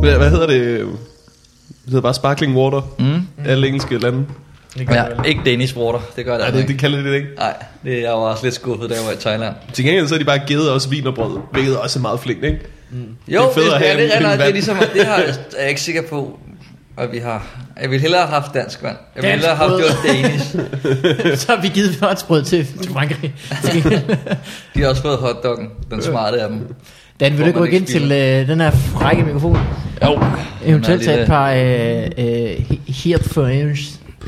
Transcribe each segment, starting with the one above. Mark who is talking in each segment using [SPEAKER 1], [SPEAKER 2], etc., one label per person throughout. [SPEAKER 1] Hvad, hvad hedder det? Det hedder bare sparkling water. Mm. Alle engelske lande.
[SPEAKER 2] Det gør
[SPEAKER 3] Ja, ikke Danish water, det gør det
[SPEAKER 1] Nej,
[SPEAKER 3] altså
[SPEAKER 1] det,
[SPEAKER 3] ikke.
[SPEAKER 1] det kalder de det ikke.
[SPEAKER 3] Nej, det, jeg var også lidt skuffet, da jeg var i Thailand.
[SPEAKER 1] Til gengæld så er de bare givet os vin og brød, hvilket også er meget flinkt, ikke?
[SPEAKER 3] Jo,
[SPEAKER 1] Det er
[SPEAKER 3] det,
[SPEAKER 1] federe
[SPEAKER 3] det,
[SPEAKER 1] at
[SPEAKER 3] ja,
[SPEAKER 1] have
[SPEAKER 3] det,
[SPEAKER 1] end-
[SPEAKER 3] render,
[SPEAKER 1] end
[SPEAKER 3] det er
[SPEAKER 1] vand.
[SPEAKER 3] ligesom, det har, er jeg ikke sikker på, at vi har. Jeg ville hellere have haft dansk vand. Jeg ville
[SPEAKER 2] Dansk
[SPEAKER 3] hellere have haft
[SPEAKER 2] brød.
[SPEAKER 3] gjort Danish.
[SPEAKER 2] så har vi givet værtsbrød til, til Frankrig.
[SPEAKER 3] De har også fået hotdoggen, den smarte af dem.
[SPEAKER 2] Dan,
[SPEAKER 3] Hvor
[SPEAKER 2] vil du ikke
[SPEAKER 3] man
[SPEAKER 2] rykke
[SPEAKER 3] ikke
[SPEAKER 2] ind til øh, den her frække mikrofon?
[SPEAKER 3] Jo.
[SPEAKER 2] Eventuelt tage et par øh, øh, Heart Frames,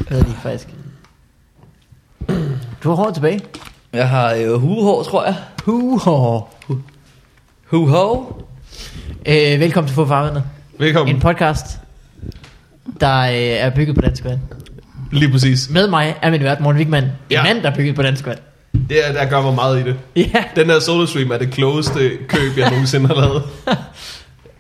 [SPEAKER 2] hedder de faktisk. Du har hår tilbage.
[SPEAKER 3] Jeg har øh, huhår, tror jeg.
[SPEAKER 2] Huhår.
[SPEAKER 3] Huhår.
[SPEAKER 2] Øh, velkommen til Forfarvandet.
[SPEAKER 1] Velkommen.
[SPEAKER 2] En podcast, der øh, er bygget på dansk vand.
[SPEAKER 1] Lige præcis.
[SPEAKER 2] Med mig er min vært, Morten Wigman. En
[SPEAKER 1] Ja.
[SPEAKER 2] mand, der er bygget på dansk vand.
[SPEAKER 1] Det er, der gør mig meget i det.
[SPEAKER 2] Ja.
[SPEAKER 1] Den her SodaStream er det klogeste køb, jeg nogensinde har lavet.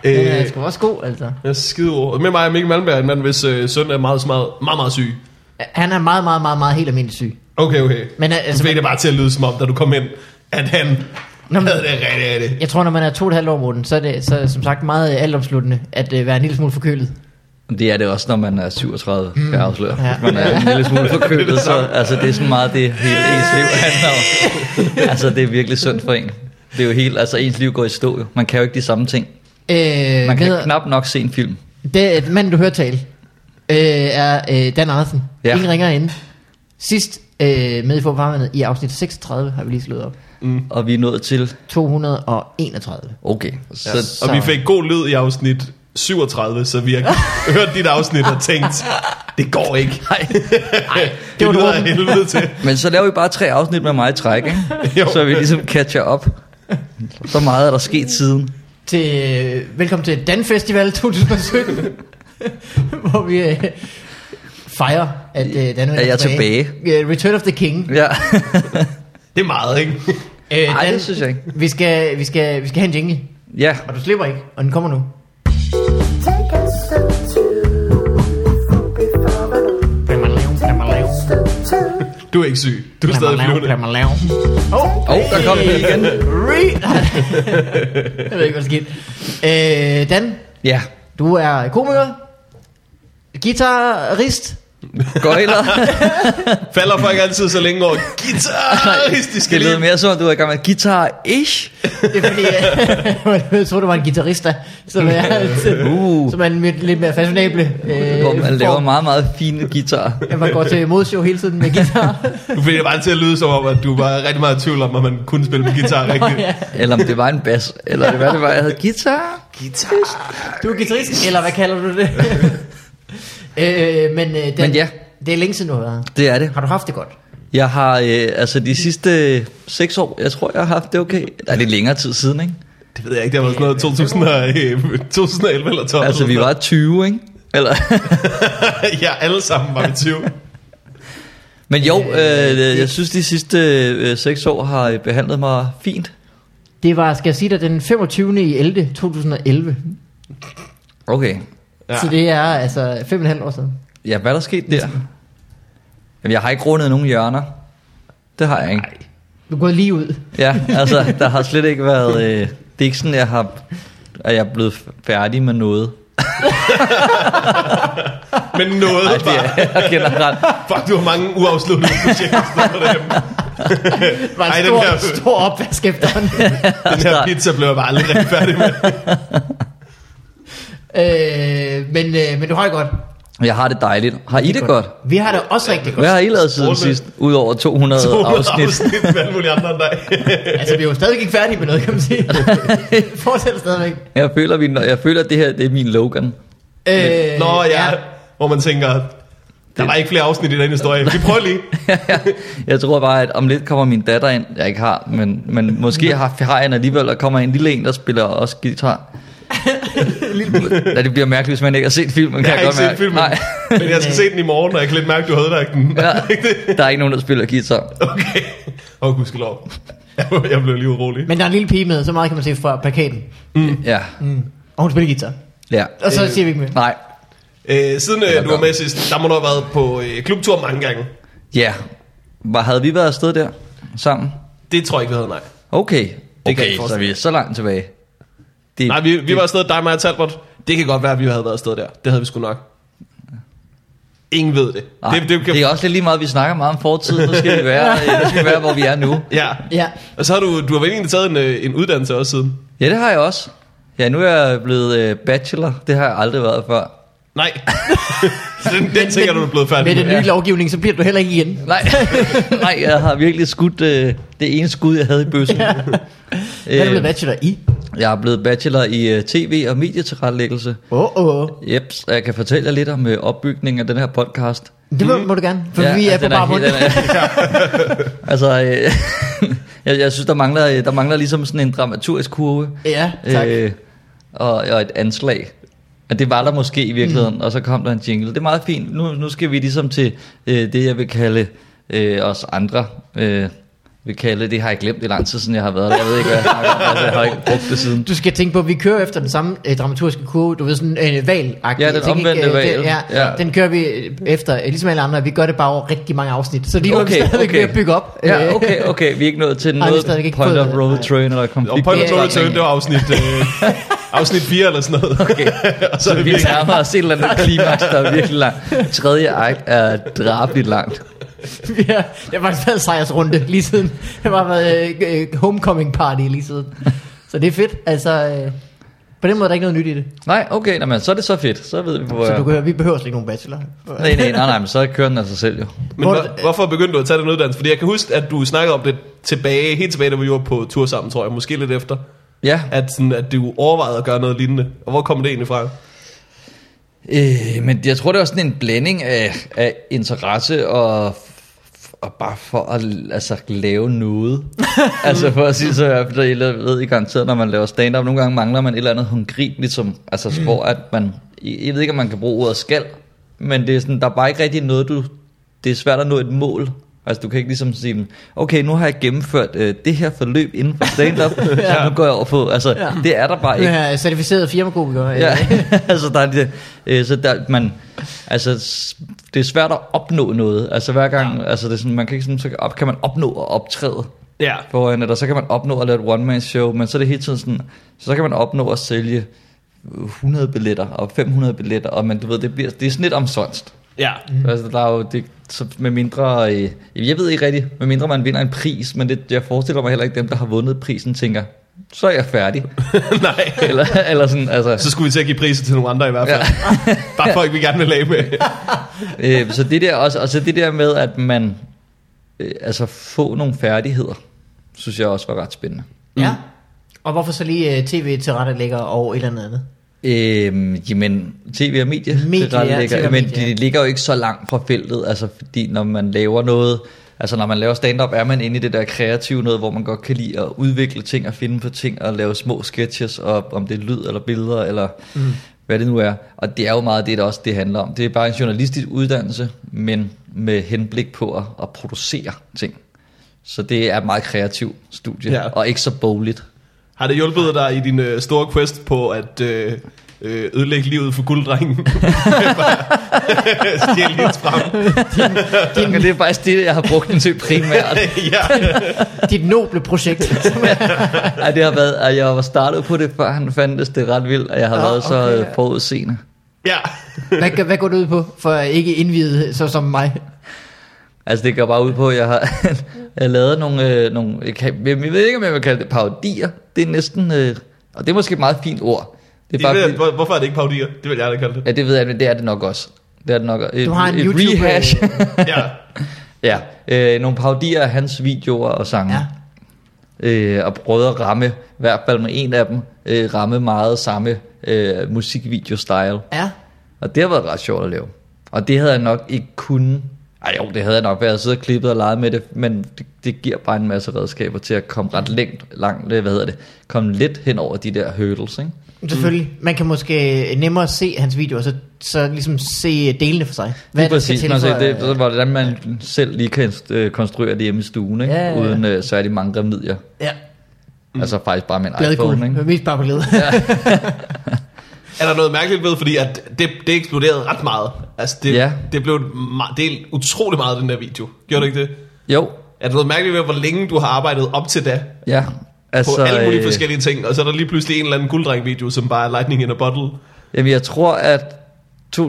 [SPEAKER 2] Den er
[SPEAKER 1] Øh,
[SPEAKER 2] sgu også god, altså.
[SPEAKER 1] jeg er skide over. Med mig er Mikkel Malmberg, en mand, hvis øh, søn er meget, meget, meget, meget syg.
[SPEAKER 2] Han er meget, meget, meget, meget helt almindelig syg.
[SPEAKER 1] Okay, okay.
[SPEAKER 2] Men altså,
[SPEAKER 1] Så fik det bare til at lyde som om, da du kom ind, at han
[SPEAKER 2] Nå, men-
[SPEAKER 1] havde det rigtig, rigtig.
[SPEAKER 2] jeg tror, når man er to og et halvt år, Morten, så er det så er det som sagt meget øh, altomsluttende at øh, være en lille smule forkølet.
[SPEAKER 3] Det er det også, når man er 37, mm. kan jeg afsløre.
[SPEAKER 2] Ja.
[SPEAKER 3] Ja. Hvis man er en lille smule forkølet, så altså, det er sådan meget det, hele ens liv handler om. Altså, det er virkelig synd for en. Det er jo helt, altså ens liv går i stå jo. Man kan jo ikke de samme ting.
[SPEAKER 2] Øh,
[SPEAKER 3] Man kan
[SPEAKER 2] hvad-
[SPEAKER 3] knap nok se en film.
[SPEAKER 2] Det, manden, du hører tale, øh, er øh, Dan Andersen. Ja.
[SPEAKER 3] Ja.
[SPEAKER 2] Ingen ringer ind. Sidst øh, med i forvarmandet i afsnit 36 har vi lige slået op.
[SPEAKER 3] Og vi er nået til,
[SPEAKER 2] 231.
[SPEAKER 3] okay, så
[SPEAKER 1] Ja. Og vi fik god lyd i afsnit 37, så vi har hørt dit afsnit og tænkt, det går ikke.
[SPEAKER 3] Nej.
[SPEAKER 1] Det
[SPEAKER 2] var
[SPEAKER 1] lyder
[SPEAKER 2] dumt.
[SPEAKER 1] af helvede til.
[SPEAKER 3] Men så laver vi bare tre afsnit med mig i træk,
[SPEAKER 1] Jo.
[SPEAKER 3] ikke? så vi ligesom catcher op. Så meget er der sket siden.
[SPEAKER 2] Til, øh, velkommen til Dan Festival 2017, hvor vi øh, fejrer, at øh, Dan
[SPEAKER 3] At jeg er
[SPEAKER 2] Øh, Return of the King.
[SPEAKER 3] Ja.
[SPEAKER 1] Det er meget, ikke?
[SPEAKER 2] Øh,
[SPEAKER 3] Ej, det synes jeg ikke.
[SPEAKER 2] Vi skal, vi, skal, vi skal have en jingle,
[SPEAKER 3] Ja,
[SPEAKER 2] og du slipper ikke, og den kommer nu.
[SPEAKER 4] Take a step to before
[SPEAKER 2] Lad mig lave, lad mig lave,
[SPEAKER 4] the two.
[SPEAKER 1] Du er ikke syg. Du er
[SPEAKER 2] lad
[SPEAKER 1] stadig
[SPEAKER 2] mig lave, lad
[SPEAKER 1] flyvende.
[SPEAKER 2] mig lave.
[SPEAKER 3] og oh, der kom den igen.
[SPEAKER 2] Re- jeg ved ikke, hvad der skete. Øh, Dan,
[SPEAKER 3] Ja,
[SPEAKER 2] du er komiker, guitarist,
[SPEAKER 3] gøjler.
[SPEAKER 1] Falder folk altid så længe over guitaristiske
[SPEAKER 3] Det lyder
[SPEAKER 1] liv.
[SPEAKER 3] mere som, om du er i gang med guitar-ish.
[SPEAKER 2] Det er fordi, jeg, jeg troede, du var en guitarist, som er,
[SPEAKER 3] Uh.
[SPEAKER 2] som er en lidt, lidt mere fashionable. Øh,
[SPEAKER 3] Hvor man laver
[SPEAKER 2] form.
[SPEAKER 3] meget, meget fine guitar.
[SPEAKER 2] Ja, man går til modshow hele tiden med guitar.
[SPEAKER 1] Du fik det bare til at lyde som om, at du var rigtig meget i tvivl om, at man kunne spille med guitar rigtigt.
[SPEAKER 2] ja.
[SPEAKER 3] Eller om det var en bas. Eller det var, det var jeg havde guitar.
[SPEAKER 2] Du er guitarist, eller hvad kalder du det? øh, men, øh, den,
[SPEAKER 3] Men ja.
[SPEAKER 2] det er længe siden, du har været her.
[SPEAKER 3] Det er det.
[SPEAKER 2] Har du haft det godt?
[SPEAKER 3] Jeg har, øh, altså de sidste seks år, jeg tror, jeg har haft det okay. Der er lidt længere tid siden, ikke?
[SPEAKER 1] Det ved jeg ikke, det var sådan noget 2000 og, øh, 2011 eller 12.
[SPEAKER 3] Altså, vi var 20, ikke? Eller,
[SPEAKER 1] ja, alle sammen var vi 20.
[SPEAKER 3] men jo, øh, jeg synes, de sidste øh, seks år har øh, behandlet mig fint.
[SPEAKER 2] Det var, skal jeg sige dig, den 25. i 11. 2011.
[SPEAKER 3] Okay.
[SPEAKER 2] Ja.
[SPEAKER 1] Ja.
[SPEAKER 2] Så det er altså fem og en halv år siden.
[SPEAKER 3] Ja, hvad er der sket der? Jamen, jeg har ikke rundet nogen hjørner. Det har jeg ikke.
[SPEAKER 2] Du er gået lige ud.
[SPEAKER 3] Ja, altså, der har slet ikke været... Øh, det er ikke sådan, jeg har, at jeg er blevet færdig med noget.
[SPEAKER 1] Men noget
[SPEAKER 3] Nej,
[SPEAKER 1] Ej,
[SPEAKER 3] det
[SPEAKER 1] bare.
[SPEAKER 3] er jeg generelt.
[SPEAKER 1] Fuck, du har mange uafsluttede projekter. står der derhjemme.
[SPEAKER 2] Det var en
[SPEAKER 1] Ej,
[SPEAKER 2] Ej,
[SPEAKER 1] den
[SPEAKER 2] stor,
[SPEAKER 1] her-
[SPEAKER 2] stor opvask efterhånden.
[SPEAKER 1] Den her pizza blev jeg bare aldrig rigtig færdig med.
[SPEAKER 2] øh, men, øh, men du har det godt.
[SPEAKER 3] Jeg har det dejligt. Har I det godt?
[SPEAKER 2] Vi har det også rigtig godt.
[SPEAKER 3] Hvad har I lavet siden
[SPEAKER 1] Strålende.
[SPEAKER 3] sidst? Udover 200,
[SPEAKER 1] 200
[SPEAKER 3] afsnit. Øh,
[SPEAKER 1] afsnit med alle mulige andre end dig.
[SPEAKER 2] Altså, vi er jo stadig ikke færdige med noget, kan man sige. Fortsæt stadigvæk.
[SPEAKER 3] Jeg føler, vi, jeg føler, at det her det er min Logan.
[SPEAKER 2] Øh,
[SPEAKER 1] Nå ja, hvor man tænker, der var ikke flere afsnit i den historie. Vi prøver lige.
[SPEAKER 3] jeg tror bare, at om lidt kommer min datter ind, jeg ikke har, men, men måske har, har jeg en alligevel, og kommer en lille en, der spiller også guitar. ja, det bliver mærkeligt, hvis man ikke har set filmen.
[SPEAKER 1] Jeg
[SPEAKER 3] Kan
[SPEAKER 1] har
[SPEAKER 3] jeg,
[SPEAKER 1] ikke
[SPEAKER 3] godt
[SPEAKER 1] set
[SPEAKER 3] mærke.
[SPEAKER 1] filmen,
[SPEAKER 3] Nej.
[SPEAKER 1] men jeg skal se den i morgen, og jeg kan lidt mærke, at du havde den.
[SPEAKER 3] Ja, der er ikke nogen, der spiller guitar.
[SPEAKER 1] Okay. Åh, oh, gudskelov. Jeg blev lige urolig.
[SPEAKER 2] Men der er en lille pige med, så meget kan man se fra plakaten.
[SPEAKER 3] Ja,
[SPEAKER 1] Mm.
[SPEAKER 2] Og hun spiller guitar.
[SPEAKER 3] ja.
[SPEAKER 2] Og så siger vi ikke mere.
[SPEAKER 3] Nej,
[SPEAKER 1] Øh, siden
[SPEAKER 3] Eller
[SPEAKER 1] øh, du var
[SPEAKER 3] gør.
[SPEAKER 1] med sidst, der må du have været på øh, klubtur mange gange.
[SPEAKER 3] ja. Hvor havde vi været afsted der sammen?
[SPEAKER 1] Det tror jeg ikke, vi havde, nej.
[SPEAKER 3] Okay,
[SPEAKER 1] jeg
[SPEAKER 3] okay,
[SPEAKER 1] ikke
[SPEAKER 3] så
[SPEAKER 1] forestille
[SPEAKER 3] vi er så langt tilbage. Det,
[SPEAKER 1] Nej, vi, vi var afsted, dig, mig og Talbot. Det kan godt være, at vi havde været afsted der. Det havde vi sgu nok. Ingen ved det.
[SPEAKER 3] Nej,
[SPEAKER 1] det, det, kan,
[SPEAKER 3] Ah, det er også lidt lige meget, vi snakker meget om fortid. Nu skal vi være, øh, nu skal vi være hvor vi er nu.
[SPEAKER 1] Ja.
[SPEAKER 2] Ja.
[SPEAKER 1] Og så har du, du har vel egentlig taget en, øh, en uddannelse også siden.
[SPEAKER 3] Ja, det har jeg også. Ja, nu er jeg blevet øh, bachelor. Det har jeg aldrig været før.
[SPEAKER 1] Nej. så den, den tænker du, du er blevet færdig
[SPEAKER 2] Med den
[SPEAKER 1] med.
[SPEAKER 2] nye
[SPEAKER 3] Ja.
[SPEAKER 2] lovgivning, så bliver du heller ikke igen.
[SPEAKER 3] Nej, nej jeg har virkelig skudt øh, det ene skud, jeg havde i bøssen. Ja.
[SPEAKER 1] Øh.
[SPEAKER 2] Hvad er du blevet bachelor i?
[SPEAKER 3] jeg er blevet bachelor i øh, tv og medietilrettelæggelse.
[SPEAKER 2] Åh, oh, åh. Oh.
[SPEAKER 3] Yep, og jeg kan fortælle jer lidt om øh, opbygningen af den her podcast.
[SPEAKER 2] Det
[SPEAKER 1] Mm.
[SPEAKER 2] må, må du gerne, for ja, vi er
[SPEAKER 3] altså,
[SPEAKER 2] på
[SPEAKER 3] den
[SPEAKER 2] bare bund.
[SPEAKER 3] helt- den er- altså, øh, jeg, jeg synes, der mangler, øh, der mangler ligesom sådan en dramaturgisk kurve.
[SPEAKER 2] Ja, tak.
[SPEAKER 3] Øh, og, og et anslag. Og det var der måske i virkeligheden, mm. og så kom der en jingle. Det er meget fint. Nu, nu skal vi ligesom til øh, det, jeg vil kalde øh, os andre. Øh, vil kalde, det har jeg glemt i lang tid, siden jeg har været der. Jeg ved ikke, hvad jeg snakker om. Altså, jeg har ikke brugt det siden.
[SPEAKER 2] Du skal tænke på, at vi kører efter den samme øh, dramaturgiske kurve. Du ved, sådan en øh, val
[SPEAKER 3] Ja, den omvendte
[SPEAKER 2] Den,
[SPEAKER 3] hval.
[SPEAKER 2] ja, ja.
[SPEAKER 3] Ja.
[SPEAKER 2] den kører vi øh, efter, øh, ligesom alle andre. Vi gør det bare over rigtig mange afsnit. Så lige nu okay, er
[SPEAKER 3] Okay,
[SPEAKER 2] vi stadigvæk
[SPEAKER 3] okay.
[SPEAKER 2] okay. ved at bygge op.
[SPEAKER 3] Ja,
[SPEAKER 2] Øh,
[SPEAKER 3] okay, okay. Vi er ikke nået til
[SPEAKER 2] Nej, vi er
[SPEAKER 3] noget
[SPEAKER 2] stadig ikke
[SPEAKER 3] point
[SPEAKER 2] på
[SPEAKER 3] of
[SPEAKER 2] det.
[SPEAKER 3] road
[SPEAKER 2] Nej.
[SPEAKER 3] train eller konflikt.
[SPEAKER 1] Og Point of
[SPEAKER 2] Ja,
[SPEAKER 1] Total
[SPEAKER 2] ja,
[SPEAKER 1] Return, det var afsnit, øh, afsnit 4 eller sådan noget.
[SPEAKER 3] Okay.
[SPEAKER 1] og så
[SPEAKER 3] Så
[SPEAKER 1] er det
[SPEAKER 3] vi
[SPEAKER 1] virkelig,
[SPEAKER 3] nærmer os et eller andet klimaks, der er virkelig langt. Tredje akt er drabligt langt.
[SPEAKER 2] Vi har, det har faktisk været sejrsrunde lige siden. Det har været øh, øh, homecoming party lige siden. Så det er fedt. Altså, øh, på den måde er der ikke noget nyt i det.
[SPEAKER 3] Nej, okay, jamen, så er det så fedt. Så ved vi, hvor
[SPEAKER 2] Så
[SPEAKER 3] jeg...
[SPEAKER 2] du kan høre, vi behøver slet ikke nogen bachelor.
[SPEAKER 3] Nej, nej, nej, nej, men så kører den af sig selv jo.
[SPEAKER 1] men
[SPEAKER 2] Hvor-
[SPEAKER 1] hvor, hvorfor begyndte du at tage den uddannelse? Fordi jeg kan huske, at du snakkede om det tilbage, helt tilbage, da vi var på tur sammen, tror jeg. Måske lidt efter.
[SPEAKER 3] Ja,
[SPEAKER 1] At, sådan, at du overvejede at gøre noget lignende. Og hvor kom det egentlig fra?
[SPEAKER 3] øh, men jeg tror, det var sådan en blanding af, af interesse og, og bare for at altså, lave noget. altså for at sige så, i hvert fald, jeg ved I garanteret, når man laver stand-up, nogle gange mangler man et eller andet håndgribeligt, som, altså, hvor at man, jeg ved ikke, om man kan bruge ordet skal, men det er sådan, der er bare ikke rigtig noget, du, det er svært at nå et mål. Altså du kan ikke ligesom sige, okay, nu har jeg gennemført øh, det her forløb inden for stand-up, ja. så nu går jeg over på, altså ja. det er der bare ikke.
[SPEAKER 2] Ja, certificeret firmakomiker.
[SPEAKER 3] Ja,
[SPEAKER 2] Ja.
[SPEAKER 3] altså der er det, øh, så der, man, altså s- det er svært at opnå noget. Altså hver gang, ja. altså det er sådan, man kan ikke sådan, så op, kan man opnå at optræde
[SPEAKER 1] Ja.
[SPEAKER 3] foran, eller så kan man opnå at lave et one-man show, men så er det hele tiden sådan, så kan man opnå at sælge 100 billetter og 500 billetter, og man, du ved, det, bliver, det er sådan lidt omsonst.
[SPEAKER 1] Ja.
[SPEAKER 3] Mm. Altså, der er jo, det, så med mindre, øh, jeg ved ikke rigtigt, med mindre man vinder en pris, men det, jeg forestiller mig heller ikke dem, der har vundet prisen, tænker, så er jeg færdig.
[SPEAKER 1] Nej.
[SPEAKER 3] eller, eller sådan, altså.
[SPEAKER 1] Så skulle vi til at give priser til nogle andre i hvert fald. Ja. Bare folk, vi gerne vil lave med.
[SPEAKER 3] øh, så det der også, og så det der med, at man øh, altså få nogle færdigheder, synes jeg også var ret spændende.
[SPEAKER 2] ja. Og hvorfor så lige øh, tv til rettelægger og et eller andet?
[SPEAKER 3] Øhm, jamen, tv og medie,
[SPEAKER 2] Medie,
[SPEAKER 3] det er ret
[SPEAKER 2] ja,
[SPEAKER 3] lækkert,
[SPEAKER 2] TV og
[SPEAKER 3] men
[SPEAKER 2] medie, ja.
[SPEAKER 3] det ligger jo ikke så langt fra feltet, altså fordi når man laver noget, altså når man laver stand-up, er man inde i det der kreative noget, hvor man godt kan lide at udvikle ting og finde på ting og lave små sketches, og om det er lyd eller billeder eller mm. hvad det nu er. Og det er jo meget det, der også det handler om. Det er bare en journalistisk uddannelse, men med henblik på at, at producere ting. Så det er et meget kreativt studie,
[SPEAKER 1] Ja.
[SPEAKER 3] ja. og ikke så bogligt.
[SPEAKER 1] Har det hjulpet dig i din øh, store quest på at øh, øh, ødelægge livet for gulddrengen? Bare Stjæl lidt frem.
[SPEAKER 3] Det er faktisk det, jeg har brugt den til primært.
[SPEAKER 1] ja.
[SPEAKER 2] Dit noble projekt.
[SPEAKER 3] Ej, det har været, at jeg var startet på det, før han fandtes. Det er ret vildt, at jeg har
[SPEAKER 2] Ah,
[SPEAKER 3] ah, været så
[SPEAKER 2] okay,
[SPEAKER 3] øh,
[SPEAKER 2] ja.
[SPEAKER 3] forudseende.
[SPEAKER 1] ja.
[SPEAKER 2] hvad, gør- hvad går det ud på for ikke indvidet så som mig?
[SPEAKER 3] Altså, det går bare ud på, at jeg har jeg har lavet nogle... Øh, nogle jeg, kan, jeg ved ikke, om jeg vil kalde det parodier. Det er næsten... Øh, og det er måske et meget fint ord.
[SPEAKER 1] Det
[SPEAKER 3] Det er bare,
[SPEAKER 1] ved,
[SPEAKER 3] det,
[SPEAKER 1] hvor, hvorfor er det ikke paudier? Det vil jeg aldrig kalde det.
[SPEAKER 3] ja, det ved jeg, men det er det nok også. Det er det nok også.
[SPEAKER 2] Du har en
[SPEAKER 3] Et- et
[SPEAKER 2] YouTube,
[SPEAKER 3] rehash.
[SPEAKER 2] øh,
[SPEAKER 1] Ja.
[SPEAKER 3] ja, øh, nogle parodier af hans videoer og sange.
[SPEAKER 2] Ja.
[SPEAKER 3] Ja. Øh, og prøvede at ramme, i hvert fald med en af dem, øh, ramme meget samme øh, musikvideo-style.
[SPEAKER 2] Ja.
[SPEAKER 3] Og det har været ret sjovt at lave. Og det havde jeg nok ikke kunnet. Ej jo, det havde jeg nok været siddet og klippet og leget med det, men det, det giver bare en masse redskaber til at komme ret langt, langt øh, hvad hedder det, komme lidt hen over de der hurdles, ikke?
[SPEAKER 2] Selvfølgelig. Man kan måske nemmere se hans videoer, så, så ligesom se delene for sig. Hvad
[SPEAKER 3] Lige præcis, man
[SPEAKER 2] for,
[SPEAKER 3] ser, det,
[SPEAKER 2] øh,
[SPEAKER 3] så hvordan man selv lige kan øh, konstruere det hjemme i stuen, ikke?
[SPEAKER 2] Ja, ja, ja.
[SPEAKER 3] Uden øh, særlig mange remedier.
[SPEAKER 2] Ja,
[SPEAKER 3] Mm. Altså faktisk bare med en iPhone,
[SPEAKER 2] bladkuglen.
[SPEAKER 3] ikke?
[SPEAKER 2] Mest bare på led.
[SPEAKER 1] Er der noget mærkeligt ved, fordi at det, det eksploderede ret meget. Altså, det,
[SPEAKER 3] Ja.
[SPEAKER 1] det blev et me- det er utrolig meget, den der video. Gjorde det ikke det?
[SPEAKER 3] Jo,
[SPEAKER 1] Er der noget mærkeligt ved, hvor længe du har arbejdet op til da?
[SPEAKER 3] ja.
[SPEAKER 1] På altså, alle mulige
[SPEAKER 3] øh,
[SPEAKER 1] forskellige ting, og så er der lige pludselig en eller anden gulddreng-video, som bare er lightning in a bottle.
[SPEAKER 3] Jamen, jeg tror, at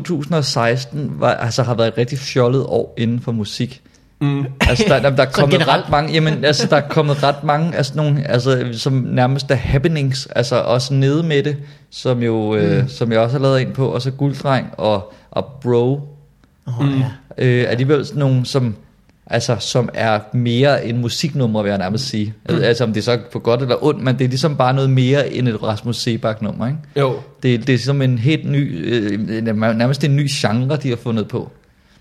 [SPEAKER 3] 2016 var, altså, har været et rigtig fjollet år inden for musik. Mm. Altså, der, der, der er
[SPEAKER 2] Så
[SPEAKER 3] kommet
[SPEAKER 2] generelt?
[SPEAKER 3] ret mange, jamen, altså, der er kommet ret mange, altså, nogle, altså, som nærmest er happenings, altså også nede med det, som jo, øh, som jeg også har lavet ind på, og så Gulddreng og, og Bro,
[SPEAKER 2] Åh, oh, ja.
[SPEAKER 3] øh, alligevel sådan nogle, som, altså, som er mere end musiknumre, vil jeg nærmest sige. Mm. Altså om det er så på godt eller ondt, men det er ligesom bare noget mere end et Rasmus Sebak-nummer, ikke?
[SPEAKER 1] Jo.
[SPEAKER 3] Det, det er som en helt ny, øh, nærmest en ny genre, de har fundet på.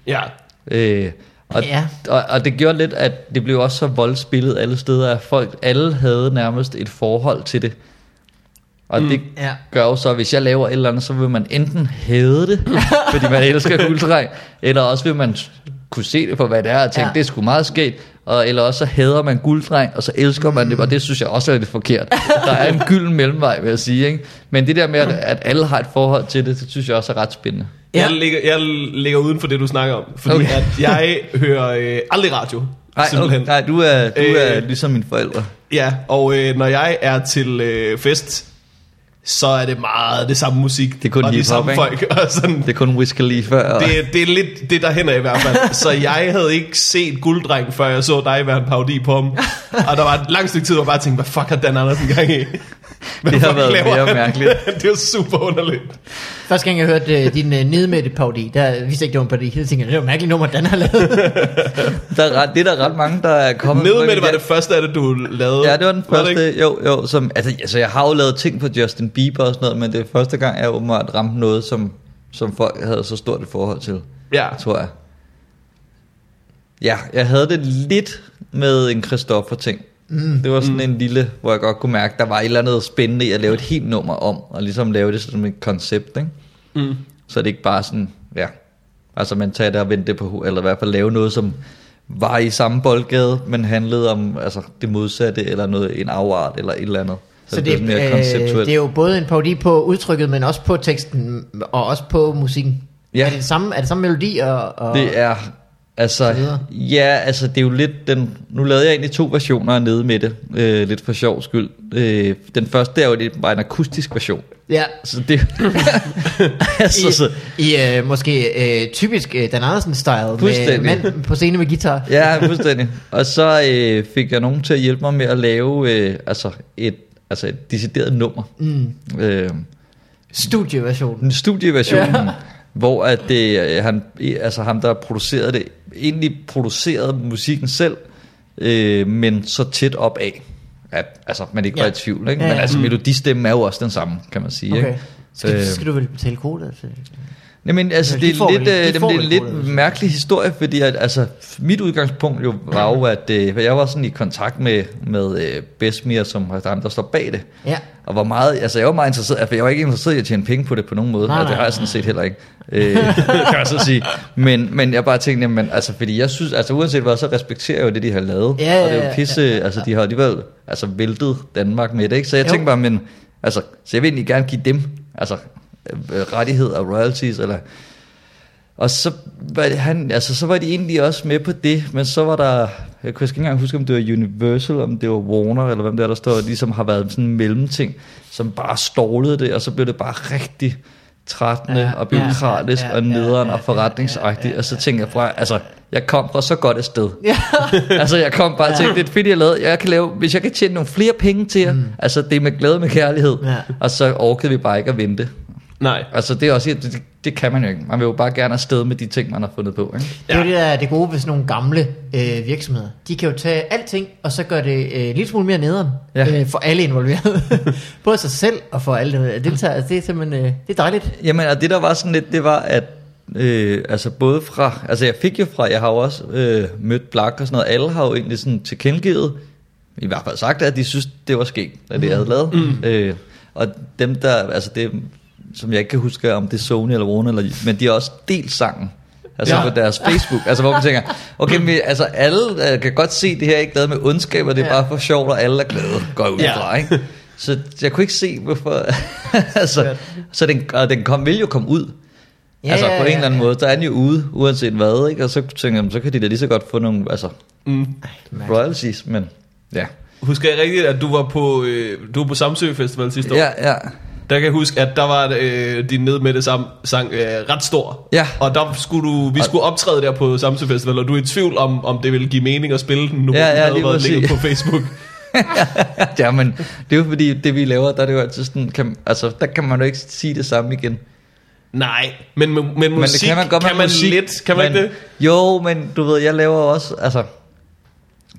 [SPEAKER 1] Ja.
[SPEAKER 3] Øh, og,
[SPEAKER 2] Ja.
[SPEAKER 3] og, og det gjorde lidt, at det blev også så voldspillet alle steder, at folk, alle havde nærmest et forhold til det. Og mm. det
[SPEAKER 2] Ja.
[SPEAKER 3] gør jo så, at hvis jeg laver et eller andet, så vil man enten hade det, fordi man elsker guldtræk, eller også vil man kunne se det for, hvad det er, og tænke,
[SPEAKER 2] Ja.
[SPEAKER 3] ja. det er sgu meget sket, og, eller også så hader man gulddreng, og så elsker man det, og det synes jeg også er lidt forkert. Der er en gylden mellemvej, vil jeg sige. Ikke? Men det der med, at, at alle har et forhold til det, det synes jeg også er ret spændende.
[SPEAKER 1] Ja.
[SPEAKER 2] Ja.
[SPEAKER 1] Jeg, ligger, jeg ligger uden for det, du snakker om. Fordi okay.
[SPEAKER 3] Okay.
[SPEAKER 1] at jeg hører øh, aldrig radio.
[SPEAKER 3] Nej, okay, nej du, er, du er
[SPEAKER 1] Øh.
[SPEAKER 3] ligesom mine forældre.
[SPEAKER 1] Ja, og øh, når jeg er til øh, fest, så er det meget det samme musik.
[SPEAKER 3] Det er kun
[SPEAKER 1] og de
[SPEAKER 3] hiphop,
[SPEAKER 1] samme
[SPEAKER 3] ikke?
[SPEAKER 1] folk. Og sådan,
[SPEAKER 3] Det er kun Wiz Khalifa. Og...
[SPEAKER 1] det, det er lidt det, der hænder i hvert fald. Så jeg havde ikke set Gulddreng, før jeg så dig være en parodi på ham. Og der var et langt stykke tid, hvor jeg bare tænkte, hvad fuck har Dan Andersen gang i? Hvad
[SPEAKER 3] Det har
[SPEAKER 1] fuck
[SPEAKER 3] været
[SPEAKER 1] laver
[SPEAKER 3] mere
[SPEAKER 1] han?
[SPEAKER 3] mærkeligt.
[SPEAKER 1] det var super underligt.
[SPEAKER 2] Første gang jeg hørte øh, din øh, nedmætte parodi, der vidste jeg ikke, det var en parodi. Jeg tænkte, det var et mærkeligt nummer, den har lavet.
[SPEAKER 3] Der er ret, det er der ret mange, der er kommet.
[SPEAKER 1] Nede med det var
[SPEAKER 3] Ja,
[SPEAKER 1] det første af det, du lavede.
[SPEAKER 3] Ja, det var den
[SPEAKER 1] det ikke?
[SPEAKER 3] første, jo, jo, som, altså, altså, jeg har jo lavet ting på Justin Bieber og sådan noget, men det er første gang, jeg åbenbart ramte noget, som, som folk havde så stort et forhold til,
[SPEAKER 1] Ja.
[SPEAKER 3] tror jeg. Ja, jeg havde det lidt med en Christoffer-ting. Mm. Det var sådan mm. en lille, hvor jeg godt kunne mærke, der var et eller andet spændende i at lave et helt nummer om, og ligesom lave det som et koncept, ikke?
[SPEAKER 1] Mm.
[SPEAKER 3] Så det ikke bare sådan, ja, altså man tager det og venter det på, ho- eller i hvert fald lave noget, som var i samme boldgade, men handlede om altså, det modsatte, eller noget, en afart, eller et eller andet. Så,
[SPEAKER 2] Så
[SPEAKER 3] det,
[SPEAKER 2] det,
[SPEAKER 3] det mere
[SPEAKER 2] øh,
[SPEAKER 3] konceptuelt.
[SPEAKER 2] det er jo både en parodi på udtrykket, men også på teksten, og også på musikken.
[SPEAKER 3] Ja.
[SPEAKER 2] Er, det det samme, er det samme melodi? Og, og
[SPEAKER 3] det er, altså,
[SPEAKER 2] Så videre.
[SPEAKER 3] ja, altså det er jo lidt den, nu lavede jeg egentlig to versioner af nede med det, øh, lidt for sjov skyld. Øh, den første er jo lidt bare en akustisk version,
[SPEAKER 2] ja.
[SPEAKER 3] så det, altså, så,
[SPEAKER 2] I, i øh, måske øh, typisk øh, Dan Andersen-style, med
[SPEAKER 3] Fuldstændig.
[SPEAKER 2] mand på scene med guitar.
[SPEAKER 3] Ja, fuldstændig. Og så øh, fik jeg nogen til at hjælpe mig med at lave øh, altså et, altså et decideret nummer.
[SPEAKER 2] Mm.
[SPEAKER 3] Øh,
[SPEAKER 2] Studieversionen.
[SPEAKER 3] en studieversion, ja. hvor at det, øh, han, eh, altså ham, der producerede det, egentlig producerede musikken selv, øh, men så tæt op af, at altså, man ikke
[SPEAKER 2] Ja.
[SPEAKER 3] ja. var i tvivl. Ikke?
[SPEAKER 2] Ja,
[SPEAKER 3] Men
[SPEAKER 2] ja.
[SPEAKER 3] altså, melodistemmen er jo også den samme, kan man sige.
[SPEAKER 2] Okay.
[SPEAKER 3] Ikke?
[SPEAKER 2] Skal,
[SPEAKER 3] Øh.
[SPEAKER 2] skal du vel betale koda? til-
[SPEAKER 3] Jamen, altså,
[SPEAKER 2] Ja,
[SPEAKER 3] det,
[SPEAKER 2] de får
[SPEAKER 3] er lidt,
[SPEAKER 2] vel- de
[SPEAKER 3] øh,
[SPEAKER 2] får
[SPEAKER 3] jamen, det er en lidt
[SPEAKER 2] vel kortet, altså.
[SPEAKER 3] mærkelig historie, fordi at, altså, mit udgangspunkt jo var jo, at øh, jeg var sådan i kontakt med, med øh, Besmir, som er ham, der står bag det.
[SPEAKER 2] Ja.
[SPEAKER 3] Og var meget, altså jeg var meget interesseret, for jeg var ikke interesseret i at tjene penge på det på nogen måde,
[SPEAKER 2] Nej,
[SPEAKER 3] nej, og det
[SPEAKER 2] nej,
[SPEAKER 3] har jeg sådan set heller ikke, øh, kan jeg så sige. Men, men jeg bare tænkte, jamen, altså, fordi jeg synes, altså uanset hvad, så respekterer jeg jo det, de har lavet.
[SPEAKER 2] Ja, ja,
[SPEAKER 3] og det er
[SPEAKER 2] ja,
[SPEAKER 3] jo pisse, ja, ja. altså de har alligevel altså, væltet Danmark med det, ikke? Så jeg
[SPEAKER 2] Jo.
[SPEAKER 3] tænkte bare, men altså, så jeg vil egentlig gerne give dem, altså øh, rettigheder og royalties, eller og så var, det, han, altså, så var de egentlig også med på det, men så var der, jeg kan ikke engang huske, om det var Universal, om det var Warner, eller hvem det er, der står, ligesom har været sådan en mellemting, som bare stålede det, og så blev det bare rigtig trættende
[SPEAKER 2] Ja,
[SPEAKER 3] ja, og byråkratisk
[SPEAKER 2] ja,
[SPEAKER 3] ja,
[SPEAKER 2] ja,
[SPEAKER 3] og
[SPEAKER 2] ja,
[SPEAKER 3] nederen
[SPEAKER 2] ja,
[SPEAKER 3] og forretningsagtigt, og så tænkte jeg fra, altså, jeg kom fra så godt et sted. altså, jeg kom bare og tænkte, det er fedt, jeg lavede. Jeg kan lave, hvis jeg kan tjene nogle flere penge til jer, mm. altså, det er med glæde og med kærlighed.
[SPEAKER 2] Ja.
[SPEAKER 3] Ja. Og så orkede vi bare ikke at vente.
[SPEAKER 1] Nej.
[SPEAKER 3] Altså det er også, det, det- det kan man jo ikke. Man vil jo bare gerne afsted med de ting, man har fundet på. Ikke?
[SPEAKER 2] Det er jo det, der er det gode ved sådan nogle gamle øh, virksomheder. De kan jo tage alting, og så gøre det øh, en lille smule mere nederen ja.
[SPEAKER 3] Ja.
[SPEAKER 2] øh, for alle involverede. Både sig selv og for alle der deltager. Altså, det er simpelthen øh, det er dejligt.
[SPEAKER 3] Jamen og det der var sådan lidt, det var at, øh, altså både fra, altså jeg fik jo fra, jeg har jo også øh, mødt Black og sådan noget, alle har jo egentlig sådan tilkendegivet, i hvert fald sagt, at de synes, det var sket, at det jeg havde lavet. Mm. Øh, og dem der, altså det, som jeg ikke kan huske, om det er Sony eller Warner, eller, men de har også delt sangen. Altså
[SPEAKER 1] Ja.
[SPEAKER 3] ja. på deres Facebook Altså hvor man tænker Okay men altså alle øh, kan godt se Det her er ikke lavet med ondskab Og det er
[SPEAKER 2] Ja.
[SPEAKER 3] ja. bare for sjovt Og alle er glade Går jeg ud
[SPEAKER 1] Ja.
[SPEAKER 3] ja. fra ikke? Så jeg kunne ikke se hvorfor altså, Så den, og den kom, vil jo komme ud ja, Altså på ja, en eller anden ja. måde Der er den jo ude Uanset hvad ikke? Og så tænker jeg Så kan de da lige så godt få nogle altså,
[SPEAKER 1] Mm.
[SPEAKER 3] royalties Men ja
[SPEAKER 1] Husker jeg rigtigt, at du var på, øh, du var på Samsø Festival sidste år?
[SPEAKER 3] Ja ja
[SPEAKER 1] der kan jeg huske, at der var øh, din ned med det samme sang øh, ret stor.
[SPEAKER 3] Ja.
[SPEAKER 1] Og der skulle du, vi skulle optræde der på Samsø Festival, og du er i tvivl om, om det ville give mening at spille den nu,
[SPEAKER 3] Ja, ja,
[SPEAKER 1] den
[SPEAKER 3] lige
[SPEAKER 1] havde været
[SPEAKER 3] præcis.
[SPEAKER 1] ligget på Facebook.
[SPEAKER 3] ja, men det er jo fordi, det vi laver, der er det jo altid sådan, kan, altså, der kan man jo ikke sige det samme igen.
[SPEAKER 1] Nej, men, men, men musik, men det kan man, godt
[SPEAKER 3] med
[SPEAKER 1] kan man
[SPEAKER 3] musik,
[SPEAKER 1] lidt, kan man
[SPEAKER 3] men-
[SPEAKER 1] ikke det?
[SPEAKER 3] Jo, men du ved, jeg laver også, altså,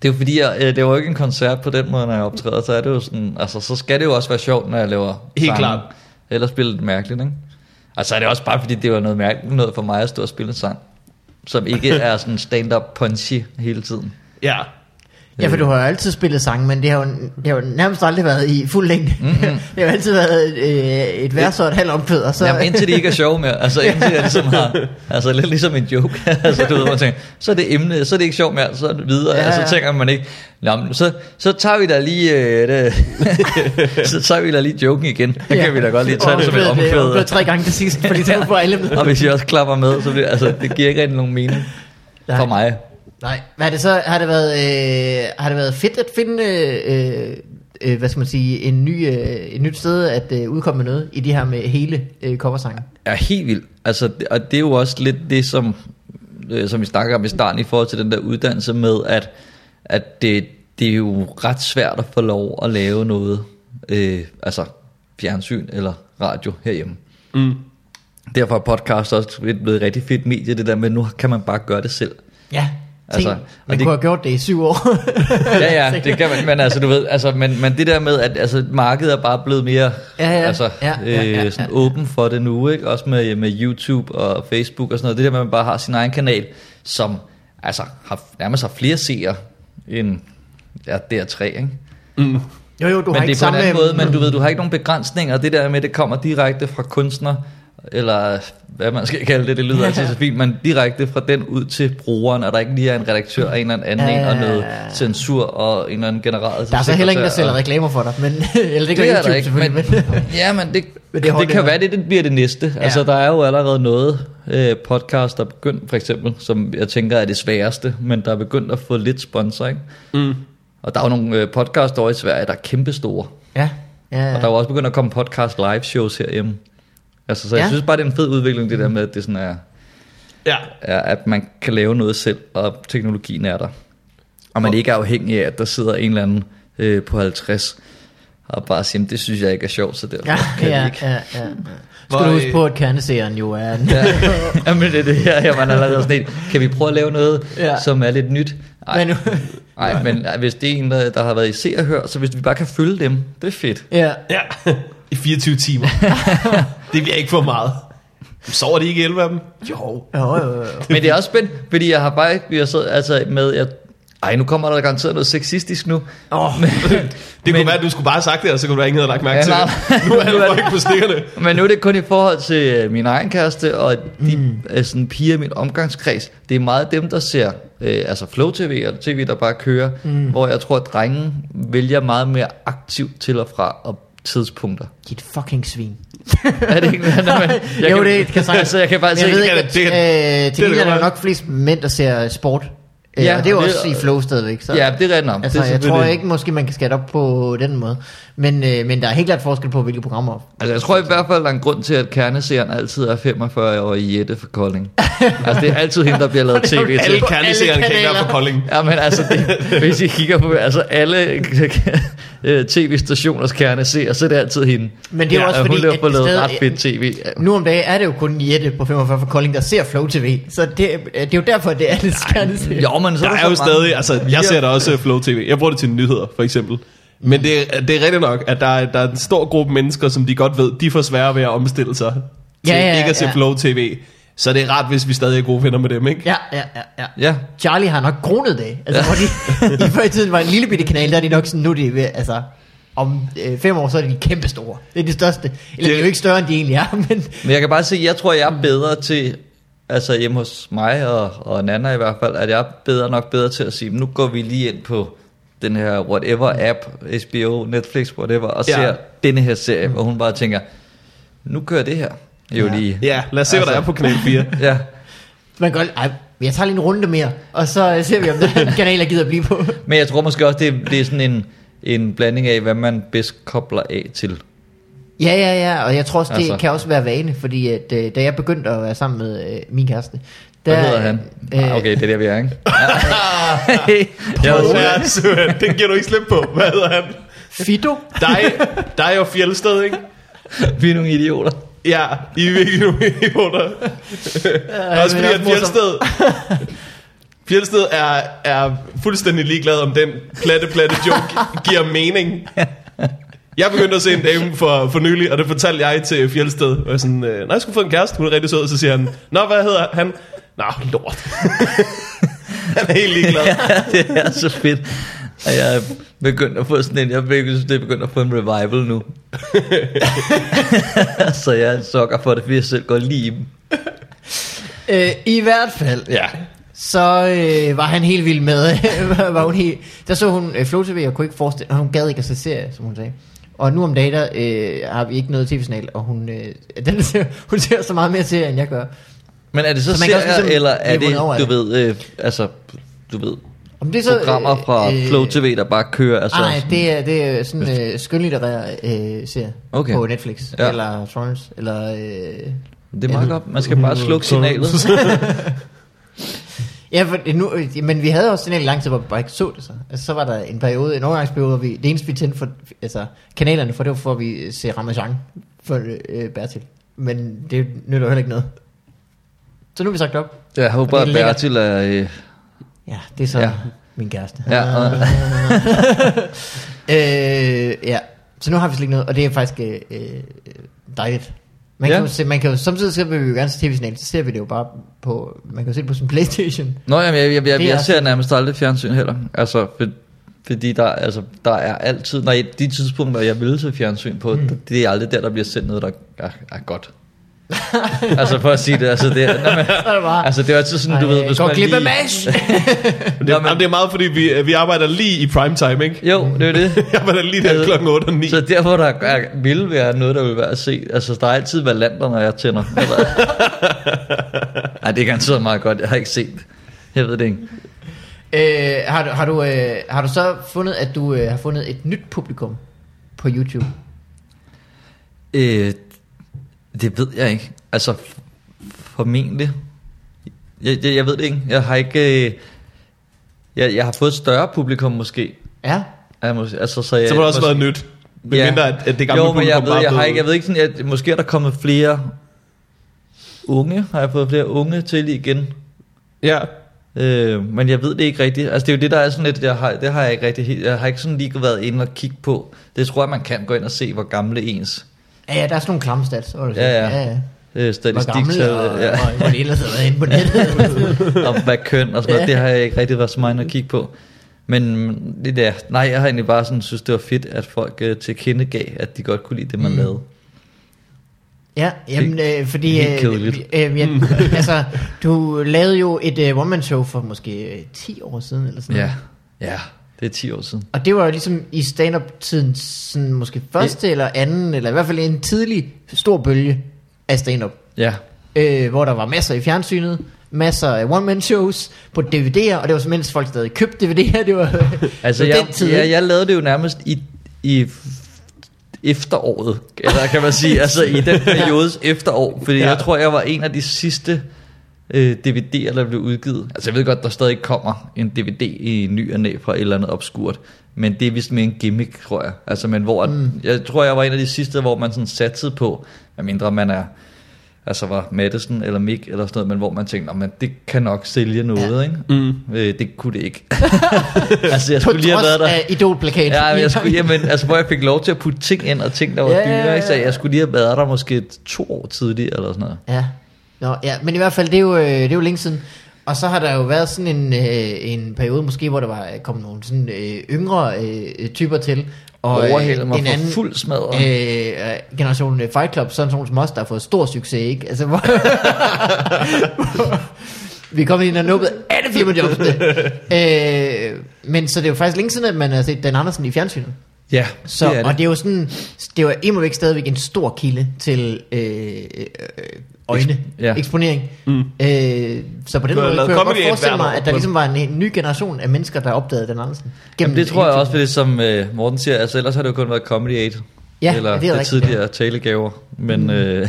[SPEAKER 3] det er jo fordi, jeg, øh, det var jo ikke en koncert på den måde, når jeg optræder, så er det jo sådan, altså, så skal det jo også være sjovt, når jeg laver
[SPEAKER 1] Helt
[SPEAKER 3] sange.
[SPEAKER 1] klart.
[SPEAKER 3] Ellers bliver det lidt mærkeligt, ikke? Altså, er det også bare fordi, det var noget mærkeligt noget for mig at stå og spille en sang, som ikke er sådan stand-up punchy hele tiden.
[SPEAKER 1] Ja.
[SPEAKER 2] Ja,
[SPEAKER 3] øh.
[SPEAKER 2] for du har jo altid spillet sang, men det har jo, det har jo nærmest aldrig været i fuld længde. Mm-hmm. det har jo altid været øh, et vers og et halvt omkvæd, og så...
[SPEAKER 3] Så... Jamen, indtil det ikke er sjov mere. Altså, indtil jeg ligesom har... Altså, lidt ligesom en joke. altså, du ved, man tænker, så er det emne, så er det ikke sjov mere, så er det videre.
[SPEAKER 2] Ja,
[SPEAKER 3] Ja, ja.
[SPEAKER 2] ja.
[SPEAKER 3] Og så tænker man ikke, Nå, men så, så tager vi da lige... Øh, det, så tager vi da lige joken igen. Det kan vi da godt lige tage det som et
[SPEAKER 2] Omkvædet, øh, omkvædet
[SPEAKER 3] omkvæd.
[SPEAKER 2] tre gange til sidst, fordi så får alle med.
[SPEAKER 3] Og hvis jeg også klapper med, så bliver, altså, det giver ikke rigtig nogen mening
[SPEAKER 2] Nej.
[SPEAKER 3] for mig.
[SPEAKER 2] Nej, hvad er det så? Har det været, øh, har det været fedt at finde, øh, øh, hvad skal man sige, en ny, øh, et nyt sted at øh, udkomme med noget i det her med hele øh, coversangen?
[SPEAKER 3] er helt vildt. Altså, det- og det er jo også lidt det, som, øh, som vi snakker om i starten i forhold til den der uddannelse med, at, at det, det er jo ret svært at få lov at lave noget, øh, altså fjernsyn eller radio herhjemme.
[SPEAKER 1] Mm.
[SPEAKER 3] Derfor er podcast også et- blevet et rigtig fedt medie, det der med, nu kan man bare gøre det selv.
[SPEAKER 2] Ja, altså,
[SPEAKER 3] Altså,
[SPEAKER 2] man
[SPEAKER 3] og
[SPEAKER 2] det...
[SPEAKER 3] det-
[SPEAKER 2] kunne have gjort det i syv år.
[SPEAKER 3] Ja, ja, det kan man, men altså, du ved, altså, men, men det der med, at altså, markedet er bare blevet mere
[SPEAKER 2] Ja, ja.
[SPEAKER 3] altså,
[SPEAKER 2] Ja, ja, ja,
[SPEAKER 3] øh,
[SPEAKER 2] ja.
[SPEAKER 3] sådan åben for det nu, ikke? Også med, med YouTube og Facebook og sådan noget. Det der med, at man bare har sin egen kanal, som altså, har, nærmest har flere seere end ja, DR3, ikke?
[SPEAKER 1] Mm.
[SPEAKER 2] Jo, jo, du har
[SPEAKER 3] men det
[SPEAKER 2] ikke
[SPEAKER 3] er på en
[SPEAKER 2] samme... øh,
[SPEAKER 3] anden måde, men du ved, du har ikke nogen begrænsninger. Det der med, at det kommer direkte fra kunstner, eller hvad man skal kalde det, det lyder altid så fint, men direkte fra den ud til brugeren, og der ikke lige er en redaktør og en eller anden,
[SPEAKER 2] Ja.
[SPEAKER 3] ja. og noget censur og en eller anden general.
[SPEAKER 2] Der er så heller ingen, der sælger
[SPEAKER 3] sekretær, Altså, og-
[SPEAKER 2] reklamer for dig, men, eller det gør
[SPEAKER 3] det er der
[SPEAKER 2] YouTube
[SPEAKER 3] ikke,
[SPEAKER 2] selvfølgelig,
[SPEAKER 3] men,
[SPEAKER 2] men...
[SPEAKER 3] ja, men det,
[SPEAKER 2] Men
[SPEAKER 3] men
[SPEAKER 2] det
[SPEAKER 3] det,
[SPEAKER 2] holder
[SPEAKER 3] det kan
[SPEAKER 2] nok.
[SPEAKER 3] være, det, det bliver det næste.
[SPEAKER 2] Ja.
[SPEAKER 3] Ja. Altså, der er jo allerede noget øh, podcast, der er begyndt, for eksempel, som jeg tænker er det sværeste, men der er begyndt at få lidt sponsor, ikke?
[SPEAKER 1] Mm.
[SPEAKER 3] Og der er jo nogle øh, podcasts over i Sverige, der er kæmpestore.
[SPEAKER 2] Ja, ja, ja.
[SPEAKER 3] Og der er jo også begyndt at komme podcast live shows herhjemme. Altså, så jeg
[SPEAKER 2] Ja.
[SPEAKER 3] ja. synes bare, det er en fed udvikling, det der med, at, det sådan er,
[SPEAKER 1] Ja.
[SPEAKER 3] er, at man kan lave noget selv, og teknologien er der. Og man ikke er afhængig af, at der sidder en eller anden øh, på 50 og bare siger, "Men det synes jeg ikke er sjovt, så derfor
[SPEAKER 2] Ja,
[SPEAKER 3] kan vi
[SPEAKER 2] ja,
[SPEAKER 3] ikke.
[SPEAKER 2] ja, ja. Skal
[SPEAKER 1] Hvor,
[SPEAKER 2] du huske
[SPEAKER 1] øh,
[SPEAKER 2] på, at kerneseren jo er en...
[SPEAKER 3] Ja. Jamen det er det her, jeg var allerede sådan en, kan vi prøve at lave noget,
[SPEAKER 2] Ja.
[SPEAKER 3] ja. som er lidt nyt? Nej,
[SPEAKER 2] Men-
[SPEAKER 3] men, nej, men nej, hvis det er en, der, der har været i se og hør, så hvis vi bare kan følge dem, det er fedt.
[SPEAKER 2] Ja,
[SPEAKER 1] Ja. I 24 timer. det bliver ikke for meget. Sover de ikke 11 af dem? Jo.
[SPEAKER 2] jo, jo, jo.
[SPEAKER 3] Men det er også spændt, fordi jeg har bare ikke, vi har så, altså med, jeg, ej, nu kommer der garanteret noget sexistisk nu.
[SPEAKER 2] Åh,
[SPEAKER 3] men,
[SPEAKER 1] Det kunne
[SPEAKER 3] Men-
[SPEAKER 1] være, at du skulle bare have sagt det, og så kunne der ingen have lagt mærke
[SPEAKER 3] Ja,
[SPEAKER 1] til
[SPEAKER 3] nej.
[SPEAKER 1] det. Nu er alle folk på stikkerne.
[SPEAKER 3] men nu er det kun i forhold til øh, min egen kæreste og de mm. sådan, piger i min omgangskreds. Det er meget dem, der ser øh, altså Flow TV og tv, der bare kører, mm. hvor jeg tror, at drengen vælger meget mere aktivt til og fra og tidspunkter.
[SPEAKER 2] Dit fucking svin.
[SPEAKER 3] Er det ikke Nå, men
[SPEAKER 2] Jeg jo, kan, det kan sagtens.
[SPEAKER 3] altså, jeg kan bare
[SPEAKER 2] Men jeg
[SPEAKER 3] se,
[SPEAKER 2] ved
[SPEAKER 1] det
[SPEAKER 2] ikke,
[SPEAKER 1] kan- det kan-
[SPEAKER 2] at, øh,
[SPEAKER 1] det
[SPEAKER 2] til
[SPEAKER 1] kan
[SPEAKER 2] gengæld er der
[SPEAKER 1] godt
[SPEAKER 2] nok flest mænd, der ser øh, sport. Øh,
[SPEAKER 3] Ja,
[SPEAKER 2] og det er jo
[SPEAKER 3] og det-
[SPEAKER 2] også i flow stadigvæk. Så.
[SPEAKER 3] Ja, det er rent om.
[SPEAKER 2] altså,
[SPEAKER 3] det er
[SPEAKER 2] jeg tror
[SPEAKER 3] selvfølgelig-
[SPEAKER 2] ikke, måske man kan skatte op på den måde. Men, øh, men der er helt klart forskel på, hvilke programmer.
[SPEAKER 3] Altså, jeg tror i hvert fald, der er en grund til, at kerneserien altid er 45 år i Jette for Kolding. altså, det er altid hende, der bliver lavet tv
[SPEAKER 1] Alle
[SPEAKER 3] til.
[SPEAKER 1] kerneserierne kan ikke være for Kolding.
[SPEAKER 3] Ja, men altså, det, hvis I kigger på altså alle øh, tv-stationers kerneseer, så er det altid hende.
[SPEAKER 2] Men det er jo
[SPEAKER 1] Ja,
[SPEAKER 2] også
[SPEAKER 3] Og
[SPEAKER 2] fordi,
[SPEAKER 3] hun har fået
[SPEAKER 2] et
[SPEAKER 3] lavet
[SPEAKER 2] sted-
[SPEAKER 3] ret fedt tv.
[SPEAKER 2] Nu om dagen er det jo kun Jette på 45 fra Kolding, der ser Flow TV. Så det, øh, det er jo derfor, det er lidt skærende.
[SPEAKER 3] Jo, men så
[SPEAKER 1] Der
[SPEAKER 3] så
[SPEAKER 1] er jo
[SPEAKER 3] mange-
[SPEAKER 1] stadig, altså jeg ser
[SPEAKER 3] Ja.
[SPEAKER 1] da også øh, Flow TV. Jeg bruger det til nyheder, for eksempel. Men det, er- det er rigtigt nok, at der, er- der er en stor gruppe mennesker, som de godt ved, de får svære ved at omstille sig til
[SPEAKER 2] Ja, ja,
[SPEAKER 1] ikke at se
[SPEAKER 2] ja.
[SPEAKER 1] Flow TV. Så det er rart, hvis vi stadig er gode venner med dem, ikke?
[SPEAKER 2] Ja, ja, ja, ja.
[SPEAKER 3] Ja,
[SPEAKER 2] Charlie har nok kronet det. Altså, ja. hvor de, i før i tiden var en lille bitte kanal, der er de nok sådan, nu er de ved, altså, om øh, fem år, så er de kæmpe store. Det er de største. Eller det... de er jo ikke større, end de egentlig er, men...
[SPEAKER 3] Men jeg kan bare sige, jeg tror, jeg er bedre til, altså hjemme hos mig og, og Nana i hvert fald, at jeg er bedre nok bedre til at sige, nu går vi lige ind på den her whatever-app, HBO, Netflix, whatever, og
[SPEAKER 1] Ja. Mm.
[SPEAKER 3] ser denne her serie, hvor hun bare tænker, nu kører det her jo
[SPEAKER 2] Ja.
[SPEAKER 3] ja. lige.
[SPEAKER 1] Ja, lad os se, hvad der er på kanal 4.
[SPEAKER 3] Ja.
[SPEAKER 2] Man kan godt, ej, jeg tager lige en runde mere, og så øh, ser vi, om den kanal er gider at blive på.
[SPEAKER 3] Men jeg tror måske også, det, det er sådan en, en blanding af, hvad man bedst kobler af til.
[SPEAKER 2] Ja, ja, ja, og jeg tror også, det
[SPEAKER 3] Altså.
[SPEAKER 2] altså. kan også være vane, fordi at, øh, da jeg begyndte at være sammen med øh, min kæreste, der,
[SPEAKER 3] Hvad hedder han?
[SPEAKER 2] Øh,
[SPEAKER 3] Ah, okay, det er der, vi er, ikke?
[SPEAKER 1] Ja,
[SPEAKER 3] jeg var
[SPEAKER 1] det,
[SPEAKER 3] svært.
[SPEAKER 1] er, simpelthen- det giver du ikke slip på. Hvad hedder han?
[SPEAKER 2] Fido?
[SPEAKER 1] Dig, dig og Fjeldsted, ikke?
[SPEAKER 3] Vi er nogle idioter.
[SPEAKER 1] Ja, I er virkelig nogle idioter. Også
[SPEAKER 2] men
[SPEAKER 1] fordi,
[SPEAKER 2] også
[SPEAKER 1] at
[SPEAKER 2] morsom.
[SPEAKER 1] Fjeldsted... Fjeldsted er, er fuldstændig ligeglad, om den platte, platte joke giver mening. Jeg begyndte at se en dame for, for nylig, og det fortalte jeg til Fjeldsted. Og jeg sådan, øh, nej, jeg skulle få en kæreste, hun er rigtig sød. Så siger han, nå, hvad hedder han? Nå, lort. han er helt ligeglad.
[SPEAKER 3] det er så fedt. Og jeg er begyndt at få sådan en, jeg virkelig synes, det er begyndt at få en revival nu. så jeg er en sokker for det, fordi jeg selv går lige i dem.
[SPEAKER 2] Øh, I hvert fald,
[SPEAKER 3] Ja.
[SPEAKER 2] så øh, var han helt vild med. var- var hun helt, der så hun øh, Flow TV, og kunne ikke forestille, og hun gad ikke at se serie, som hun sagde. Og nu om dagen der, øh, har vi ikke noget tv-signal, og hun, øh, den ser, hun ser så meget mere serie, end jeg gør.
[SPEAKER 3] Men er det så,
[SPEAKER 2] Så
[SPEAKER 3] så
[SPEAKER 2] man kan også
[SPEAKER 3] serier, ligesom eller
[SPEAKER 2] ligesom
[SPEAKER 3] er
[SPEAKER 2] blive
[SPEAKER 3] det,
[SPEAKER 2] vundet over af
[SPEAKER 3] du
[SPEAKER 2] det.
[SPEAKER 3] ved, øh, altså, du ved,
[SPEAKER 2] Om det er
[SPEAKER 3] programmer fra øh, Flow TV, der bare kører? Altså,
[SPEAKER 2] Nej, det er, det er sådan øh, skønlitterær øh, serie
[SPEAKER 3] Okay.
[SPEAKER 2] på Netflix,
[SPEAKER 3] Ja.
[SPEAKER 2] ja. eller Trolls, eller... Øh,
[SPEAKER 3] det er meget godt. Man skal bare slukke signalet.
[SPEAKER 2] Ja, for det nu, øh, men vi havde også signal i lang tid, hvor vi bare ikke så det så. Altså, så var der en periode, en overgangsperiode, hvor vi, det eneste vi tændte for altså, kanalerne for, det var for, at vi ser Ramazan for øh, Bertil. Men det nytter jo heller ikke noget. Så nu er vi sagt op.
[SPEAKER 3] Jeg håber,
[SPEAKER 2] Og
[SPEAKER 3] at
[SPEAKER 2] det er
[SPEAKER 3] Bertil er... Øh,
[SPEAKER 2] Ja, det er så
[SPEAKER 3] Ja.
[SPEAKER 2] ja. min kæreste.
[SPEAKER 3] Ja, og-
[SPEAKER 2] øh, ja, så nu har vi slet ikke noget, og det er faktisk øh, øh, dejligt. Man, ja.
[SPEAKER 3] Ja.
[SPEAKER 2] kan jo se, man kan jo, samtidig ser vi jo gerne se tv-signal, så ser vi det jo bare på, man kan jo se det på sin Playstation.
[SPEAKER 3] Nå, jamen, jeg, jeg, jeg,
[SPEAKER 2] Det er altså
[SPEAKER 3] jeg ser
[SPEAKER 2] også-
[SPEAKER 3] nærmest aldrig fjernsyn heller. Altså, for, fordi der, altså, der er altid... Nej, de tidspunkter, jeg vil se fjernsyn på,
[SPEAKER 2] Hmm.
[SPEAKER 3] mm. det er aldrig der, der bliver sendt noget, der er, er godt. altså, for at sige det, altså, det, er- nå, men,
[SPEAKER 2] Så er det bare,
[SPEAKER 3] altså, det er altid sådan, du
[SPEAKER 2] Ej,
[SPEAKER 3] ved...
[SPEAKER 2] går glip af
[SPEAKER 3] lige-
[SPEAKER 2] MASH!
[SPEAKER 1] Det,
[SPEAKER 3] Nå, men-
[SPEAKER 1] jamen, det er meget, fordi vi, vi arbejder lige i primetime, ikke?
[SPEAKER 3] Jo, det er det.
[SPEAKER 1] Jeg var der lige der klokken 8 og 9.
[SPEAKER 3] Så der, hvor der er, vil være noget, der vil være at se. Altså, der er altid valenter, når jeg tænder. Eller- Nej, det er garanteret meget godt. Jeg har ikke set. Jeg ved det ikke.
[SPEAKER 2] Øh, har, du, har, du, øh, har du så fundet, at du øh, har fundet et nyt publikum på YouTube?
[SPEAKER 3] Øh, det ved jeg ikke. Altså, f- formentlig. Jeg, jeg, jeg ved det ikke. Jeg har ikke... Øh, jeg, jeg har fået et større publikum måske.
[SPEAKER 2] Ja.
[SPEAKER 3] Ja, mås- Altså, så, jeg,
[SPEAKER 1] Så må det også
[SPEAKER 3] mås-
[SPEAKER 1] have været nyt. Men ja. mindre, at, at det gamle
[SPEAKER 3] jo, men jeg
[SPEAKER 1] publikum
[SPEAKER 3] ved,
[SPEAKER 1] bare
[SPEAKER 3] jeg, har
[SPEAKER 1] blev-
[SPEAKER 3] ikke, jeg ved ikke sådan, at måske er der kommet flere unge, har jeg fået flere unge til igen.
[SPEAKER 1] Ja.
[SPEAKER 3] Øh, men jeg ved det ikke rigtigt. Altså det er jo det, der er sådan lidt, jeg har, det har jeg ikke rigtig, helt- jeg har ikke sådan lige været inde og kigge på. Det tror jeg, man kan gå ind og se, hvor gamle ens
[SPEAKER 2] Ja, ja, der er sådan nogle klamme stats. hvad du siger.
[SPEAKER 3] Ja, ja.
[SPEAKER 2] ja, ja.
[SPEAKER 3] øh,
[SPEAKER 2] Hvor
[SPEAKER 3] statistik,
[SPEAKER 2] gammel, og, og,
[SPEAKER 3] ja.
[SPEAKER 2] og hvor det ellers har været inde på nettet.
[SPEAKER 3] og hvad køn og sådan noget, det har jeg ikke rigtig været så meget inde at kigge på. Men det der, nej, jeg har egentlig bare sådan synes, det var fedt, at folk øh, tilkendegav, at de godt kunne lide det, man mm. lavede.
[SPEAKER 2] ja, jamen, øh, fordi...
[SPEAKER 3] Helt kedeligt. Mm.
[SPEAKER 2] øh, øh, ja, altså, du lavede jo et øh, one-man-show for måske øh, 10 år siden, eller sådan
[SPEAKER 3] Ja,
[SPEAKER 2] noget.
[SPEAKER 3] ja, det er 10 år siden.
[SPEAKER 2] Og det var jo ligesom i stand-up-tiden, sådan måske første eller anden, eller i hvert fald en tidlig stor bølge af stand-up.
[SPEAKER 3] Ja,
[SPEAKER 2] øh, hvor der var masser i fjernsynet, masser af one-man-shows på DVD'er, og det var så mens folk stadig købte DVD'er, det var
[SPEAKER 3] altså
[SPEAKER 2] det var
[SPEAKER 3] jeg,
[SPEAKER 2] den tid.
[SPEAKER 3] jeg,
[SPEAKER 2] ikke?
[SPEAKER 3] jeg lavede det jo nærmest i, i efteråret, eller kan man sige, altså i den periodes efterår, fordi
[SPEAKER 1] Ja.
[SPEAKER 3] ja. jeg tror, jeg var en af de sidste øh, DVD'er, der blev udgivet. Altså jeg ved godt, der stadig kommer en DVD i ny og næ fra et eller andet obskurt, men det er vist mere en gimmick, tror jeg. Altså, men hvor, mm. jeg tror, jeg var en af de sidste, hvor man sådan satsede på, medmindre man er altså var Madison eller Mick eller sådan noget, men hvor man tænkte, "Nå, men det kan nok sælge noget, ja. ikke? Mm. Øh, det kunne det ikke. altså, jeg
[SPEAKER 2] på
[SPEAKER 3] skulle lige have
[SPEAKER 2] trods
[SPEAKER 3] været der.
[SPEAKER 2] af idolplakaten.
[SPEAKER 3] Ja, men jeg skulle, jamen, altså, hvor jeg fik lov til at putte ting ind og ting, der var
[SPEAKER 2] Ja,
[SPEAKER 3] ja,
[SPEAKER 2] ja,
[SPEAKER 3] dyre.
[SPEAKER 2] ja,
[SPEAKER 3] Ikke? Så
[SPEAKER 2] ja.
[SPEAKER 3] jeg skulle lige have været der måske to år tidligere eller sådan noget.
[SPEAKER 2] ja. Nå, ja, men i hvert fald, det er, jo, øh, det er jo længe siden. Og så har der jo været sådan en, øh, en periode måske, hvor der var øh, kommet nogle sådan, øh, yngre øh, typer til. Og øh,
[SPEAKER 3] Overhældet mig for fuld smadret.
[SPEAKER 2] øh, øh, generation øh, Fight Club, sådan nogen som os, der har fået stor succes, ikke? Altså, hvor, vi er kommet ind og nubbet alle firmajobbene. øh, men så det er jo faktisk længe siden, at man har set Dan Andersen i fjernsynet.
[SPEAKER 3] Ja,
[SPEAKER 2] Så, det og det er jo sådan, det var imod væk stadigvæk en stor kilde til øh, øh, øjne,
[SPEAKER 3] Eks- ja.
[SPEAKER 2] eksponering. Mm. Øh, så på den
[SPEAKER 1] Du har
[SPEAKER 2] måde
[SPEAKER 1] lavet
[SPEAKER 2] kunne jeg
[SPEAKER 1] comedy
[SPEAKER 2] godt
[SPEAKER 1] et
[SPEAKER 2] forestille
[SPEAKER 1] hvert år
[SPEAKER 2] mig, at der
[SPEAKER 1] på-
[SPEAKER 2] ligesom var en, en ny generation af mennesker, der opdagede den Andersen.
[SPEAKER 3] Jamen, det tror jeg også, fordi som øh, Morten siger, altså ellers har det jo kun været Comedy 8.
[SPEAKER 2] Ja,
[SPEAKER 3] eller
[SPEAKER 2] det er rigtigt,
[SPEAKER 3] tidligere talegaver. Men, mm. øh,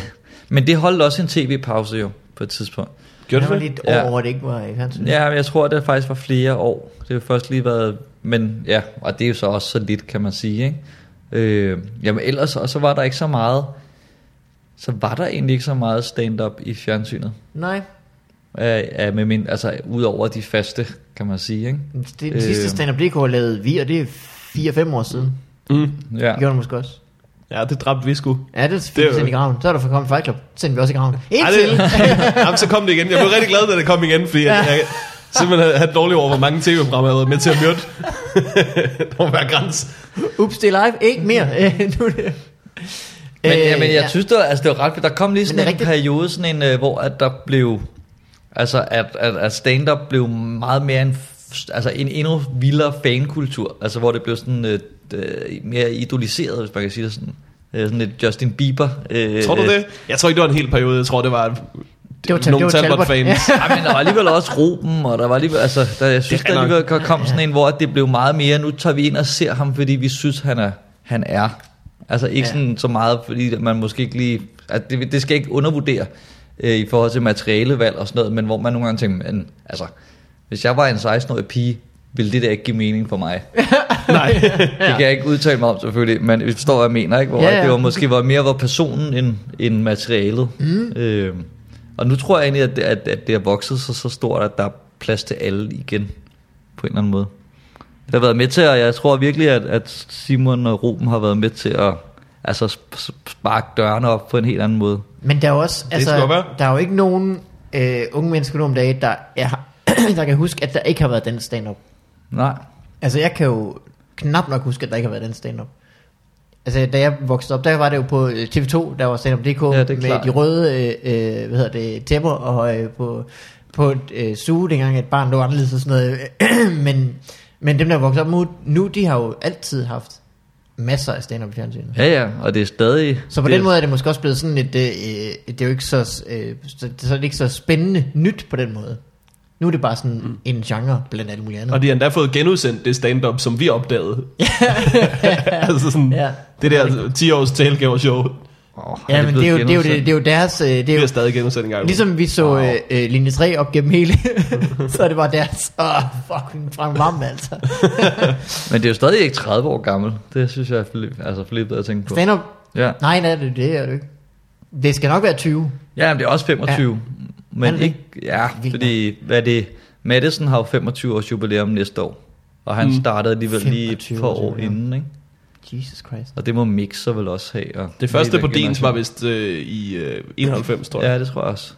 [SPEAKER 3] men det holdt også en tv-pause jo, på et tidspunkt.
[SPEAKER 1] Gjorde
[SPEAKER 2] det
[SPEAKER 1] du
[SPEAKER 2] var
[SPEAKER 1] det?
[SPEAKER 2] lige et år,
[SPEAKER 3] Ja.
[SPEAKER 2] ja. hvor det ikke var i fjernsynet.
[SPEAKER 3] Ja, men jeg tror, det faktisk var flere år. Det har først lige været... Men ja, og det er jo så også så lidt, kan man sige. Ikke? Øh, jamen ellers, og så var der ikke så meget... Så var der egentlig ikke så meget stand-up i fjernsynet.
[SPEAKER 2] Nej,
[SPEAKER 3] Ja, ja, med min, altså udover de faste, kan man sige. Ikke?
[SPEAKER 2] det den
[SPEAKER 3] Øh.
[SPEAKER 2] øh. sidste stand-up DK lavede vi, og det er 4-5 år siden.
[SPEAKER 1] Mm.
[SPEAKER 3] Ja.
[SPEAKER 2] Det gjorde det måske også.
[SPEAKER 1] Ja, det dræbte vi sgu.
[SPEAKER 2] Ja, det
[SPEAKER 1] Det er
[SPEAKER 2] fik
[SPEAKER 1] jo-
[SPEAKER 2] vi sendt i graven. Så er der for kommet Fight Club. Sendte vi også i graven.
[SPEAKER 1] Ej,
[SPEAKER 2] Indtil...
[SPEAKER 1] det, jamen, så kom det igen. Jeg blev rigtig glad, da det kom igen, fordi ja. jeg, jeg simpelthen havde- havde dårlig over, hvor mange tv-programmer jeg havde været med til at myrde. der må være grænse.
[SPEAKER 2] Ups, det er live. Ikke mere. Øh, nu er det...
[SPEAKER 3] Men,
[SPEAKER 2] Øh,
[SPEAKER 3] øh, men jeg
[SPEAKER 2] ja.
[SPEAKER 3] synes det var, altså det var ret fedt. Der kom lige
[SPEAKER 2] det
[SPEAKER 3] sådan
[SPEAKER 2] er
[SPEAKER 3] en
[SPEAKER 2] rigtigt.
[SPEAKER 3] periode, sådan en, øh, hvor at der blev, altså at, at, at stand-up blev meget mere en, f- altså en endnu vildere fankultur. Altså hvor det blev sådan øh, øh, mere idoliseret, hvis man kan sige det sådan. Øh, sådan lidt Justin Bieber. Øh,
[SPEAKER 1] Tror du
[SPEAKER 3] øh,
[SPEAKER 1] det? Jeg tror ikke, det var en hel periode. Jeg tror, det var,
[SPEAKER 2] Det var Tal-
[SPEAKER 1] nogle
[SPEAKER 2] det var Talbot.
[SPEAKER 1] Talbot-fans.
[SPEAKER 2] Ja.
[SPEAKER 3] Ej, men der var alligevel også Ruben, og der var alligevel, altså, der, jeg synes,
[SPEAKER 1] Det er
[SPEAKER 3] der
[SPEAKER 1] nok.
[SPEAKER 3] alligevel kom sådan en, hvor det blev meget mere, nu tager vi ind og ser ham, fordi vi synes, han er, han er. Altså ikke ja.
[SPEAKER 2] Ja.
[SPEAKER 3] sådan så meget, fordi man måske ikke lige, at det, det skal ikke undervurdere øh, i forhold til materialevalg og sådan noget, men hvor man nogle gange tænker, men altså, hvis jeg var en 16-årig pige, ville det der ikke give mening for mig.
[SPEAKER 1] Nej.
[SPEAKER 3] Ja. Det kan jeg ikke udtale mig om selvfølgelig, men vi forstår, hvad jeg mener, ikke? Hvor
[SPEAKER 2] Ja,
[SPEAKER 3] ja, ja.
[SPEAKER 2] ja.
[SPEAKER 3] det var måske var mere var personen end, end materialet. Mm. Øh, og nu tror jeg egentlig, at det, at, at det har vokset sig så stort, at der er plads til alle igen, på en eller anden måde. Det har været med til, og jeg tror virkelig, at, at Simon og Ruben har været med til at altså, sp- sp- sparke dørene op på en helt anden måde.
[SPEAKER 2] Men der er jo også, altså,
[SPEAKER 1] skal godt være.
[SPEAKER 2] der er jo ikke nogen øh, unge mennesker nu om dagen, der, er, der kan huske, at der ikke har været den stand-up.
[SPEAKER 3] Nej.
[SPEAKER 2] Altså, jeg kan jo knap nok huske, at der ikke har været den stand-up. Altså, da jeg voksede op, der var det jo på øh, TV2, der var stand-up.dk
[SPEAKER 3] Ja, det er
[SPEAKER 2] med
[SPEAKER 3] klart.
[SPEAKER 2] de røde, øh, øh, hvad hedder det, tæpper, og øh, på, på et øh, suge, dengang et barn lå anderledes og sådan noget. men, men dem, der er vokset op nu, nu, de har jo altid haft masser af stand-up i fjernsynet.
[SPEAKER 3] Ja, ja, og det er stadig...
[SPEAKER 2] Så på
[SPEAKER 3] det,
[SPEAKER 2] den måde er det måske også blevet sådan et, øh, øh, det er jo ikke så, øh, så, så er det ikke så spændende nyt på den måde. Nu er det bare sådan mm. en genre blandt alt muligt andet.
[SPEAKER 1] Og de har endda fået genudsendt det stand-up, som vi opdagede. altså sådan,
[SPEAKER 2] Ja.
[SPEAKER 1] det der 10 års talgaver show,
[SPEAKER 3] Åh, er
[SPEAKER 2] ja, men det er, jo,
[SPEAKER 3] blevet
[SPEAKER 2] det, er jo, det,
[SPEAKER 3] genudsendt?
[SPEAKER 2] det er jo deres, øh, det er
[SPEAKER 1] det
[SPEAKER 2] jo,
[SPEAKER 1] er stadig genudsendt en gang. Ligesom,
[SPEAKER 2] ligesom vi så
[SPEAKER 3] Wow.
[SPEAKER 2] øh, øh, linje 3 op gennem hele, så er det bare deres, åh, oh, fucking Frank Vam altså.
[SPEAKER 3] Men det er jo stadig ikke 30 år gammel. Det synes jeg er for lidt- altså, for lidt bedre at tænke på.
[SPEAKER 2] Stand up,
[SPEAKER 3] Ja.
[SPEAKER 2] nej, nej, det, det er det ikke. Det skal nok være 20.
[SPEAKER 3] Ja, men det er også 25. Ja.
[SPEAKER 2] Er
[SPEAKER 3] Men
[SPEAKER 2] det det?
[SPEAKER 3] ikke, ja,
[SPEAKER 2] Vildt
[SPEAKER 3] fordi, hvad er det, Madison har jo 25 års jubilæum næste år. Og han mm. startede alligevel lige et
[SPEAKER 2] 25
[SPEAKER 3] par
[SPEAKER 2] års
[SPEAKER 3] år
[SPEAKER 2] jubilæum.
[SPEAKER 3] inden, ikke?
[SPEAKER 2] Jesus Christ.
[SPEAKER 3] Og det må Mix så vel også have. Og
[SPEAKER 1] det første
[SPEAKER 3] hele
[SPEAKER 1] på
[SPEAKER 3] den
[SPEAKER 1] din var
[SPEAKER 3] generation.
[SPEAKER 1] vist øh, i øh, 91, tror jeg.
[SPEAKER 3] Ja, det tror jeg også.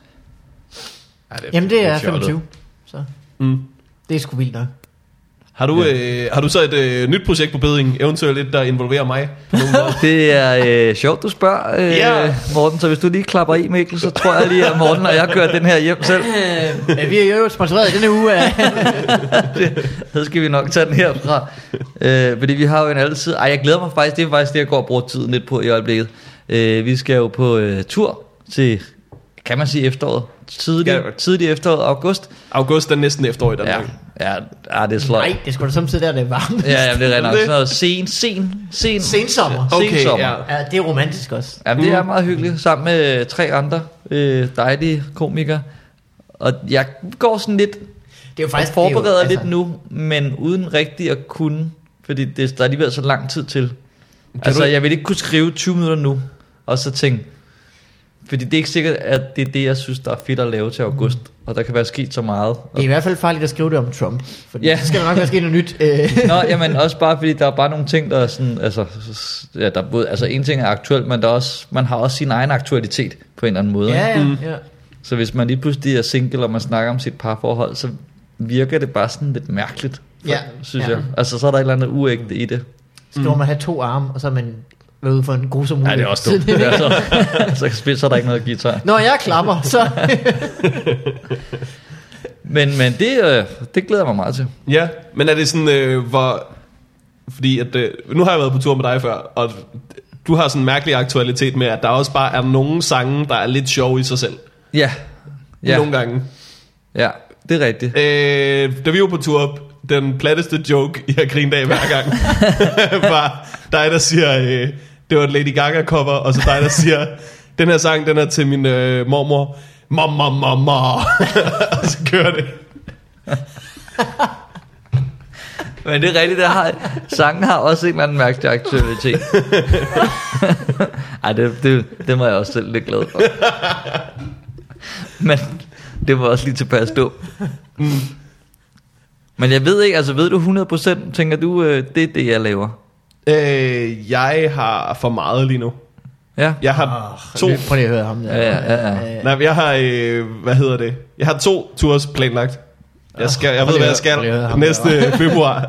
[SPEAKER 3] Ja, det
[SPEAKER 2] Jamen det er
[SPEAKER 3] fjollet.
[SPEAKER 2] 25, så
[SPEAKER 1] Mm.
[SPEAKER 2] det er sgu vildt nok.
[SPEAKER 1] Har, du, øh, har du så et øh, nyt projekt på beding, eventuelt et, der involverer mig? på nogen måde?
[SPEAKER 3] Det er øh, sjovt, du spørger, øh,
[SPEAKER 1] Ja.
[SPEAKER 3] Morten. Så hvis du lige klapper i, Mikkel, så tror jeg lige, at Morten og jeg kører den her hjem selv.
[SPEAKER 2] Øh, vi er jo sponsoreret i denne uge af...
[SPEAKER 3] Så skal vi nok tage den herfra. Øh, fordi vi har jo en altid... Ej, jeg glæder mig faktisk. Det er faktisk det, jeg går og bruger tiden lidt på i øjeblikket. Øh, vi skal jo på øh, tur til, kan man sige, efteråret. Tidlig,
[SPEAKER 1] Ja.
[SPEAKER 3] tidlig efteråret, august.
[SPEAKER 1] August er næsten efterår i
[SPEAKER 3] Ja,
[SPEAKER 1] Danmark.
[SPEAKER 3] ja, ja det er sløjt.
[SPEAKER 2] Nej, det skulle da samtidig der, det er varmt.
[SPEAKER 3] Ja, jamen, det er rent nok
[SPEAKER 1] Det-
[SPEAKER 3] sådan noget sen, sen, sen,
[SPEAKER 2] Sensommer.
[SPEAKER 1] Okay,
[SPEAKER 3] sensommer.
[SPEAKER 1] ja.
[SPEAKER 2] Ja, det er romantisk også.
[SPEAKER 3] Jamen, det er meget hyggeligt, sammen med øh, tre andre øh, dejlige komikere. Og jeg går sådan lidt
[SPEAKER 2] Det er jo altså,
[SPEAKER 3] faktisk
[SPEAKER 2] faktisk...
[SPEAKER 3] jeg forbereder
[SPEAKER 2] det er jo,
[SPEAKER 3] lidt nu, men uden rigtig at kunne, fordi det, der er alligevel så lang tid til. Kan altså,
[SPEAKER 1] du-
[SPEAKER 3] du... jeg vil ikke kunne skrive 20 minutter nu, og så tænke, fordi det er ikke sikkert, at det er det, jeg synes, der er fedt at lave til august, mm. og der kan være sket så meget.
[SPEAKER 2] Det er i hvert fald farligt at skrive det om Trump, for
[SPEAKER 3] Ja.
[SPEAKER 2] ja. så skal der nok være sket noget nyt. Øh,
[SPEAKER 3] Nå, jamen også bare fordi der er bare nogle ting, der er sådan, altså, ja, der er både, altså en ting er aktuelt, men der er også, man har også sin egen aktualitet på en eller anden måde.
[SPEAKER 2] ja,
[SPEAKER 3] ikke?
[SPEAKER 2] ja, ja.
[SPEAKER 3] Så hvis man lige pludselig er single, og man snakker om sit parforhold, så virker det bare sådan lidt mærkeligt, for,
[SPEAKER 2] Ja,
[SPEAKER 3] synes
[SPEAKER 2] ja.
[SPEAKER 3] jeg. Altså, så er der et eller andet uægte i det.
[SPEAKER 2] Så må man have to arme, og så er man været ude for en grusom ulykke.
[SPEAKER 1] Mm. Ja, det er også dumt.
[SPEAKER 2] Så det-
[SPEAKER 3] Ja, så, Altså, så, spil, så er der ikke noget guitar.
[SPEAKER 2] Når jeg klapper, så...
[SPEAKER 3] Men, men det, øh, det glæder jeg mig meget til.
[SPEAKER 1] Ja, men er det sådan, øh, hvor... Fordi at, øh, nu har jeg været på tur med dig før, og du har sådan en mærkelig aktualitet med, at der også bare er nogle sange, der er lidt sjove i sig selv.
[SPEAKER 3] Ja,
[SPEAKER 1] Ja.
[SPEAKER 3] ja,
[SPEAKER 1] Nogle gange.
[SPEAKER 3] ja det er rigtigt.
[SPEAKER 1] Øh, da vi var på tur, den platteste joke, jeg grinte af hver gang, var dig, der siger, øh, Det var et Lady Gaga cover, og så dig, der siger, den her sang, den er til min øh, mormor. Mom, mom, mom, mom. og så kører det.
[SPEAKER 3] Men det er rigtigt, der har, sangen har også en eller anden mærkelig aktivitet. Ej, det, det, det var jeg også selv lidt glad for. Men det var også lige tilpas dumt. Men jeg ved ikke, altså ved du 100%, tænker du, øh, det er det, jeg laver?
[SPEAKER 1] Øh, jeg har for meget lige nu.
[SPEAKER 3] Ja.
[SPEAKER 1] Jeg har oh, to...
[SPEAKER 2] Prøv lige at høre ham. Der.
[SPEAKER 3] Ja, ja, ja, ja.
[SPEAKER 1] Nej, men jeg har... Øh, hvad hedder det? Jeg har to tours planlagt. Jeg, skal, jeg
[SPEAKER 2] prøv
[SPEAKER 1] ved,
[SPEAKER 2] lige
[SPEAKER 1] hvad
[SPEAKER 2] at-
[SPEAKER 1] jeg skal
[SPEAKER 2] prøv lige at høre ham
[SPEAKER 1] næste februar.
[SPEAKER 3] Og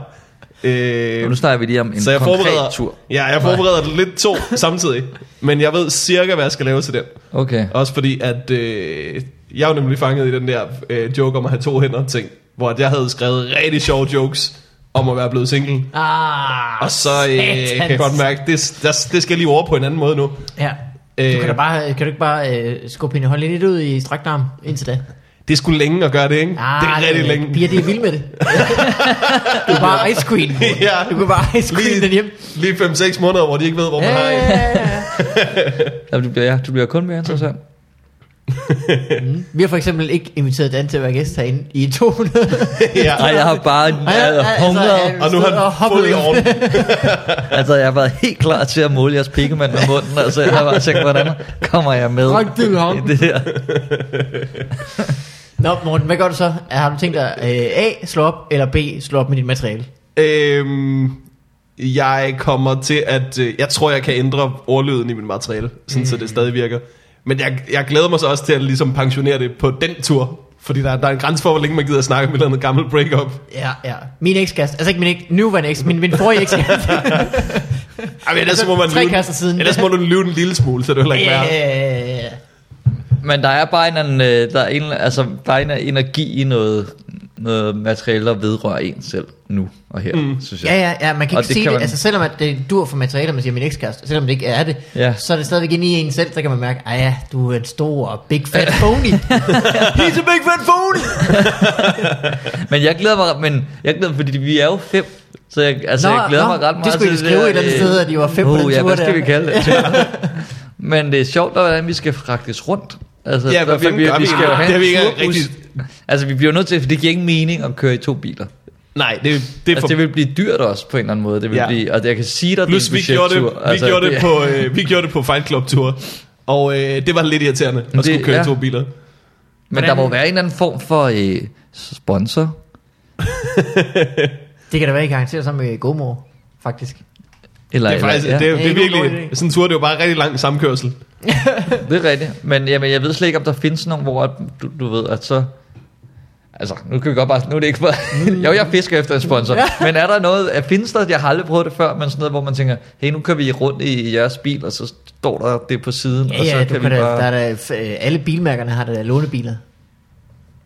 [SPEAKER 1] Øh,
[SPEAKER 3] nu snakker vi lige om en
[SPEAKER 1] så jeg
[SPEAKER 3] konkret
[SPEAKER 1] forbereder,
[SPEAKER 3] tur.
[SPEAKER 1] Ja, jeg forbereder lidt to samtidig. Men jeg ved cirka, hvad jeg skal lave til den.
[SPEAKER 3] Okay.
[SPEAKER 1] Også fordi, at øh, jeg er jo nemlig fanget i den der øh, joke om at have to hænder ting, hvor at jeg havde skrevet rigtig sjove jokes om at være blevet single.
[SPEAKER 2] Ah,
[SPEAKER 1] Og så øh, kan jeg
[SPEAKER 2] satans.
[SPEAKER 1] godt mærke, det, der, det skal jeg lige over på en anden måde nu.
[SPEAKER 2] Ja.
[SPEAKER 1] Øh,
[SPEAKER 2] Du kan, da bare, kan du ikke bare øh, skubbe hende hånden lidt ud i strakt arm indtil da?
[SPEAKER 1] Det er sgu længe at gøre det, ikke? det er rigtig længe.
[SPEAKER 2] Pia, det er vild med det. du kan bare ice queen.
[SPEAKER 1] Ja.
[SPEAKER 2] Du kan bare ice queen den hjem.
[SPEAKER 1] Lige 5-6 måneder, hvor de ikke ved, hvor man har en.
[SPEAKER 3] Ja, du, bliver, ja, du bliver kun mere interessant.
[SPEAKER 2] Vi har for eksempel ikke inviteret Dan til at være gæst herinde i 200.
[SPEAKER 1] ja.
[SPEAKER 3] Nej, jeg har bare en
[SPEAKER 2] Ej, altså, altså,
[SPEAKER 3] 100.
[SPEAKER 1] Og nu
[SPEAKER 2] stået
[SPEAKER 1] har
[SPEAKER 2] og
[SPEAKER 1] han
[SPEAKER 2] hoppet
[SPEAKER 1] fået i
[SPEAKER 2] ud.
[SPEAKER 1] oven.
[SPEAKER 3] Altså, jeg har været helt klar til at måle jeres pigment med munden. Altså, jeg har bare tænkt, hvordan kommer jeg med
[SPEAKER 2] Fuck, det er ham.
[SPEAKER 3] i det her?
[SPEAKER 2] Nå, Morten, hvad gør du så? Har du tænkt dig øh, A, slå op, eller B, slå op med dit materiale?
[SPEAKER 1] Øhm, jeg kommer til at... øh, Jeg tror, jeg kan ændre ordlyden i mit materiale, sådan mm. så det stadig virker. Men jeg, jeg glæder mig så også til at ligesom pensionere det på den tur. Fordi der, der er en grænse for, hvor længe man gider at snakke om et eller andet gammelt breakup.
[SPEAKER 2] Ja, ja. Min ekskæreste, altså ikke min ek, nuværende eks, min, min forrige ekskæreste.
[SPEAKER 1] Ej, men ellers,
[SPEAKER 2] Altså,
[SPEAKER 1] må man
[SPEAKER 2] tre
[SPEAKER 1] lyve,
[SPEAKER 2] kasser siden.
[SPEAKER 1] ellers må du lyve en lille smule, så det heller ikke
[SPEAKER 2] ja,
[SPEAKER 1] yeah. være.
[SPEAKER 2] ja, ja, ja.
[SPEAKER 3] Men der er bare en, anden, øh, der er en, altså, der er en energi i noget, noget materiale, der vedrører en selv nu og her, mm. synes jeg.
[SPEAKER 2] Ja, ja, ja, man kan
[SPEAKER 3] Og det
[SPEAKER 2] ikke se
[SPEAKER 3] kan
[SPEAKER 2] det.
[SPEAKER 3] man-
[SPEAKER 2] Altså, selvom at det dur for materialer, man siger min ekskæreste, selvom det ikke er det,
[SPEAKER 3] Ja.
[SPEAKER 2] så er det stadigvæk inde i en selv, så kan man mærke, ej ja, du er en stor og big fat phony. He's a big fat phony!
[SPEAKER 3] Men jeg glæder mig, men jeg glæder mig, fordi vi er jo fem. Så jeg, altså,
[SPEAKER 2] Nå,
[SPEAKER 3] jeg glæder
[SPEAKER 2] nå,
[SPEAKER 3] mig ret meget
[SPEAKER 2] det skulle I
[SPEAKER 3] til
[SPEAKER 2] skrive
[SPEAKER 3] der,
[SPEAKER 2] et eller andet
[SPEAKER 3] øh,
[SPEAKER 2] sted, at I var fem på den
[SPEAKER 3] ja,
[SPEAKER 2] tur
[SPEAKER 3] hvad skal
[SPEAKER 2] der.
[SPEAKER 3] vi kalde det? men det er sjovt, hvordan vi skal fragtes rundt. Altså,
[SPEAKER 1] Ja,
[SPEAKER 3] der-
[SPEAKER 1] hvad fanden
[SPEAKER 3] vi,
[SPEAKER 1] gør
[SPEAKER 3] vi
[SPEAKER 1] vi?
[SPEAKER 3] skal jo
[SPEAKER 1] Det
[SPEAKER 3] have
[SPEAKER 1] har
[SPEAKER 3] en
[SPEAKER 1] vi ikke engang
[SPEAKER 3] turbus. Altså, vi bliver nødt til, for det giver ingen mening at køre i to biler.
[SPEAKER 1] Nej, det, det er for...
[SPEAKER 3] Altså, det vil blive dyrt også på en eller anden måde. Det vil
[SPEAKER 1] Ja.
[SPEAKER 3] ja. blive, og jeg kan sige dig,
[SPEAKER 1] Plus,
[SPEAKER 3] det er
[SPEAKER 1] vi
[SPEAKER 3] en
[SPEAKER 1] gjorde, det,
[SPEAKER 3] budgettur. Altså,
[SPEAKER 1] vi, gjorde det på, øh, vi gjorde det på Fight Club-tur. Og øh, det var lidt irriterende at
[SPEAKER 3] Det-
[SPEAKER 1] skulle køre ja.
[SPEAKER 3] ja.
[SPEAKER 1] to biler.
[SPEAKER 3] Men der må være en eller anden form for øh, sponsor.
[SPEAKER 2] det kan da være, I garanterer sammen med godmor, faktisk.
[SPEAKER 3] Eller,
[SPEAKER 1] Det er faktisk,
[SPEAKER 3] eller,
[SPEAKER 1] det, er,
[SPEAKER 2] Ja,
[SPEAKER 1] det er
[SPEAKER 2] ikke nogen
[SPEAKER 1] virkelig,
[SPEAKER 2] dårlig idé.
[SPEAKER 1] sådan en tur, det er jo bare rigtig lang samkørsel.
[SPEAKER 3] Det er rigtigt, men jamen, jeg ved slet ikke, om der findes nogen, hvor at du, du ved, at så... Altså, nu kan vi godt bare... Nu er det ikke for...
[SPEAKER 2] Mm.
[SPEAKER 3] jo, jeg fisker efter en sponsor. men er der noget... Er, findes der, jeg har aldrig prøvet det før, men sådan noget, hvor man tænker, hey, nu kører vi rundt i jeres bil, og så står der det på siden,
[SPEAKER 2] Ja,
[SPEAKER 3] og så
[SPEAKER 2] ja,
[SPEAKER 3] kan
[SPEAKER 2] du
[SPEAKER 3] vi
[SPEAKER 2] kan da,
[SPEAKER 3] bare...
[SPEAKER 2] der er da, f- øh, alle bilmærkerne har da lånebiler.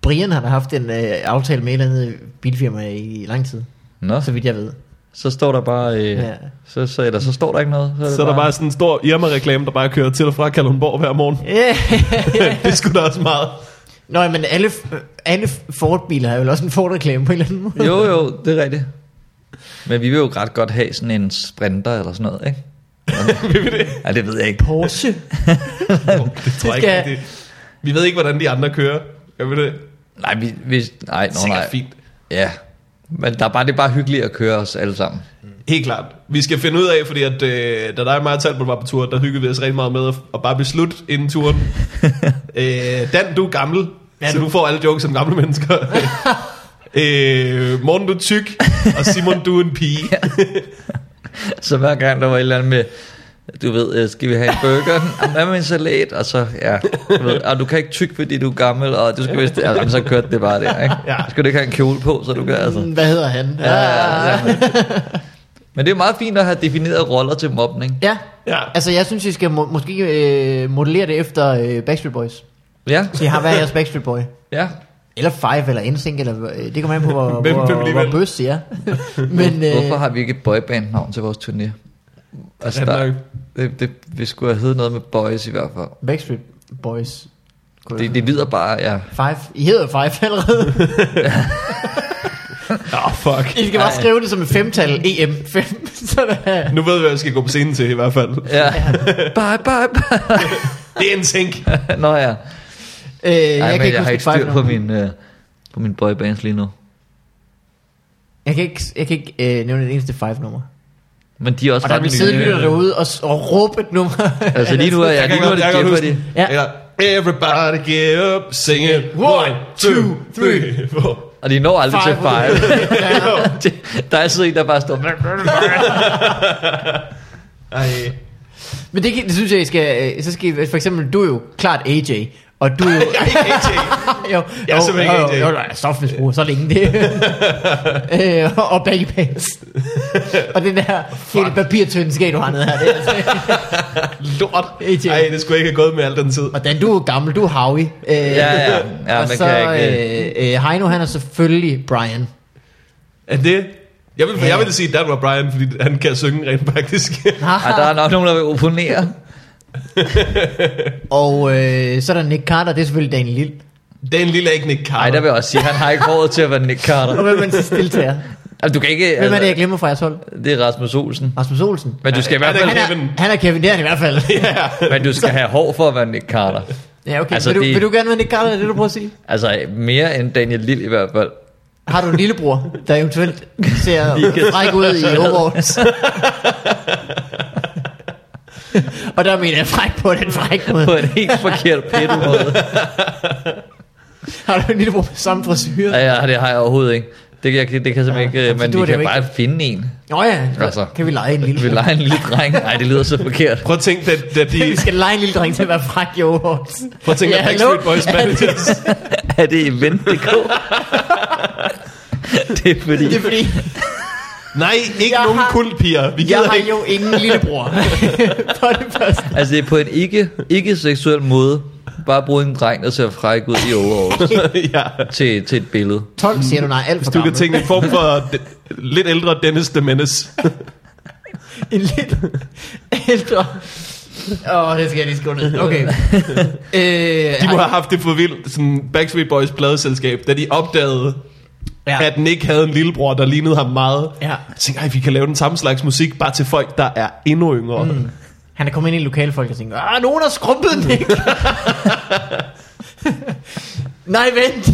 [SPEAKER 2] Brian har da haft en øh, aftale med et eller andet bilfirma i, i lang tid,
[SPEAKER 3] Nå,
[SPEAKER 2] så vidt jeg ved.
[SPEAKER 3] så står der bare... Øh,
[SPEAKER 2] Ja.
[SPEAKER 3] ja. så, så, eller så står der ikke noget.
[SPEAKER 1] Så er der bare sådan en stor Irma-reklame, der bare kører til og fra Kalundborg hver morgen.
[SPEAKER 2] Yeah.
[SPEAKER 1] det skulle da også meget.
[SPEAKER 2] Nå, men alle, f- øh, alle Ford-biler har jo også en Ford-reklame på en eller anden måde.
[SPEAKER 3] Jo, jo, det er rigtigt. Men vi vil jo ret godt have sådan en sprinter eller sådan noget, ikke?
[SPEAKER 1] Vil vi det?
[SPEAKER 3] Ja, det ved jeg ikke.
[SPEAKER 2] Porsche.
[SPEAKER 1] Det tror jeg
[SPEAKER 2] skal-
[SPEAKER 1] ikke rigtigt. Vi ved ikke, hvordan de andre kører. Jeg ved det.
[SPEAKER 3] Nej, vi... vi nej, nå,
[SPEAKER 1] Sikkert
[SPEAKER 3] nej.
[SPEAKER 1] fint.
[SPEAKER 3] Ja, men der er bare, det er bare hyggeligt at køre os alle sammen.
[SPEAKER 1] Helt klart. Vi skal finde ud af, fordi at, øh, da dig og mig og Talbot var på tur, der hyggede vi os rigtig meget med at, at bare beslutte inden turen. øh, Dan, du er gammel, ja,
[SPEAKER 2] Ja,
[SPEAKER 1] så
[SPEAKER 2] du-
[SPEAKER 1] du får alle jokes som gamle mennesker. øh, Morten, du er tyk, og Simon, du er en pige.
[SPEAKER 3] Så hver gang der var et eller andet med, du ved, øh, skal vi have en burger? Jamen, Hvad med en salat? Og så, ja, du, ved, og du kan ikke tykke, fordi du er gammel, og du skal vist, ja, jamen, så kørte det bare der, ikke?
[SPEAKER 1] Ja.
[SPEAKER 3] Ja. Skal du ikke have en kjole på, så du kan, altså.
[SPEAKER 2] Mm, Hvad hedder han? Ah.
[SPEAKER 3] Ja, ja, ja. Men det er meget fint at have defineret roller til mobning.
[SPEAKER 2] ja.
[SPEAKER 1] Ja.
[SPEAKER 2] Altså, jeg synes, vi skal må- måske øh, modellere det efter øh, Backstreet Boys.
[SPEAKER 3] Ja,
[SPEAKER 2] Så I har været jeres Backstreet Boy.
[SPEAKER 3] ja.
[SPEAKER 2] Eller Five, eller NSYNC, eller øh, det kommer an på, hvor,
[SPEAKER 1] Hvem-
[SPEAKER 2] hvor,
[SPEAKER 1] hvem
[SPEAKER 2] hvor,
[SPEAKER 1] alligevel?
[SPEAKER 2] hvor bøs de er. Men, øh,
[SPEAKER 3] Hvorfor har vi ikke et boyband-navn til vores turné? Altså,
[SPEAKER 1] Rigtig
[SPEAKER 3] der,
[SPEAKER 1] nok.
[SPEAKER 3] det, det, vi skulle have heddet noget med boys i hvert fald.
[SPEAKER 2] Backstreet Boys.
[SPEAKER 3] Det, det lyder bare, ja.
[SPEAKER 2] Five. I hedder Five allerede.
[SPEAKER 1] Åh, oh, fuck.
[SPEAKER 2] I skal bare skrive det som et femtal, E EM5. så der,
[SPEAKER 1] Nu ved vi, hvad vi skal gå på scenen til i hvert fald.
[SPEAKER 3] Ja. bye, bye, bye.
[SPEAKER 1] Det er en tænk.
[SPEAKER 3] Nå ja. Ej,
[SPEAKER 2] øh, jeg,
[SPEAKER 3] jeg,
[SPEAKER 2] kan
[SPEAKER 3] men, jeg
[SPEAKER 2] ikke
[SPEAKER 3] har
[SPEAKER 2] huske
[SPEAKER 3] ikke
[SPEAKER 2] fejl
[SPEAKER 3] styr
[SPEAKER 2] nu.
[SPEAKER 3] på min, øh, på min boybands lige nu.
[SPEAKER 2] Jeg kan ikke, jeg kan ikke øh, nævne det eneste five nummer.
[SPEAKER 3] Men de er også
[SPEAKER 2] Og der
[SPEAKER 3] ret
[SPEAKER 2] vil
[SPEAKER 3] nye.
[SPEAKER 2] sidde lytter derude og, s- og råbe et nummer.
[SPEAKER 3] øh, Altså lige nu er jeg, lige nu er det Jeopardy.
[SPEAKER 2] Ja.
[SPEAKER 1] Ja. Everybody get up, sing it. One, two, three, four.
[SPEAKER 3] Og de når aldrig til
[SPEAKER 2] Five.
[SPEAKER 3] five. Det- der er sådan en, der bare står...
[SPEAKER 1] Ej.
[SPEAKER 2] Men det, kan- det synes jeg, I skal, øh, så skal I, for eksempel, du er jo klart AJ, og du er
[SPEAKER 1] Jeg
[SPEAKER 2] jo...
[SPEAKER 1] er ikke AJ.
[SPEAKER 2] jo,
[SPEAKER 1] Jeg er simpelthen ikke AJ.
[SPEAKER 2] Jo, jo, jo, stofmisbrug, så længe det. øh, og baggy pants. og den der hele papirtønde skæg, du har nede her. Det er altså,
[SPEAKER 1] Lort.
[SPEAKER 2] AJ.
[SPEAKER 1] Ej, det skulle jeg ikke have gået med al den tid.
[SPEAKER 2] og den, du er jo gammel, du er Howie. Øh,
[SPEAKER 3] Ja, ja. Ja,
[SPEAKER 2] og
[SPEAKER 3] man
[SPEAKER 2] så
[SPEAKER 3] kan ikke-
[SPEAKER 2] øh, øh, Heino, han er selvfølgelig Brian.
[SPEAKER 1] Er det... Jeg vil, jeg vil sige, at Dan var Brian, fordi han kan synge rent faktisk.
[SPEAKER 3] Ej, der er nok nogen, der vil oponere.
[SPEAKER 2] Og øh, så er der Nick Carter, det er selvfølgelig Daniel Lille.
[SPEAKER 1] Dan Lille er ikke Nick Carter.
[SPEAKER 3] Nej, der vil jeg også sige, han har ikke råd til at være Nick Carter.
[SPEAKER 2] Og hvem er det så stille til jer?
[SPEAKER 3] Altså, du kan ikke...
[SPEAKER 2] Hvem er det, jeg
[SPEAKER 3] Altså,
[SPEAKER 2] glemmer fra jeres hold?
[SPEAKER 3] det er Rasmus Olsen.
[SPEAKER 2] Rasmus Olsen.
[SPEAKER 3] Men du skal i hvert
[SPEAKER 1] er det
[SPEAKER 3] fald,
[SPEAKER 2] Han
[SPEAKER 1] Kevin.
[SPEAKER 2] er, han er Kevin, det er han i hvert fald.
[SPEAKER 3] men du skal have hår for at være Nick Carter.
[SPEAKER 2] Ja, okay.
[SPEAKER 3] Altså,
[SPEAKER 2] Altså, vil, du,
[SPEAKER 3] det-
[SPEAKER 2] vil du gerne være Nick Carter, er det du prøver at sige?
[SPEAKER 3] Altså, mere end Daniel Lille i hvert fald.
[SPEAKER 2] Har du en lillebror, der eventuelt ser
[SPEAKER 3] Lige-
[SPEAKER 2] fræk ud i overalls? Og der mener jeg fræk på den fræk
[SPEAKER 3] På
[SPEAKER 2] måde.
[SPEAKER 3] en helt forkert pittet måde.
[SPEAKER 2] Har du en lillebror med samme frisyr?
[SPEAKER 3] Ja, ja, det har jeg overhovedet ikke. Det kan, jeg, det kan jeg simpelthen
[SPEAKER 2] Ja,
[SPEAKER 3] ikke, øh,
[SPEAKER 2] så
[SPEAKER 3] men
[SPEAKER 2] du er
[SPEAKER 3] de
[SPEAKER 2] det
[SPEAKER 3] kan
[SPEAKER 2] jo
[SPEAKER 3] bare finde en.
[SPEAKER 2] Nå ja,
[SPEAKER 3] Altså.
[SPEAKER 2] kan vi lege en lille
[SPEAKER 3] Vi leger en lille dreng. Nej, det lyder så forkert.
[SPEAKER 1] Prøv at tænke, da, da de...
[SPEAKER 2] Vi skal lege en lille dreng til at være fræk i overalls.
[SPEAKER 1] Prøv at tænke,
[SPEAKER 2] Ja,
[SPEAKER 1] ja, Backstreet
[SPEAKER 2] hallo?
[SPEAKER 1] Boys managers.
[SPEAKER 3] Er det event.dk? det er fordi...
[SPEAKER 2] Det er fordi,
[SPEAKER 1] Nej, ikke
[SPEAKER 2] Jeg
[SPEAKER 1] nogen
[SPEAKER 2] har-
[SPEAKER 1] kultpiger. Vi
[SPEAKER 2] jeg
[SPEAKER 1] gider
[SPEAKER 2] har
[SPEAKER 1] ikke.
[SPEAKER 2] jo ingen lillebror. For det første.
[SPEAKER 3] Altså, det er på en ikke, ikke seksuel måde. Bare bruge en dreng, der ser fræk ud i overalls
[SPEAKER 1] ja.
[SPEAKER 3] til, til et billede.
[SPEAKER 2] 12 siger du nej, alt
[SPEAKER 1] Du
[SPEAKER 2] for
[SPEAKER 1] kan
[SPEAKER 2] gammel.
[SPEAKER 1] tænke en form for de, lidt ældre Dennis the Menace.
[SPEAKER 2] En lidt ældre... Åh, oh, det skal jeg lige skrive ned. Okay. øh,
[SPEAKER 1] De må have haft det for vildt, sådan Backstreet Boys pladeselskab, da de opdagede, ja. at Nick havde en lillebror, der lignede ham meget.
[SPEAKER 2] Ja.
[SPEAKER 1] Jeg tænkte, ej, vi kan lave den samme slags musik, bare til folk, der er endnu yngre. Mm.
[SPEAKER 2] Han er kommet ind i lokalfolk og tænker, ah, nogen har skrumpet den, ikke? Nej, vent.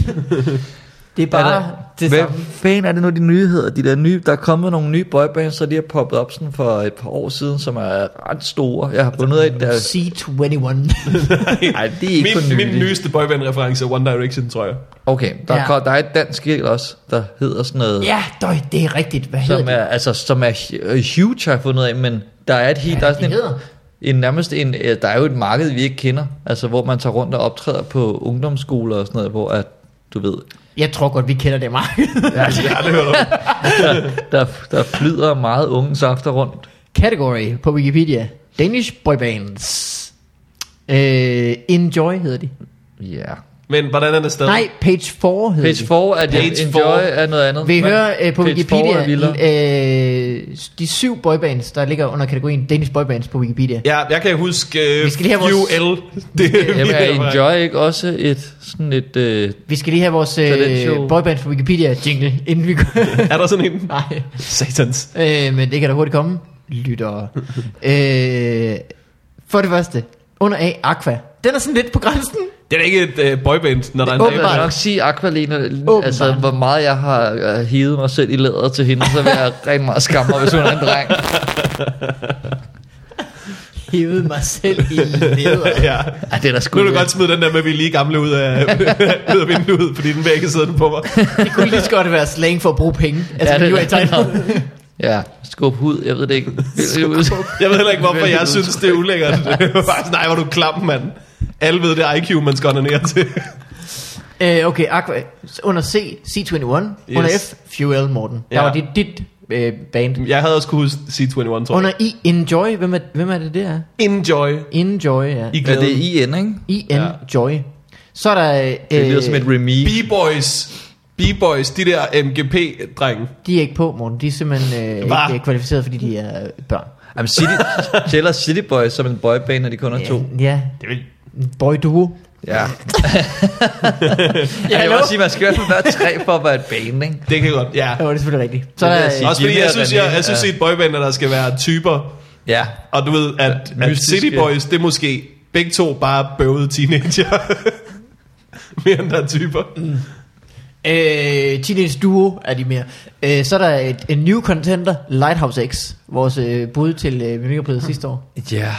[SPEAKER 2] Det er
[SPEAKER 3] Er
[SPEAKER 2] bare
[SPEAKER 3] der-
[SPEAKER 2] det
[SPEAKER 3] Hvad
[SPEAKER 2] samme.
[SPEAKER 3] fanden er det nu, de nyheder? De der, nye, der er kommet nogle nye boybands, så de har poppet op sådan for et par år siden, som er ret store. Jeg har fundet af, der...
[SPEAKER 2] C21.
[SPEAKER 3] Ej, det er ikke for
[SPEAKER 1] Min,
[SPEAKER 3] nylig.
[SPEAKER 1] min nyeste boyband-reference er One Direction, tror jeg.
[SPEAKER 3] Okay, der,
[SPEAKER 2] Ja.
[SPEAKER 3] ja. der er et dansk helt også, der hedder sådan noget...
[SPEAKER 2] ja, døj, det er rigtigt. Hvad hedder
[SPEAKER 3] Som er,
[SPEAKER 2] det?
[SPEAKER 3] altså, som er øh, huge, har jeg fundet ud af, men der er et helt, der er
[SPEAKER 2] det
[SPEAKER 3] sådan en,
[SPEAKER 2] hedder?
[SPEAKER 3] en, nærmest en, øh, der er jo et marked, vi ikke kender, altså hvor man tager rundt og optræder på ungdomsskoler og sådan noget, hvor at, du ved,
[SPEAKER 2] Jeg tror godt, vi kender det marked.
[SPEAKER 1] Ja, det har jeg aldrig hørt om.
[SPEAKER 3] der, der flyder meget unge safter rundt.
[SPEAKER 2] Category på Wikipedia. Danish boybands. Øh, Enjoy hedder de.
[SPEAKER 3] Ja. Yeah.
[SPEAKER 1] Men hvordan er det stadig?
[SPEAKER 2] Nej, Page 4 hedder
[SPEAKER 3] Page 4 er det,
[SPEAKER 1] Page
[SPEAKER 3] Enjoy
[SPEAKER 1] four.
[SPEAKER 3] er noget andet.
[SPEAKER 2] de. Vi
[SPEAKER 3] men
[SPEAKER 2] hører øh, på
[SPEAKER 3] page four er
[SPEAKER 2] Wikipedia
[SPEAKER 3] vildere.
[SPEAKER 2] øh, de syv boybands, der ligger under kategorien Danish boybands på Wikipedia.
[SPEAKER 1] Ja, jeg kan huske uh,
[SPEAKER 2] Vi skal lige have vores-
[SPEAKER 1] UL. Det,
[SPEAKER 3] Jamen, er Enjoy ikke også et, sådan et, øh,
[SPEAKER 2] Vi skal lige have vores
[SPEAKER 3] den
[SPEAKER 2] øh,
[SPEAKER 3] show.
[SPEAKER 2] boyband fra Wikipedia jingle, inden vi går.
[SPEAKER 1] Er der sådan en?
[SPEAKER 2] Nej,
[SPEAKER 1] Satans.
[SPEAKER 2] øh, men det kan da hurtigt komme. Lytter. øh, for det første, under A, Aqua. Den er sådan lidt på grænsen.
[SPEAKER 1] Det er da ikke et uh, boyband, når der er en
[SPEAKER 2] Åbenbart.
[SPEAKER 3] Jeg vil
[SPEAKER 1] dame.
[SPEAKER 3] nok sige Aqualina,
[SPEAKER 2] Åbenbart.
[SPEAKER 3] altså hvor meget jeg har øh, hivet mig selv i læder til hende, så vil jeg rent meget skamme mig, hvis hun er en dreng.
[SPEAKER 2] Hævede mig selv i leder.
[SPEAKER 1] Ja.
[SPEAKER 3] Ej, det er da sgu
[SPEAKER 1] Nu vil du godt smide den der med, at vi er lige gamle ud af, ud af vinduet, fordi den vil ikke sidde på mig.
[SPEAKER 2] Det kunne lige så godt være slang for at bruge penge. Altså,
[SPEAKER 3] Ja,
[SPEAKER 2] ja,
[SPEAKER 3] det
[SPEAKER 2] det, vi
[SPEAKER 3] er
[SPEAKER 2] var i tegnet.
[SPEAKER 3] Ja, skub ud, jeg ved det ikke.
[SPEAKER 1] Jeg ved heller ikke, hvorfor jeg synes, det er ulækkert. Det var bare sådan, Nej, hvor er du klam, mand. Alle ved, det er IQ, man skal ned til.
[SPEAKER 2] Øh, okay, Aqua. Under C, C21. Yes. Under
[SPEAKER 1] Yes.
[SPEAKER 2] F, Fuel Morten. Der
[SPEAKER 1] Ja.
[SPEAKER 2] var dit, dit øh, band.
[SPEAKER 1] Jeg havde også kunne huske C21, tror jeg.
[SPEAKER 2] Under I, Enjoy. Hvem er, hvem er det der?
[SPEAKER 1] Enjoy.
[SPEAKER 2] Enjoy, ja.
[SPEAKER 1] I
[SPEAKER 3] Ja, det
[SPEAKER 1] glæden.
[SPEAKER 3] er IN, ikke?
[SPEAKER 2] I-N-Joy. Ja. Så er der... Øh,
[SPEAKER 3] Det lyder som et remi.
[SPEAKER 1] B-boys. B-boys, de der MGP-drenge.
[SPEAKER 2] De er ikke på, Morten. De er simpelthen øh,
[SPEAKER 1] Hva?
[SPEAKER 2] ikke øh, kvalificeret, fordi de er øh, børn.
[SPEAKER 3] Jamen, City, tæller City Boys som en boyband, når de kun er to.
[SPEAKER 2] Ja,
[SPEAKER 1] Det vil...
[SPEAKER 2] en boy duo.
[SPEAKER 3] Ja.
[SPEAKER 2] Ja,
[SPEAKER 3] ja jeg vil
[SPEAKER 2] hallo?
[SPEAKER 3] også sige, man skal i hvert fald være tre for at være et band, ikke?
[SPEAKER 1] Det kan godt, ja.
[SPEAKER 2] Ja, det er selvfølgelig rigtigt. Så
[SPEAKER 3] Det
[SPEAKER 2] er
[SPEAKER 3] vil
[SPEAKER 2] der,
[SPEAKER 3] jeg sige.
[SPEAKER 1] Også fordi
[SPEAKER 3] Jimmy
[SPEAKER 1] jeg
[SPEAKER 3] og
[SPEAKER 1] synes,
[SPEAKER 3] René,
[SPEAKER 1] jeg, jeg synes
[SPEAKER 3] ja.
[SPEAKER 1] i et boyband, at der skal være typer,
[SPEAKER 3] Ja.
[SPEAKER 1] og du ved, at, at
[SPEAKER 3] mystiske.
[SPEAKER 1] City Boys, det er måske begge to bare bøvede teenager. Mere end der Mm. er typer.
[SPEAKER 2] øh, Teenage Duo er de mere. Øh, så er der et, en new contender, Lighthouse X, vores øh, bud til øh,
[SPEAKER 3] Mm.
[SPEAKER 2] Mimikkerpriset sidste år.
[SPEAKER 3] Ja.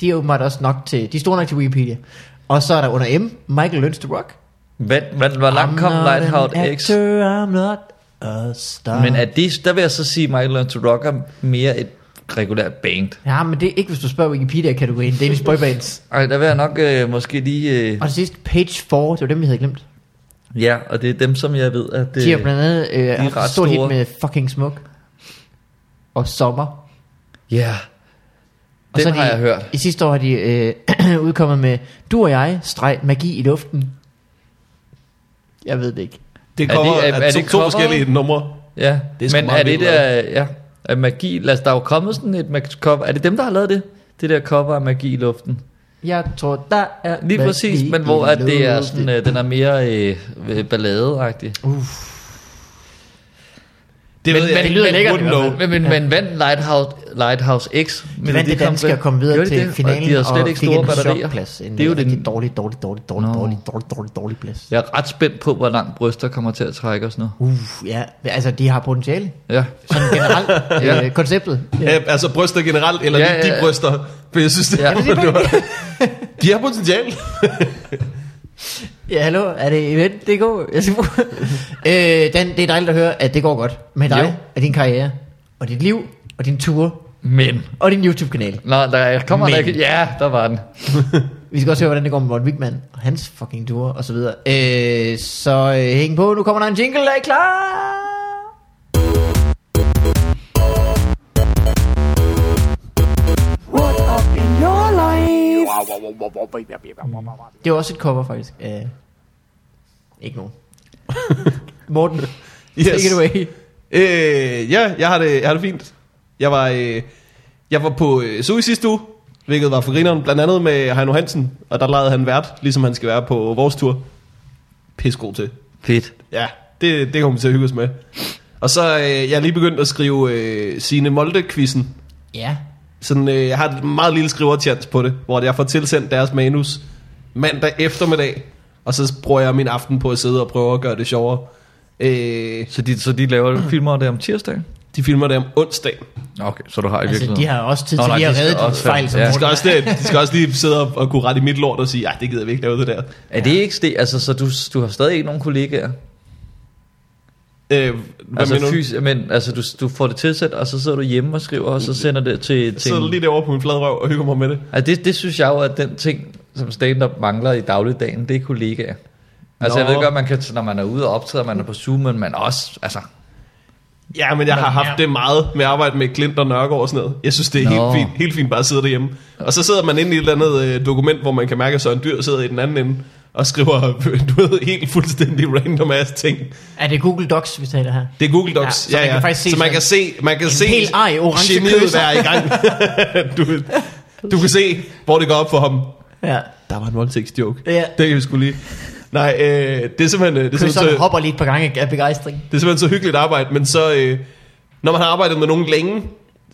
[SPEAKER 2] De er åbenbart også nok til, de er store nok til Wikipedia. Og så er der under M, Michael Learns to Rock.
[SPEAKER 3] Hvad, hvad, hvor langt kom
[SPEAKER 2] I'm not an
[SPEAKER 3] Lighthouse X?
[SPEAKER 2] actor, I'm not a star.
[SPEAKER 3] Men er det, der vil jeg så sige, at Michael Learns to Rock er mere et regulært band.
[SPEAKER 2] Ja, men det er ikke, hvis du spørger Wikipedia-kategorien. Danish boybands.
[SPEAKER 3] Ej, der vil jeg nok øh, måske lige... Øh,
[SPEAKER 2] Og det sidste, Page 4, det var dem, vi havde glemt.
[SPEAKER 3] ja, og det er dem, som jeg ved, at...
[SPEAKER 2] Det, de har blandt andet øh, haft
[SPEAKER 3] ret
[SPEAKER 2] et stort hit
[SPEAKER 3] store.
[SPEAKER 2] med Fucking Smuk. Og Sommer.
[SPEAKER 3] ja,
[SPEAKER 2] Og
[SPEAKER 3] den
[SPEAKER 2] er
[SPEAKER 3] har
[SPEAKER 2] de,
[SPEAKER 3] jeg hørt.
[SPEAKER 2] I sidste år har de øh, udkommet med Du og jeg, streg, magi i luften. Jeg ved det ikke.
[SPEAKER 1] Det
[SPEAKER 3] Er
[SPEAKER 1] kommer
[SPEAKER 3] det- er-
[SPEAKER 1] af
[SPEAKER 3] er
[SPEAKER 1] to,
[SPEAKER 3] det
[SPEAKER 1] to
[SPEAKER 3] coveret?
[SPEAKER 1] forskellige numre.
[SPEAKER 3] Ja,
[SPEAKER 1] Det er sgu
[SPEAKER 3] men
[SPEAKER 1] meget
[SPEAKER 3] er det
[SPEAKER 1] vildt,
[SPEAKER 3] der... Ja, er magi... Lad os, der er jo kommet sådan et mag- cover... Er det dem, der har lavet det? Det der cover af magi i luften.
[SPEAKER 2] Jeg tror, der er...
[SPEAKER 3] Lige
[SPEAKER 2] magi
[SPEAKER 3] præcis, men
[SPEAKER 2] i
[SPEAKER 3] hvor at det er
[SPEAKER 2] luften.
[SPEAKER 3] sådan, øh, den er mere øh, øh, balladeagtig.
[SPEAKER 1] Det
[SPEAKER 3] Men-
[SPEAKER 1] ved jeg
[SPEAKER 3] men
[SPEAKER 1] ikke,
[SPEAKER 2] det lyder
[SPEAKER 1] men
[SPEAKER 2] lækkert
[SPEAKER 1] wouldn't
[SPEAKER 2] i hvert fald.
[SPEAKER 1] know.
[SPEAKER 3] Men, men, men vandt Lighthouse, Lighthouse X?
[SPEAKER 2] De vandt det danske og kom videre til finalen,
[SPEAKER 3] og de havde slet
[SPEAKER 2] og
[SPEAKER 3] ikke
[SPEAKER 2] fik
[SPEAKER 3] store
[SPEAKER 2] en
[SPEAKER 3] batterier.
[SPEAKER 2] chokplads. En øh,
[SPEAKER 3] Det er jo
[SPEAKER 2] rigtig
[SPEAKER 3] det-
[SPEAKER 2] dårlig, dårlig, dårlig, dårlig,
[SPEAKER 3] Nå.
[SPEAKER 2] dårlig, dårlig, dårlig, dårlig plads.
[SPEAKER 3] Jeg er ret spændt på, hvor langt bryster kommer til at trække os nu.
[SPEAKER 2] Uff, ja. Altså, de har potentiale.
[SPEAKER 3] Ja.
[SPEAKER 2] Sådan generelt.
[SPEAKER 3] Ja.
[SPEAKER 2] øh, konceptet.
[SPEAKER 1] Ja, altså bryster generelt, eller
[SPEAKER 3] Ja,
[SPEAKER 1] ja,
[SPEAKER 3] ja,
[SPEAKER 1] de
[SPEAKER 3] ja.
[SPEAKER 1] bryster. For jeg synes, det
[SPEAKER 3] Ja.
[SPEAKER 1] ja. De har potentiale.
[SPEAKER 2] Ja, hallo, er det event? Det går. Jeg skal bruge. øh, Dan, det er dejligt at høre, at det går godt med dig,
[SPEAKER 3] Jo.
[SPEAKER 2] jo. og din karriere, og dit liv, og din ture,
[SPEAKER 3] Men.
[SPEAKER 2] og din YouTube-kanal.
[SPEAKER 3] Nå, der kommer
[SPEAKER 2] Men.
[SPEAKER 3] der ikke. Ja, der var den.
[SPEAKER 2] Vi skal også høre, hvordan det går med Morten Wigman, og hans fucking ture, og så videre. Øh, så øh, hæng på, nu kommer der en jingle, der er I klar!
[SPEAKER 4] What up in your life?
[SPEAKER 2] Det var også et cover, faktisk. Uh, ikke nogen. Morten, yes. take it away.
[SPEAKER 1] Øh, ja, jeg har, det, jeg har det fint. Jeg var, øh, jeg var på øh, SU i sidste uge, hvilket var for grineren, blandt andet med Heino Hansen, og der legede han vært, ligesom han skal være på vores tur. Pissegod til.
[SPEAKER 3] Fedt.
[SPEAKER 1] Ja, det, det kommer vi til at hygge os med. Og så øh, jeg er lige begyndt at skrive øh, sine Molde-quizzen.
[SPEAKER 2] Ja.
[SPEAKER 1] Sådan, øh, jeg har et meget lille skriverchance på det, hvor jeg får tilsendt deres manus mandag eftermiddag, og så bruger jeg min aften på at sidde og prøve at gøre det sjovere. Øh,
[SPEAKER 3] Så de, så de laver filmer det om tirsdagen?
[SPEAKER 1] de filmer det om onsdag.
[SPEAKER 3] Nå, Okay, så du har i
[SPEAKER 2] Altså, de
[SPEAKER 3] virkeligheden.
[SPEAKER 2] har også tid
[SPEAKER 3] Nå,
[SPEAKER 2] til
[SPEAKER 3] nej,
[SPEAKER 2] lige at
[SPEAKER 3] de skal
[SPEAKER 2] redde de
[SPEAKER 3] også-
[SPEAKER 2] fejl, som
[SPEAKER 3] ja.
[SPEAKER 1] De
[SPEAKER 2] Morten
[SPEAKER 1] skal, også, det, de skal også lige sidde og, og kunne rette i mit lort og sige, nej, det gider vi ikke lave det der.
[SPEAKER 3] Er det ikke det? Altså, så du, du har stadig ikke nogen kollegaer?
[SPEAKER 1] Øh, hvad altså,
[SPEAKER 3] altså,
[SPEAKER 1] mener du?
[SPEAKER 3] fys- men, altså du, du får det tilsendt, og så sidder du hjemme og skriver, og så sender det til...
[SPEAKER 1] Jeg
[SPEAKER 3] til
[SPEAKER 1] sidder lige derovre på min flade røv og hygger mig med det.
[SPEAKER 3] Altså, det, det synes jeg jo er den ting, som stand-up mangler i dagligdagen, det er kollegaer. Altså,
[SPEAKER 1] Nå.
[SPEAKER 3] Nå. jeg ved godt, man kan, når man er ude og optræder, man er på Zoom, men man også, altså...
[SPEAKER 1] Ja, men jeg har haft det meget med at arbejde med Klint og Nørgaard og sådan noget. Jeg synes, det er
[SPEAKER 3] Nå.
[SPEAKER 1] helt fint, helt fint bare at sidde derhjemme. Og så sidder man inde i et eller andet øh, dokument, hvor man kan mærke, at Søren Dyr sidder i den anden ende og skriver øh, du ved, helt fuldstændig random ass ting.
[SPEAKER 2] Er det Google Docs, vi taler her?
[SPEAKER 1] Det er Google Docs.
[SPEAKER 2] Ja, så man kan faktisk se
[SPEAKER 1] så man kan se, man kan se
[SPEAKER 2] hel ej orange
[SPEAKER 1] geniet
[SPEAKER 2] køser.
[SPEAKER 1] være i gang. du, du kan se, hvor det går op for ham.
[SPEAKER 2] Ja.
[SPEAKER 1] Der var en voldtægtsjoke.
[SPEAKER 2] Ja.
[SPEAKER 1] Det kan vi skulle lige. Nej, øh, det er simpelthen... øh, Det er
[SPEAKER 2] Køsserne
[SPEAKER 1] simpelthen så,
[SPEAKER 2] hopper lige et par gange af begejstring.
[SPEAKER 1] det er simpelthen så hyggeligt arbejde, men så, øh, når man har arbejdet med nogen længe,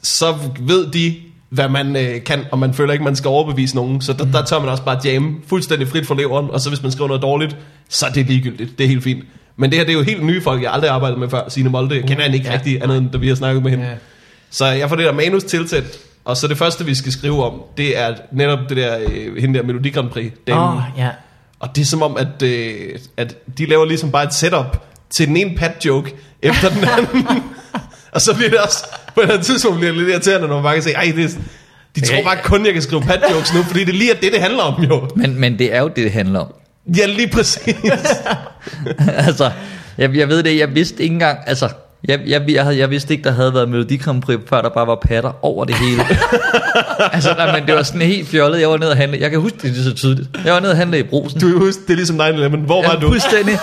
[SPEAKER 1] så ved de, hvad man øh, kan, og man føler ikke, man skal overbevise nogen. Så der, der tør man også bare jamme fuldstændig frit for leveren, og så hvis man skriver noget dårligt, så er det ligegyldigt. Det er helt fint. Men det her, det er jo helt nye folk, jeg aldrig har arbejdet med før. Signe Molde, jeg kender hende ikke
[SPEAKER 2] Ja.
[SPEAKER 1] ja. rigtig andet, end da vi har snakket med hende.
[SPEAKER 2] Ja.
[SPEAKER 1] Ja. Så jeg får det der manus tilsendt, og så det første, vi skal skrive om, det er netop det der, øh, hende der Melodi Grand Prix.
[SPEAKER 2] Åh,
[SPEAKER 1] damen.
[SPEAKER 2] oh, ja.
[SPEAKER 1] Og det er som om, at, øh, at de laver ligesom bare et setup til den ene pat-joke efter den anden. og så bliver det også, på et eller andet tidspunkt bliver det lidt irriterende, når man bare kan se, ej, det er, de tror bare kun, jeg kan skrive pat-jokes nu, fordi det lige er det, det handler om jo.
[SPEAKER 3] Men, men det er jo det, det handler om.
[SPEAKER 1] Ja, lige præcis.
[SPEAKER 3] altså, jeg, jeg ved det, jeg vidste ikke engang, altså... Jeg, jeg, jeg, havde, jeg vidste ikke, der havde været Melodi Grand Prix, før der bare var patter over det hele. altså, nej, men det var sådan helt fjollet. Jeg var nede og handle. Jeg kan huske det lige så tydeligt. Jeg var nede og handle i brusen.
[SPEAKER 1] Du kan huske, det er ligesom 9-11. Hvor var
[SPEAKER 3] Ja,
[SPEAKER 1] du?
[SPEAKER 3] fuldstændig.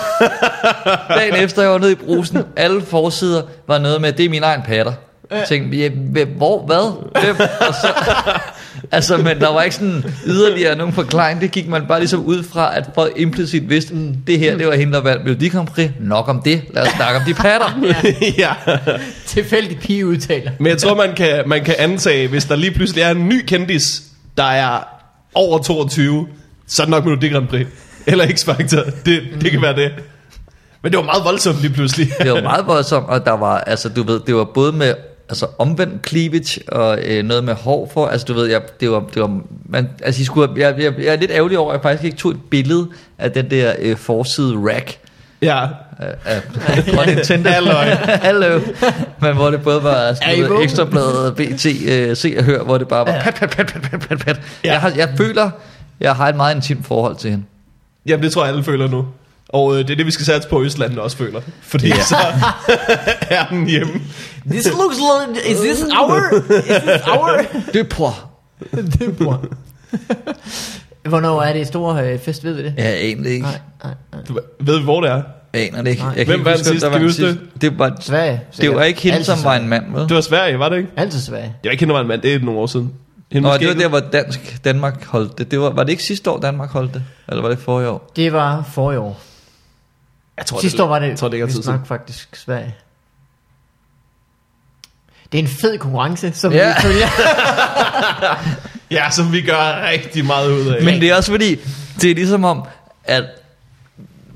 [SPEAKER 3] Dagen efter, jeg var nede i brusen, alle forsider var noget med, det er min egen patter. Jeg tænkte, ja, hvem- hvor, hvad? Hvem? Og så, Altså, men der var ikke sådan yderligere nogen forklaring. Det gik man bare ligesom ud fra, at folk implicit vidste, mm. det her, det var hende, der valgte Melodi Grand Prix. Nok om det. Lad os snakke om de patter.
[SPEAKER 1] ja.
[SPEAKER 2] Tilfældig pige udtaler.
[SPEAKER 1] Men jeg tror, man kan, man kan antage, hvis der lige pludselig er en ny kendis, der er over 22, så er det nok Melodi Grand Prix. Eller X-Factor. Det, det kan være det. Men det var meget voldsomt lige pludselig.
[SPEAKER 3] Det var meget voldsomt, og der var, altså du ved, det var både med altså omvendt cleavage og øh, noget med hår for, altså du ved, jeg, det var, det var man, altså I skulle, have- jeg, jeg, jeg er lidt ærgerlig over, at jeg faktisk ikke tog et billede af den der øh, forside rack
[SPEAKER 1] Ja.
[SPEAKER 3] af, af fra Nintendo.
[SPEAKER 1] Halløj.
[SPEAKER 3] Hallo. Men hvor det både var altså,
[SPEAKER 2] Er I
[SPEAKER 3] du ved,
[SPEAKER 2] vågen?
[SPEAKER 3] ekstrabladet, BT, øh, se og hør, hvor det bare var pat, pat, pat, pat, pat, pat, pat.
[SPEAKER 1] Ja.
[SPEAKER 3] Jeg, har, jeg føler, jeg har et meget intimt forhold til hende.
[SPEAKER 1] Jamen, det tror jeg, alle føler nu. Og øh, det er det, vi skal satse på, at Østlandet også føler. Fordi ja. så er den hjemme.
[SPEAKER 2] This looks like... Is this our? Is this our?
[SPEAKER 3] Det prøver.
[SPEAKER 2] det bor. Hvornår er det store øh, fest, ved vi det?
[SPEAKER 3] Jeg aner det ikke.
[SPEAKER 2] Nej, nej, nej.
[SPEAKER 1] Du ved, hvor det er.
[SPEAKER 3] Jeg aner det ikke.
[SPEAKER 2] Nej.
[SPEAKER 3] Jeg kan
[SPEAKER 1] Hvem
[SPEAKER 3] ikke
[SPEAKER 1] vandt
[SPEAKER 3] huske, om
[SPEAKER 1] sidst?
[SPEAKER 3] der
[SPEAKER 1] Kan du
[SPEAKER 3] en
[SPEAKER 1] huske det?
[SPEAKER 3] sidst. Det var,
[SPEAKER 2] Sverige.
[SPEAKER 3] det
[SPEAKER 2] sikkert.
[SPEAKER 3] var ikke hende,
[SPEAKER 2] Altid
[SPEAKER 3] som var
[SPEAKER 2] Sverige.
[SPEAKER 3] en mand, vel?
[SPEAKER 1] Det var Sverige, var det ikke?
[SPEAKER 2] Altid Sverige.
[SPEAKER 1] Jeg kender mig en mand, det er nogle år siden. Hende
[SPEAKER 3] Nå,
[SPEAKER 1] måske
[SPEAKER 3] det var
[SPEAKER 1] ikke.
[SPEAKER 3] der, hvor dansk, Danmark holdt det. det var, var det ikke sidste år, Danmark holdt det? Eller var det forrige år?
[SPEAKER 2] Det var forrige år.
[SPEAKER 1] jeg tror,
[SPEAKER 2] Sidste år var
[SPEAKER 1] jeg
[SPEAKER 2] det,
[SPEAKER 1] tror, det ikke er tid
[SPEAKER 2] vist nok
[SPEAKER 1] siden.
[SPEAKER 2] faktisk Sverige. Det er en fed konkurrence, som
[SPEAKER 3] Ja.
[SPEAKER 2] vi følger.
[SPEAKER 1] Ja, som vi gør rigtig meget ud af.
[SPEAKER 3] Men det er også fordi, det er ligesom om, at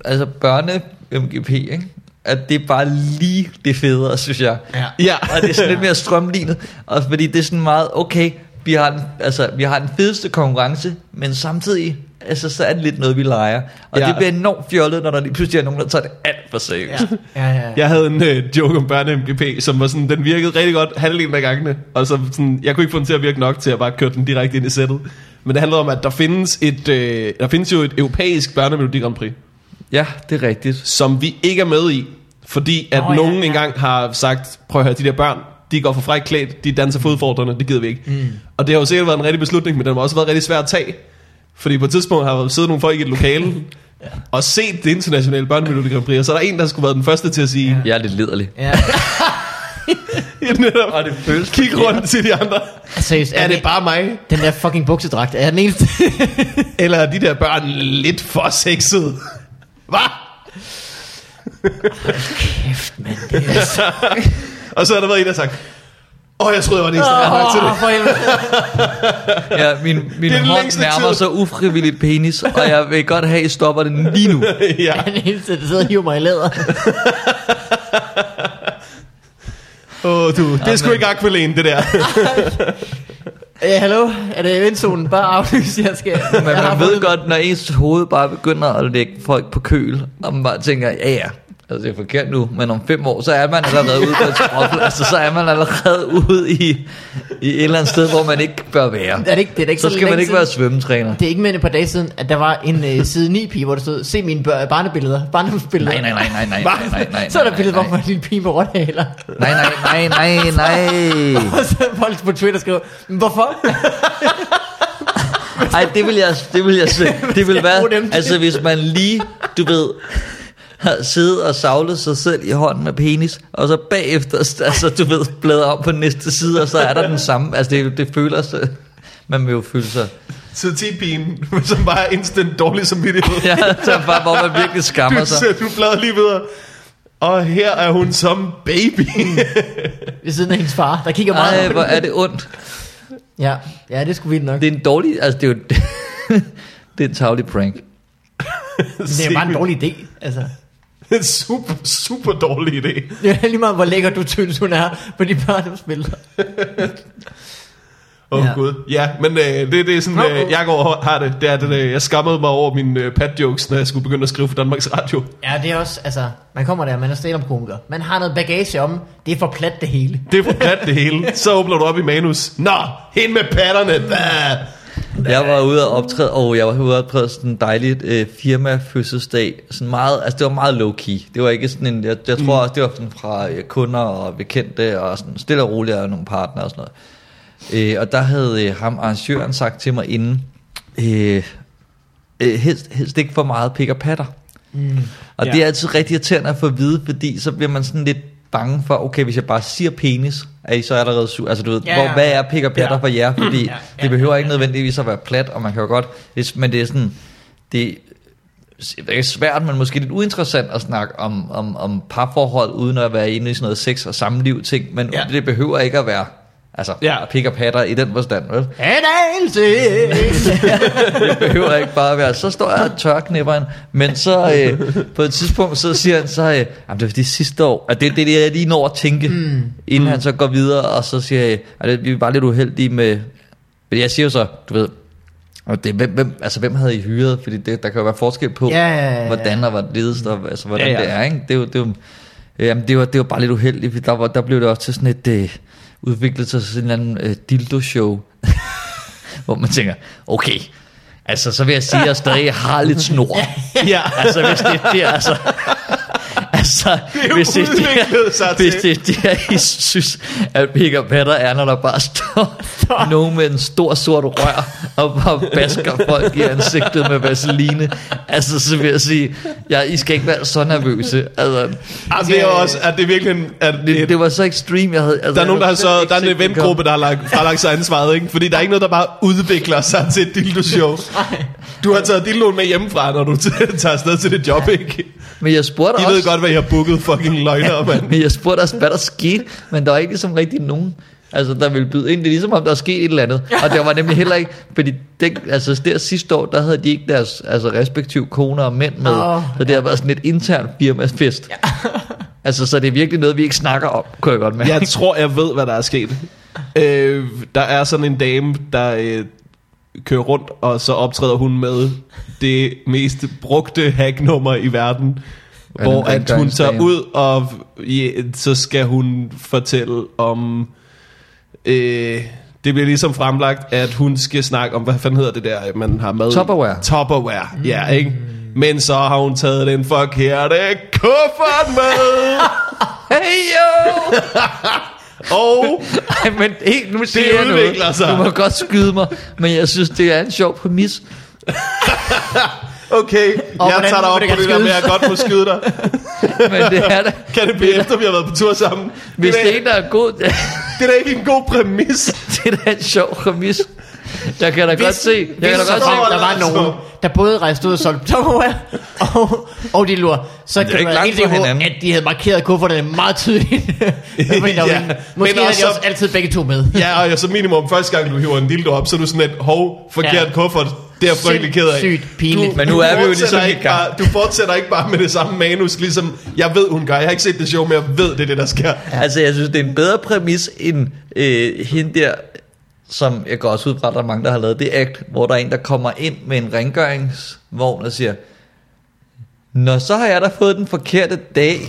[SPEAKER 3] altså børne-MGP, ikke? at det er bare lige det federe, synes jeg.
[SPEAKER 2] Ja.
[SPEAKER 1] Ja.
[SPEAKER 3] Og det er sådan lidt mere strømlignet, og fordi det er sådan meget, okay, vi har, den, altså, vi har den fedeste konkurrence, men samtidig, altså, så er det lidt noget, vi leger. Og
[SPEAKER 1] Ja.
[SPEAKER 3] ja. det bliver enormt fjollet, når der lige pludselig er nogen, der tager det alt for seriøst. Ja.
[SPEAKER 2] Ja, ja, ja.
[SPEAKER 1] Jeg havde en øh, joke om børne-MGP, som var sådan, den virkede rigtig godt halvdelen af gangene. Og så sådan, jeg kunne ikke få den til at virke nok til at bare køre den direkte ind i sættet. Men det handler om, at der findes, et, øh, der findes jo et europæisk børnemelodi Grand Prix,
[SPEAKER 3] ja, det er rigtigt.
[SPEAKER 1] som vi ikke er med i. Fordi at
[SPEAKER 2] Nå,
[SPEAKER 1] oh,
[SPEAKER 2] ja,
[SPEAKER 1] nogen ja,
[SPEAKER 2] ja.
[SPEAKER 1] engang har sagt, prøv at høre, de der børn, de går for frækt klædt, de danser fodfordrende, det gider vi ikke. Mm. Og det har jo sikkert været en rigtig beslutning, men den har også været rigtig svær at tage. Fordi på et tidspunkt har der siddet nogle folk i et lokale, og set det internationale børnemelodi Grand Prix, og så er der en, der skulle være den første til at sige,
[SPEAKER 3] Jeg er lidt lederlig.
[SPEAKER 2] ja.
[SPEAKER 1] Ja, netop.
[SPEAKER 3] Og det føles
[SPEAKER 1] Kig rundt til de andre.
[SPEAKER 2] Seriøst,
[SPEAKER 1] Er det bare mig?
[SPEAKER 2] Den der fucking buksedragt, er jeg den eneste?
[SPEAKER 1] Eller er de der børn lidt for sexede? Hvad?
[SPEAKER 2] Kæft, mand. Det er så
[SPEAKER 1] Og så har der været en, der har sagt, Åh, jeg troede, jeg var den eneste, der havde nok til det.
[SPEAKER 2] for helvede.
[SPEAKER 3] Ja, min, min
[SPEAKER 1] den
[SPEAKER 3] hånd
[SPEAKER 1] længste
[SPEAKER 3] nærmer
[SPEAKER 1] tid.
[SPEAKER 3] sig ufrivilligt penis, og jeg vil godt have, at I stopper den lige nu.
[SPEAKER 1] ja.
[SPEAKER 2] Jeg er den eneste, der sidder og hiver mig i læder.
[SPEAKER 1] Åh, du. Det er sgu ikke Aqualene, det der.
[SPEAKER 2] Øh, hallo? Er det eventzonen? Bare aflyse, jeg skal...
[SPEAKER 3] Men man ved godt, når ens hoved bare begynder at lægge folk på køl, og man bare tænker, ja ja, altså det er forkert nu, men om fem år, så er man allerede ude på et skråplan, altså så er man allerede ude i, i et eller andet sted, hvor man ikke bør være.
[SPEAKER 2] Er det ikke, det er da ikke
[SPEAKER 3] Så skal man
[SPEAKER 2] længe
[SPEAKER 3] ikke
[SPEAKER 2] siden.
[SPEAKER 3] være svømmetræner.
[SPEAKER 2] Det er ikke mere end et par dage siden, at der var en øh, side 9 pige, hvor der stod, se mine bør- barnebilleder, barnebilleder.
[SPEAKER 3] Nej, nej, nej, nej, nej, nej, nej, nej,
[SPEAKER 2] Så er der
[SPEAKER 3] nej,
[SPEAKER 2] billedet, hvor
[SPEAKER 3] nej.
[SPEAKER 2] man er en lille pige med rottehaler.
[SPEAKER 3] Nej, nej, nej, nej, nej.
[SPEAKER 2] Og så er folk på Twitter skriver, "Men hvorfor?
[SPEAKER 3] Ej, det vil jeg, det vil jeg se. Det vil
[SPEAKER 2] bruge dem
[SPEAKER 3] være,
[SPEAKER 2] til?
[SPEAKER 3] altså hvis man lige, du ved, har siddet og savlet sig selv i hånden med penis, og så bagefter, altså du ved, bladrer om på den næste side, og så er der den samme, altså det, det føler sig, man vil jo føle sig,
[SPEAKER 1] Så tipigen, som bare er instant dårlig samvittighed.
[SPEAKER 3] ja, så bare, hvor man virkelig skammer
[SPEAKER 1] Du,
[SPEAKER 3] sig.
[SPEAKER 1] ser, du bladrer lige videre. Og her er hun som baby.
[SPEAKER 2] Ved siden af hendes far, der kigger meget.
[SPEAKER 3] Ej,
[SPEAKER 2] op.
[SPEAKER 3] hvor er det ondt.
[SPEAKER 2] Ja, ja, det skulle vildt nok.
[SPEAKER 3] Det er en dårlig, altså det er jo, det er en tavlig prank.
[SPEAKER 2] Det er bare en dårlig idé, altså.
[SPEAKER 1] En super, super dårlig idé.
[SPEAKER 2] Det er lige meget, hvor lækker du synes, hun er på de barndomsbilleder.
[SPEAKER 1] Åh oh, ja.
[SPEAKER 2] Ja.
[SPEAKER 1] gud. Ja, men øh, det, det er sådan,
[SPEAKER 2] Nå,
[SPEAKER 1] øh, jeg går har det. Det er det, øh, jeg skammede mig over mine øh, pat-jokes, når jeg skulle begynde at skrive for Danmarks Radio.
[SPEAKER 2] Ja, det er også, altså, man kommer der, man er stand-up-komiker. Man har noget bagage om, det er for plat det hele.
[SPEAKER 1] Det er for plat det hele. Så åbner du op i manus. Nå, hen med patterne. Bah.
[SPEAKER 3] Jeg var ude og optræde, og jeg var ude og optræde sådan en dejlig øh, firma-fødselsdag. Sådan meget, altså det var meget low-key. Det var ikke sådan en, jeg, jeg tror også, det var sådan fra øh, kunder og bekendte, og sådan stille og roligt og nogle partnere og sådan noget. Øh, og der havde øh, ham arrangøren sagt til mig inden, øh, øh, helst, helst ikke for meget pik og patter. Mm. Og
[SPEAKER 1] Ja.
[SPEAKER 3] det er altid rigtig irriterende at få at vide, fordi så bliver man sådan lidt bange for, okay, hvis jeg bare siger penis, er I så allerede sur? Altså du ved,
[SPEAKER 2] Ja,
[SPEAKER 3] ja, hvor,
[SPEAKER 2] ja.
[SPEAKER 3] hvad er pik og patter
[SPEAKER 1] Ja.
[SPEAKER 3] for jer? Fordi ja,
[SPEAKER 2] ja,
[SPEAKER 3] ja, det behøver
[SPEAKER 2] ja,
[SPEAKER 3] ja, ikke nødvendigvis at være plat, og man kan jo godt, hvis- men det er sådan, det, det er svært, men måske lidt uinteressant at snakke om, om, om parforhold, uden at være inde i sådan noget sex og samliv ting, men
[SPEAKER 1] Ja.
[SPEAKER 3] ja. det behøver ikke at være altså,
[SPEAKER 1] Ja.
[SPEAKER 3] ja. pik og patter i den forstand, vel?
[SPEAKER 2] Anelse!
[SPEAKER 3] Det behøver ikke bare at være, så står jeg og tør knipperen, men så øh, på et tidspunkt, så siger han så, øh, jamen det var fordi sidste år, at det, det er det, jeg lige når at tænke, mm. inden mm. han så går videre, og så siger jeg, at det, vi er bare lidt uheldige med, men jeg siger jo så, du ved, og det, hvem, hvem, altså, hvem havde I hyret? Fordi det, der kan jo være forskel på,
[SPEAKER 2] Ja, ja, ja, ja.
[SPEAKER 3] hvordan og hvorledes, og altså, hvordan
[SPEAKER 1] Ja, ja.
[SPEAKER 3] ja, ja. det er. Ikke? Det, er jo, det, er jo, jamen, det, var, det var bare lidt uheldigt, fordi der, var, der blev det også til sådan et, øh, udviklet sig til sådan en eller anden øh, dildo-show, hvor man tænker, okay, altså så vil jeg sige, at jeg stadig har lidt snor.
[SPEAKER 1] Ja.
[SPEAKER 3] altså hvis det, det er altså... Altså,
[SPEAKER 1] er jo
[SPEAKER 3] hvis det, det,
[SPEAKER 1] udviklet sig
[SPEAKER 3] er, hvis
[SPEAKER 1] til.
[SPEAKER 3] det, er det er, I synes, at Big og Patter er, når der bare står nogen med en stor sort rør og bare basker folk i ansigtet med vaseline. Altså, så vil jeg sige, ja, I skal ikke være så nervøse. Altså,
[SPEAKER 1] Altså, det er jo også, at det er virkelig en, at det,
[SPEAKER 3] det, det var så ekstremt, jeg havde... Altså,
[SPEAKER 1] der er nogen, der har
[SPEAKER 3] jeg havde
[SPEAKER 1] så,
[SPEAKER 3] slet
[SPEAKER 1] der er en
[SPEAKER 3] ikke tænkt, det kom.
[SPEAKER 1] eventgruppe, der har lagt, fralagt sig ansvaret, ikke? Fordi der er ikke noget, der bare udvikler sig til et dildo-show. Du har taget dildoen med hjemmefra, når du tager afsted til dit job, ikke?
[SPEAKER 3] Men jeg spurgte
[SPEAKER 1] I
[SPEAKER 3] også...
[SPEAKER 1] ved godt, hvad jeg har booket fucking løgner, mand.
[SPEAKER 3] Men jeg spurgte også, hvad der skete, men der var ikke ligesom rigtig nogen, altså, der ville byde ind. Det er ligesom, om der er sket et eller andet. Og der var nemlig heller ikke, fordi den, altså, der sidste år, der havde de ikke deres altså, respektive koner og mænd med.
[SPEAKER 2] Åh,
[SPEAKER 3] Oh, så det har været sådan et internt firmafest. Ja. altså, så det er virkelig noget, vi ikke snakker om, kunne jeg godt mærke.
[SPEAKER 1] Jeg tror, jeg ved, hvad der er sket. Øh, der er sådan en dame, der øh, kører rundt, og så optræder hun med det mest brugte hacknummer i verden.
[SPEAKER 3] Er
[SPEAKER 1] Hvor
[SPEAKER 3] det en
[SPEAKER 1] at hun tager
[SPEAKER 3] rengøringsdame?
[SPEAKER 1] ud, og ja, så skal hun fortælle om... Øh, det bliver ligesom fremlagt, at hun skal snakke om, hvad fanden hedder det der, man har med? i?
[SPEAKER 3] Tupperware.
[SPEAKER 1] Tupperware, ja, ikke? Men så har hun taget den forkerte kuffert med,
[SPEAKER 3] Hey yo!
[SPEAKER 1] og
[SPEAKER 3] Ej, men hey, nu siger jeg
[SPEAKER 1] udvikler
[SPEAKER 3] noget.
[SPEAKER 1] sig.
[SPEAKER 3] Du må godt skyde mig, men jeg synes, det er en sjov præmis.
[SPEAKER 1] Okay,
[SPEAKER 2] Og
[SPEAKER 1] jeg
[SPEAKER 2] hvordan
[SPEAKER 1] tager dig
[SPEAKER 2] må
[SPEAKER 1] op
[SPEAKER 2] det
[SPEAKER 1] på
[SPEAKER 2] gerne
[SPEAKER 1] det der med, at jeg
[SPEAKER 2] skydes?
[SPEAKER 1] godt må skyde dig.
[SPEAKER 3] Men det er da,
[SPEAKER 1] Kan det blive efter, vi har været på tur sammen?
[SPEAKER 3] hvis
[SPEAKER 1] det, er,
[SPEAKER 3] det er en, der er god,
[SPEAKER 1] det er da ikke en god præmis.
[SPEAKER 3] det er da en sjov præmis. Jeg kan da godt se. Jeg kan
[SPEAKER 2] Hvis
[SPEAKER 3] da
[SPEAKER 2] der,
[SPEAKER 3] godt se.
[SPEAKER 2] der var nogen, der både rejste ud og solgte topperware, og, og de lurer, så
[SPEAKER 3] er
[SPEAKER 2] kan
[SPEAKER 3] ikke
[SPEAKER 2] man
[SPEAKER 3] langt
[SPEAKER 2] helt sikker
[SPEAKER 3] fra
[SPEAKER 2] på,
[SPEAKER 3] hinanden.
[SPEAKER 2] at de havde markeret kufferterne meget tydeligt. Men der var
[SPEAKER 1] Ja,
[SPEAKER 2] en-
[SPEAKER 1] men
[SPEAKER 2] Måske havde
[SPEAKER 1] også-
[SPEAKER 2] de også altid begge to med.
[SPEAKER 1] Ja, og jeg så minimum første gang, du hiver en dildo op, så er du sådan et hov, forkert
[SPEAKER 2] Ja.
[SPEAKER 1] kuffert. Det er jeg frygtelig ked af.
[SPEAKER 2] Sindssygt pinligt.
[SPEAKER 1] Du-
[SPEAKER 3] Men nu er vi jo
[SPEAKER 1] fortsætter
[SPEAKER 3] ligesom i
[SPEAKER 1] ikke
[SPEAKER 3] gang.
[SPEAKER 1] bare, Du fortsætter ikke bare med det samme manus, ligesom jeg ved, hun gør. Jeg har ikke set det show, men jeg ved, det er det, der sker.
[SPEAKER 3] Altså, jeg synes, det er en bedre præmis end øh, hende der, som jeg går også ud fra, at der er mange, der har lavet det act, hvor der er en, der kommer ind med en rengøringsvogn og siger, Nå, så har jeg da fået den forkerte dag.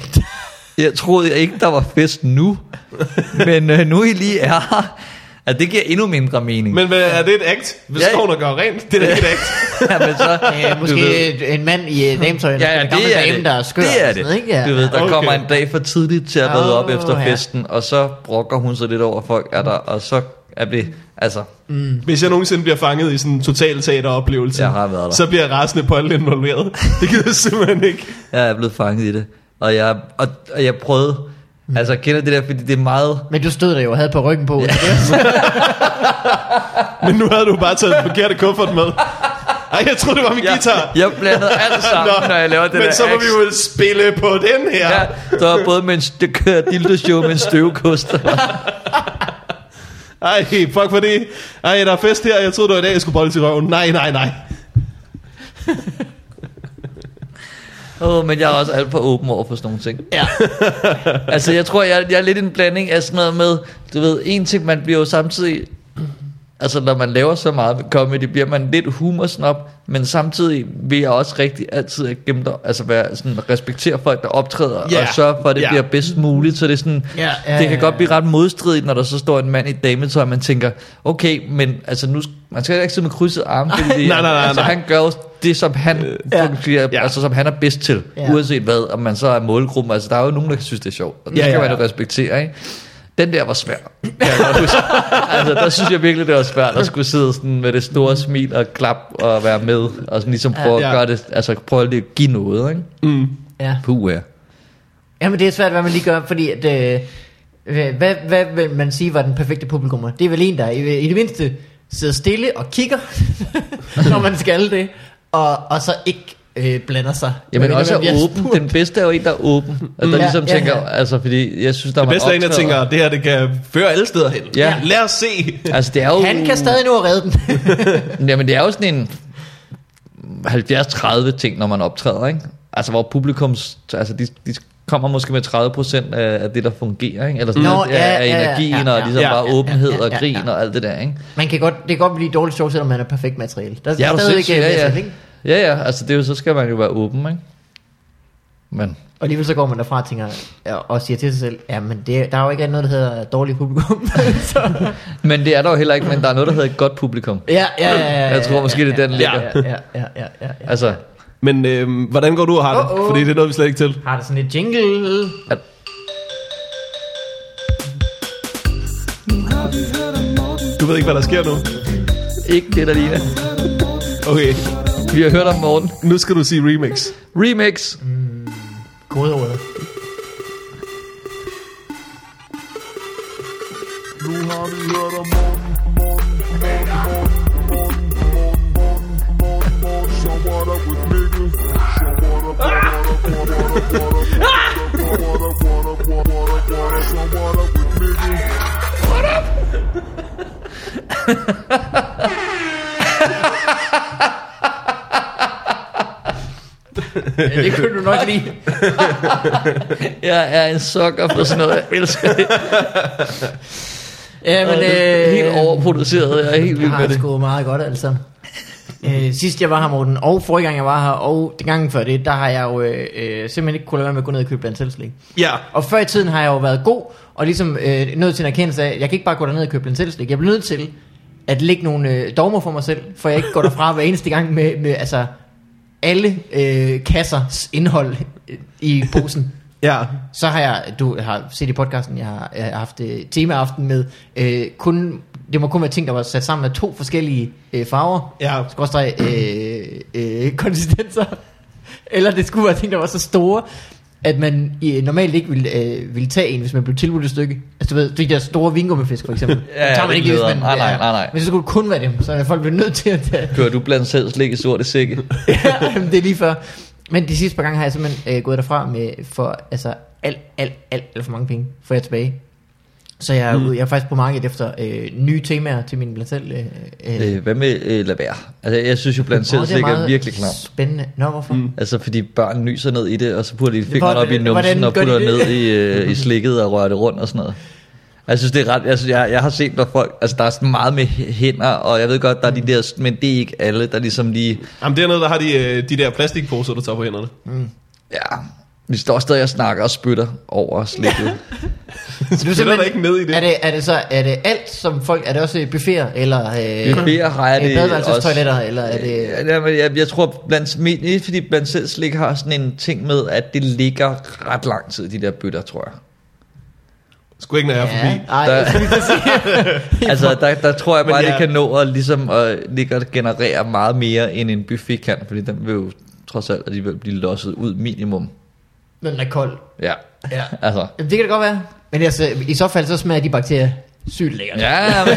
[SPEAKER 3] Jeg troede ikke, der var fest nu, men øh, nu I lige er her. Altså, det giver endnu mindre mening.
[SPEAKER 1] Men hvad, er det et act? Hvis
[SPEAKER 3] Ja.
[SPEAKER 1] ja. hun og gør rent, det er da ikke et act.
[SPEAKER 3] ja, men så,
[SPEAKER 2] Øh,
[SPEAKER 3] du
[SPEAKER 2] måske
[SPEAKER 3] ved-
[SPEAKER 2] en mand i øh, dametøj, eller
[SPEAKER 3] Ja, ja,
[SPEAKER 2] en gammel
[SPEAKER 3] det er
[SPEAKER 2] dame,
[SPEAKER 3] det.
[SPEAKER 2] der er skør.
[SPEAKER 3] det er
[SPEAKER 2] og sådan
[SPEAKER 3] det.
[SPEAKER 2] noget, Ikke? Ja.
[SPEAKER 3] Du ved, der
[SPEAKER 1] Okay.
[SPEAKER 3] okay. kommer en dag for tidligt til at rydde op
[SPEAKER 2] Åh,
[SPEAKER 3] efter
[SPEAKER 2] ja.
[SPEAKER 3] festen, og så brokker hun sig lidt over, at folk er der, og så er det, altså,
[SPEAKER 1] Hvis jeg nogensinde bliver fanget i sådan en total teateroplevelse,
[SPEAKER 3] Jeg har været der.
[SPEAKER 1] så bliver jeg rasende på alle involveret. Det gider jeg simpelthen ikke.
[SPEAKER 3] jeg er blevet fanget i det. Og jeg, og, og jeg prøvede,
[SPEAKER 2] Mm.
[SPEAKER 3] altså jeg kender det der, fordi det er meget,
[SPEAKER 2] Men du stod der jo og havde på ryggen på. Ja.
[SPEAKER 1] Men nu havde du bare taget den forkerte kuffert med. Ej, jeg troede, det var min
[SPEAKER 3] jeg,
[SPEAKER 1] guitar.
[SPEAKER 3] jeg blander alt sammen, Nå, når jeg laver det
[SPEAKER 1] men
[SPEAKER 3] der
[SPEAKER 1] så må
[SPEAKER 3] act.
[SPEAKER 1] vi jo spille på den her.
[SPEAKER 3] Ja,
[SPEAKER 1] Ja.
[SPEAKER 3] der er både med en stykke dildo-show med en støvkost.
[SPEAKER 1] Ej, fuck for det. Ej, der er fest her. Jeg troede, det var i dag, jeg skulle bolde til røven. Nej, nej, nej.
[SPEAKER 3] Åh, oh, men jeg er også alt for åben over for sådan nogle ting.
[SPEAKER 2] Ja.
[SPEAKER 3] altså, jeg tror, jeg, jeg er lidt en blanding af sådan noget med, du ved, en ting, man bliver jo samtidig, altså når man laver så meget comedy, bliver man lidt humorsnop, men samtidig vil jeg også rigtig altid gemme dig, altså være sådan, respektere folk, der optræder,
[SPEAKER 1] Ja.
[SPEAKER 3] og sørge for, at det
[SPEAKER 1] Ja.
[SPEAKER 3] bliver bedst muligt, så det er sådan,
[SPEAKER 2] Ja, ja,
[SPEAKER 3] det
[SPEAKER 2] ja,
[SPEAKER 3] kan
[SPEAKER 2] ja.
[SPEAKER 3] godt blive ret modstridigt, når der så står en mand i dametøj, og man tænker, okay, men altså nu, sk- man skal ikke sidde med krydset arme, fordi
[SPEAKER 1] Nej, nej, nej,
[SPEAKER 3] altså,
[SPEAKER 1] nej.
[SPEAKER 3] han gør jo det, som han
[SPEAKER 2] Øh, ja.
[SPEAKER 3] fungerer,
[SPEAKER 1] Ja.
[SPEAKER 3] ja. altså som han er bedst til,
[SPEAKER 2] Ja.
[SPEAKER 3] ja. uanset hvad, om man så er målgruppen. Altså, der er jo nogen, der kan synes, det er sjovt, og det
[SPEAKER 1] Ja,
[SPEAKER 3] ja, skal
[SPEAKER 1] ja,
[SPEAKER 3] man jo
[SPEAKER 1] ja.
[SPEAKER 3] respektere, ikke? Den der var svær, kan jeg godt huske. altså, der synes jeg virkelig, det var svært at skulle sidde sådan med det store smil og klap og være med, og sådan ligesom prøve
[SPEAKER 1] Ja.
[SPEAKER 3] at gøre det, altså prøve at lige give noget, ikke?
[SPEAKER 1] Mm.
[SPEAKER 2] ja.
[SPEAKER 3] Puh, ja.
[SPEAKER 2] Jamen, det er svært, hvad man lige gør, fordi at, øh, øh, hvad, hvad vil man sige var den perfekte publikum? Det er vel en, der i, i det mindste sidder stille og kigger, når man skal det, og, og så ikke øh, blander sig.
[SPEAKER 3] Jamen
[SPEAKER 2] Men
[SPEAKER 3] også
[SPEAKER 2] man bliver
[SPEAKER 3] er åben.
[SPEAKER 2] spurgt.
[SPEAKER 3] Den bedste er jo en, der er åben. Altså, der
[SPEAKER 2] Ja,
[SPEAKER 3] ligesom
[SPEAKER 2] ja,
[SPEAKER 3] tænker,
[SPEAKER 2] ja.
[SPEAKER 3] altså fordi jeg synes, der
[SPEAKER 1] Det
[SPEAKER 3] var
[SPEAKER 1] bedste er en, der tænker, det her det kan føre alle steder hen.
[SPEAKER 3] Ja.
[SPEAKER 1] Lad os se.
[SPEAKER 3] Altså det er jo...
[SPEAKER 2] Han kan stadig nå at redde den.
[SPEAKER 3] Jamen det er jo sådan en 70-30 ting, når man optræder, ikke? Altså hvor publikums... Altså de, de kommer måske med 30% af af det, der fungerer, ikke? Eller sådan
[SPEAKER 2] Nå,
[SPEAKER 3] noget,
[SPEAKER 2] ja,
[SPEAKER 3] af, af
[SPEAKER 2] ja, ja,
[SPEAKER 3] energien
[SPEAKER 2] ja,
[SPEAKER 3] og
[SPEAKER 2] ja.
[SPEAKER 3] ligesom
[SPEAKER 1] Ja,
[SPEAKER 3] bare
[SPEAKER 2] ja, ja,
[SPEAKER 3] åbenhed
[SPEAKER 2] ja,
[SPEAKER 3] og
[SPEAKER 2] ja, ja.
[SPEAKER 3] grin og alt det der, ikke?
[SPEAKER 2] Man kan godt, det kan godt blive et dårligt show, selvom man er perfekt materiale. Der er
[SPEAKER 3] Ja, er du
[SPEAKER 2] stadig
[SPEAKER 3] sindssyg?
[SPEAKER 2] ikke
[SPEAKER 3] Ja,
[SPEAKER 2] message,
[SPEAKER 3] ja.
[SPEAKER 2] ikke?
[SPEAKER 3] ja, ja. Altså det er jo, så skal man jo være åben, ikke? Men
[SPEAKER 2] Og alligevel så går man derfra og tænker, ja, og siger til sig selv, ja, men det, der er jo ikke rigtig noget, der hedder dårlig publikum. så,
[SPEAKER 3] Men det er der jo heller ikke, men der er noget, der hedder et godt publikum.
[SPEAKER 2] ja, ja, ja, ja, ja,
[SPEAKER 3] Jeg tror måske,
[SPEAKER 2] ja,
[SPEAKER 3] det er den,
[SPEAKER 2] ja,
[SPEAKER 3] ligger.
[SPEAKER 2] Ja, ja, ja, ja, ja, ja.
[SPEAKER 3] Altså,
[SPEAKER 1] Men øhm, hvordan går du og har det?
[SPEAKER 2] Uh-oh.
[SPEAKER 1] Fordi det er noget, vi slet ikke til.
[SPEAKER 2] Har det sådan et jingle?
[SPEAKER 3] at,
[SPEAKER 1] Du ved ikke, hvad der sker nu.
[SPEAKER 3] ikke det, der ligner.
[SPEAKER 1] Okay,
[SPEAKER 3] Vi har hørt om Morten.
[SPEAKER 1] nu skal du sige remix.
[SPEAKER 3] Remix.
[SPEAKER 2] Kodeordet. Ja, det kunne du nok lide.
[SPEAKER 3] Jeg er en sukker for sådan noget. Jeg elsker det.
[SPEAKER 2] Ja, men...
[SPEAKER 3] det er helt overproduceret. Jeg er helt vild
[SPEAKER 2] Jeg øh, har
[SPEAKER 3] med
[SPEAKER 2] det
[SPEAKER 3] det.
[SPEAKER 2] sgu meget godt, altså. Øh, sidst jeg var her, Morten, og forrige gang jeg var her, og den gang før det, der har jeg jo øh, øh, simpelthen ikke kunne lade være med at gå ned og købe blandt selv slik.
[SPEAKER 1] Ja,
[SPEAKER 2] Og før i tiden har jeg jo været god, og ligesom øh, nået til en erkendelse af, at jeg kan ikke bare gå derned og købe blandt selv slik. Jeg bliver nødt til at lægge nogle øh, dogmer for mig selv, for jeg ikke går derfra hver eneste gang med, med altså, alle øh, kassers indhold øh, i posen.
[SPEAKER 1] ja.
[SPEAKER 2] Så har jeg, du har set i podcasten, jeg har, jeg har haft øh, temaaften med, øh, kun, det må kun være ting, der var sat sammen af to forskellige øh, farver,
[SPEAKER 1] Ja.
[SPEAKER 2] skråstreg øh, øh, konsistenser, eller det skulle være ting, der var så store, at man øh, normalt ikke ville, øh, ville tage en, hvis man blev tilbudt et stykke. Altså du ved, de der store vingummefisk for eksempel.
[SPEAKER 3] Ja,
[SPEAKER 2] Den tager man
[SPEAKER 3] det
[SPEAKER 2] ikke lige,
[SPEAKER 3] lyder-
[SPEAKER 2] hvis man...
[SPEAKER 3] nej, nej,
[SPEAKER 2] ja.
[SPEAKER 3] nej, nej.
[SPEAKER 2] Men så skulle det kun være dem, så er folk blev nødt til at tage
[SPEAKER 3] Kører du blandt selv slik i sorte sække?
[SPEAKER 2] ja, jamen, det er lige før. Men de sidste par gange har jeg simpelthen øh, gået derfra med for altså alt, alt, alt, alt for mange penge, får jeg tilbage. Så jeg er, ude, jeg er faktisk på markedet efter øh, nye temaer til min blandt selv. Øh, øh. Øh,
[SPEAKER 3] Øh, Hvad med øh, lad være? Altså, jeg synes jo blandt selv slik er virkelig klamt.
[SPEAKER 2] Spændende. Nå, hvorfor? Mm.
[SPEAKER 3] Altså, fordi børn nyser ned i det, og så putter de
[SPEAKER 2] Hvordan-
[SPEAKER 3] fingrene op i numsen
[SPEAKER 2] hvordan
[SPEAKER 3] og
[SPEAKER 2] gør de
[SPEAKER 3] putter
[SPEAKER 2] det?
[SPEAKER 3] ned i, øh, i slikket og rører det rundt og sådan noget. Jeg synes, det er ret... Altså, jeg, jeg har set, når folk... Altså, der er sådan meget med hæ- hænder, og jeg ved godt, der er de der... Men det er ikke alle, der ligesom lige...
[SPEAKER 1] Jamen, det er noget, der har de, øh, de der plastikposer, du tager på hænderne.
[SPEAKER 3] Ja, vi står stadig og snakker og spytter over slikket.
[SPEAKER 2] Så du er
[SPEAKER 1] der ikke ned i det.
[SPEAKER 2] Er det, er det så er det alt, som folk... Er det også øh, buffeter, eller... Øh,
[SPEAKER 3] Buffeter har jeg
[SPEAKER 2] øh,
[SPEAKER 3] det
[SPEAKER 2] badeværelsestoiletter, eller er det...
[SPEAKER 3] Ja, ja, men jeg, jeg tror, blandt, men ikke fordi blandt selv slik har sådan en ting med, at det ligger ret lang tid, de der bøtter, tror jeg.
[SPEAKER 1] Sgu ikke, når jeg er forbi.
[SPEAKER 2] Ja, ej,
[SPEAKER 3] Der-
[SPEAKER 2] jeg skulle lige sige.
[SPEAKER 3] Altså, der, der tror jeg
[SPEAKER 1] Men
[SPEAKER 3] bare, ja. det
[SPEAKER 1] ja.
[SPEAKER 3] kan nå at, ligesom, at ligge og generere meget mere, end en buffet kan, fordi den vil jo trods alt alligevel blive losset ud minimum.
[SPEAKER 2] Men den er kold.
[SPEAKER 3] Ja,
[SPEAKER 2] Ja.
[SPEAKER 3] altså.
[SPEAKER 2] Jamen, det kan det godt være. Men altså, i så fald, så smager de bakterier sygt lækkert.
[SPEAKER 3] Ja, ja, men,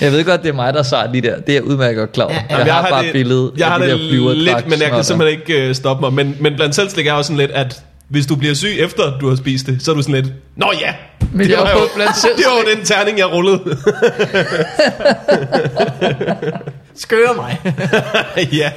[SPEAKER 3] jeg ved godt, det er mig, der sejrer lige der. Det er jeg udmærket godt klar over.
[SPEAKER 2] Ja,
[SPEAKER 3] Ja,
[SPEAKER 2] ja.
[SPEAKER 3] Jeg, jeg, har, bare
[SPEAKER 1] det,
[SPEAKER 3] billedet
[SPEAKER 1] Jeg har
[SPEAKER 3] af de
[SPEAKER 1] det
[SPEAKER 3] der flyver,
[SPEAKER 1] lidt, men jeg kan
[SPEAKER 3] dragsnotter.
[SPEAKER 1] simpelthen ikke øh, stoppe mig. Men, men blandt selv slik er jo sådan lidt, at hvis du bliver syg efter, du har spist det, så er du sådan lidt, Nå ja,
[SPEAKER 3] Men jeg
[SPEAKER 1] var
[SPEAKER 3] har
[SPEAKER 1] jo-
[SPEAKER 3] fået blandt selv
[SPEAKER 1] det var jo den terning, jeg rullede.
[SPEAKER 2] Skøre mig.
[SPEAKER 1] ja.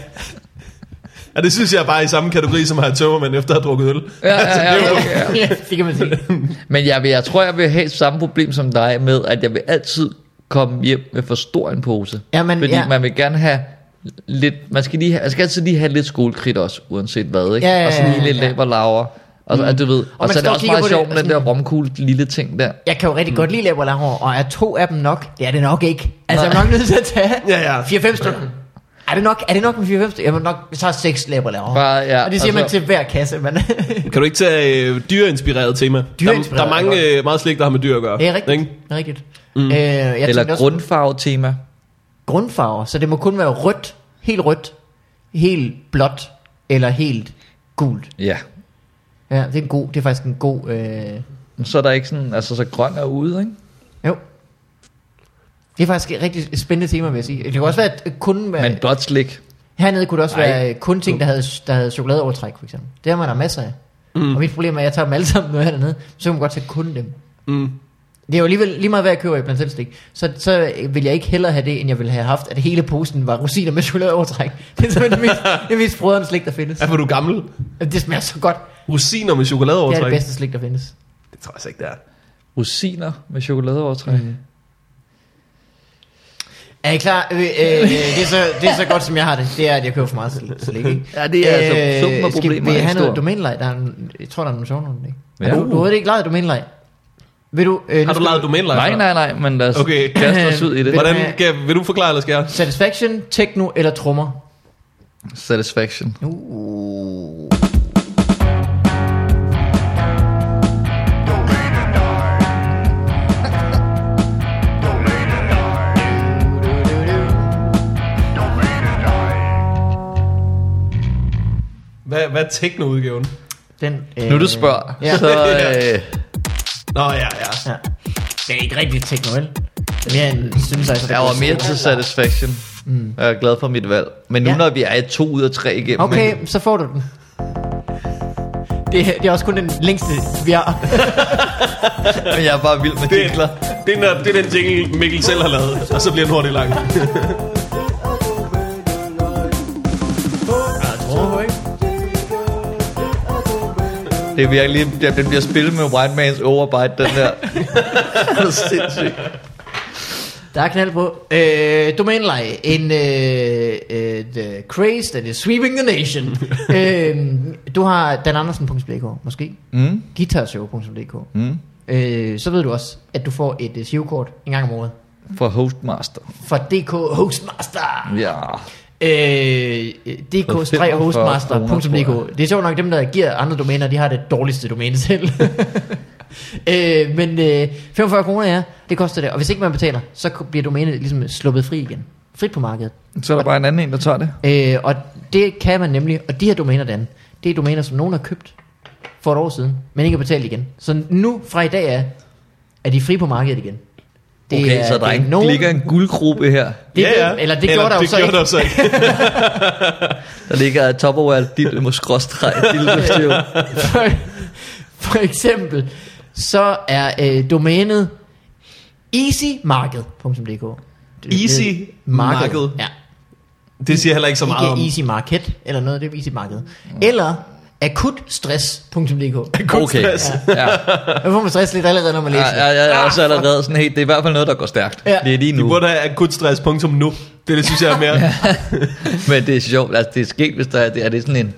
[SPEAKER 1] Og det synes jeg er bare i samme kategori, som at have tømmermænd efter at have drukket øl. Altså,
[SPEAKER 3] Ja, ja, ja,
[SPEAKER 1] det er jo-
[SPEAKER 3] okay, ja.
[SPEAKER 2] ja, det kan man sige.
[SPEAKER 3] Men jeg, vil, jeg tror, jeg vil have samme problem som dig med, at jeg vil altid komme hjem med for stor en pose.
[SPEAKER 2] Ja, men
[SPEAKER 3] fordi
[SPEAKER 2] ja.
[SPEAKER 3] man vil gerne have lidt, man skal, lige, have- man skal altid lige have lidt skolekridt også, uanset hvad, ikke?
[SPEAKER 2] Ja, ja,
[SPEAKER 3] og så lige
[SPEAKER 2] ja,
[SPEAKER 3] lidt
[SPEAKER 2] ja.
[SPEAKER 3] læb og laver. Og, så, du ved, og,
[SPEAKER 2] man
[SPEAKER 3] så er
[SPEAKER 2] står
[SPEAKER 3] det
[SPEAKER 2] og
[SPEAKER 3] også
[SPEAKER 2] kigger
[SPEAKER 3] meget
[SPEAKER 2] på det, altså-
[SPEAKER 3] sjovt
[SPEAKER 2] og
[SPEAKER 3] med den der
[SPEAKER 2] sådan-
[SPEAKER 3] romkugle lille ting der.
[SPEAKER 2] Jeg kan jo
[SPEAKER 3] Mm.
[SPEAKER 2] rigtig godt lide laborlarver, og er to af dem nok? Det er det nok ikke. Altså, jeg er nok nødt til at tage
[SPEAKER 1] Ja, ja.
[SPEAKER 2] 4-5 stykker. Er det nok, er det nok med 4-5 stykker? Jeg må nok vi tager 6 laborlarver.
[SPEAKER 3] Bare, ja,
[SPEAKER 2] og det siger
[SPEAKER 3] og
[SPEAKER 2] man
[SPEAKER 3] så-
[SPEAKER 2] til hver kasse. Man. det
[SPEAKER 1] Kan du ikke tage øh, dyreinspireret tema?
[SPEAKER 2] Dyreinspireret
[SPEAKER 1] der, der er
[SPEAKER 2] er
[SPEAKER 1] mange, øh, meget slik, der har med dyr at gøre.
[SPEAKER 2] er rigtigt.
[SPEAKER 1] Ikke?
[SPEAKER 2] Det er rigtigt. Mm. Øh, jeg tænkte
[SPEAKER 3] Eller
[SPEAKER 2] også-
[SPEAKER 3] grundfarvetema.
[SPEAKER 2] grundfarver, så det må kun være rødt, helt rødt, helt blåt eller helt gult.
[SPEAKER 3] Ja.
[SPEAKER 2] Ja, det er, en god, det er faktisk en god... Øh,
[SPEAKER 3] Så er der ikke sådan, altså så grøn er ude, ikke?
[SPEAKER 2] jo. Det er faktisk et rigtig spændende tema, vil jeg sige. Det kunne også være at kun...
[SPEAKER 3] Men
[SPEAKER 2] Men,
[SPEAKER 3] blot slik.
[SPEAKER 2] hernede kunne det også
[SPEAKER 3] Nej.
[SPEAKER 2] nej. være kun ting, der havde, der havde chokoladeovertræk, for eksempel. Det har man der masser af. Mm. Og mit problem er, at jeg tager dem alle sammen med hernede, så kan man godt tage kun dem.
[SPEAKER 1] Mm.
[SPEAKER 2] Det er jo alligevel lige meget hvad jeg køber i blandt selv slik. Så, så vil jeg ikke hellere have det, end jeg ville have haft, at hele posen var rosiner med chokoladeovertræk. Det er simpelthen det mest, det mest frøderen slik, der findes.
[SPEAKER 1] Er for du gammel?
[SPEAKER 2] Det smager så godt.
[SPEAKER 1] Rosiner med
[SPEAKER 2] Det er det
[SPEAKER 1] chokoladeovertræk?
[SPEAKER 2] bedste slik, der findes.
[SPEAKER 1] det tror jeg slet ikke, det er.
[SPEAKER 3] Rosiner med chokoladeovertræk. Mm.
[SPEAKER 2] Er I klar? Øh, øh, øh, det, er så, det er så godt, som jeg har det. Det er, at jeg køber for meget slik. slik ikke?
[SPEAKER 3] Ja, det er altså summen af
[SPEAKER 2] Øh, Skal
[SPEAKER 3] problemer
[SPEAKER 2] vi
[SPEAKER 3] er
[SPEAKER 2] have
[SPEAKER 3] stor.
[SPEAKER 2] noget domænelej? Der er en, jeg tror, der er nogle sjove nogle, ikke?
[SPEAKER 3] Ja. Uh.
[SPEAKER 2] Ja. Du, du har ikke lejet domænelej. Vil du... Øh, nu
[SPEAKER 1] Har du
[SPEAKER 2] skal-
[SPEAKER 1] lavet domænelejr?
[SPEAKER 3] Nej, nej, nej, men lad os
[SPEAKER 1] Okay.
[SPEAKER 3] okay. kaste os ud i det.
[SPEAKER 2] Ved-
[SPEAKER 1] Hvordan,
[SPEAKER 2] Vil du-
[SPEAKER 1] kan, vil du forklare, eller skal jeg?
[SPEAKER 2] Satisfaction, techno eller trommer?
[SPEAKER 3] Satisfaction.
[SPEAKER 2] Uh.
[SPEAKER 1] Hvad, hvad er teknoudgaven?
[SPEAKER 2] Den, øh,
[SPEAKER 3] Nu du spørger,
[SPEAKER 2] ja.
[SPEAKER 3] ja. så... Øh,
[SPEAKER 1] Nå, ja, ja.
[SPEAKER 2] Ja. Det er ikke rigtig techno, vel? Mere end synthesizer.
[SPEAKER 3] jeg var mere til satisfaction. Mm. Jeg er glad for mit valg. Men nu
[SPEAKER 2] Ja.
[SPEAKER 3] ja. når vi er i to ud af tre igennem... ikke?
[SPEAKER 2] Okay, så får du den. Det, det er også kun den længste, vi har.
[SPEAKER 3] Men jeg er bare vild med
[SPEAKER 1] Det
[SPEAKER 3] titler.
[SPEAKER 1] er, det, er, når- det er den jingle, Mikkel selv har lavet, og så bliver den hurtigt lang.
[SPEAKER 3] Det er virkelig, ja, den bliver spillet med White Man's Overbite, den der. Det er sindssygt.
[SPEAKER 2] Der er knald på. Øh, domæneleje. En øh, øh, the craze that is sweeping the nation. øh, du har danandersen.dk, måske.
[SPEAKER 3] Mm,
[SPEAKER 2] Guitarshow.dk.
[SPEAKER 3] mm.
[SPEAKER 2] Øh, så ved du også, at du får et øh, shivkort en gang om året.
[SPEAKER 3] Fra Hostmaster.
[SPEAKER 2] Fra DK Hostmaster.
[SPEAKER 3] Ja.
[SPEAKER 2] Øh,
[SPEAKER 3] kroner, tror
[SPEAKER 2] dk-hostmaster.dk Det er sjovt nok, dem der giver andre domæner, de har det dårligste domæne selv. øh, men øh, 45 kroner, ja, det koster det. Og hvis ikke man betaler, så ko- bliver domænet ligesom sluppet fri igen. Frit på markedet.
[SPEAKER 3] Så er der bare en anden en, der tager det.
[SPEAKER 2] Øh, og det kan man nemlig, og de her domæner, Dan, det er domæner, som nogen har købt for et år siden, men ikke har betalt igen. Så nu, fra i dag af, er de fri på markedet igen. Det
[SPEAKER 3] Okay, så der
[SPEAKER 2] det
[SPEAKER 3] ikke nogen... ligger en guldgruppe her.
[SPEAKER 2] det, ja, ja. Eller det gjorde der jo
[SPEAKER 1] det
[SPEAKER 2] så
[SPEAKER 1] gjorde
[SPEAKER 2] ikke.
[SPEAKER 1] der jo så ikke.
[SPEAKER 3] Der ligger et topperware dildo med skråstreg dildo
[SPEAKER 2] for, for eksempel, så er øh, domænet easymarked.dk.
[SPEAKER 1] Easy
[SPEAKER 2] Marked.
[SPEAKER 1] Marked.
[SPEAKER 2] Ja,
[SPEAKER 1] Det siger heller ikke så meget om.
[SPEAKER 2] ikke easy market, eller noget, det er easymarked. Eller akutstress.dk.
[SPEAKER 3] Okay,
[SPEAKER 1] Kunststress.
[SPEAKER 3] ja.
[SPEAKER 2] Der får man stress lidt allerede, når man
[SPEAKER 3] Ja,
[SPEAKER 2] læser
[SPEAKER 3] ja,
[SPEAKER 2] det.
[SPEAKER 3] ja, jeg er også allerede sådan helt, det er i hvert fald noget, der går stærkt.
[SPEAKER 2] Ja.
[SPEAKER 3] Det er lige
[SPEAKER 1] De
[SPEAKER 3] nu.
[SPEAKER 1] burde have akutstress.nu. Det, er det synes jeg er mere.
[SPEAKER 3] Men det er sjovt, altså det er sket, hvis der er, det er det er sådan en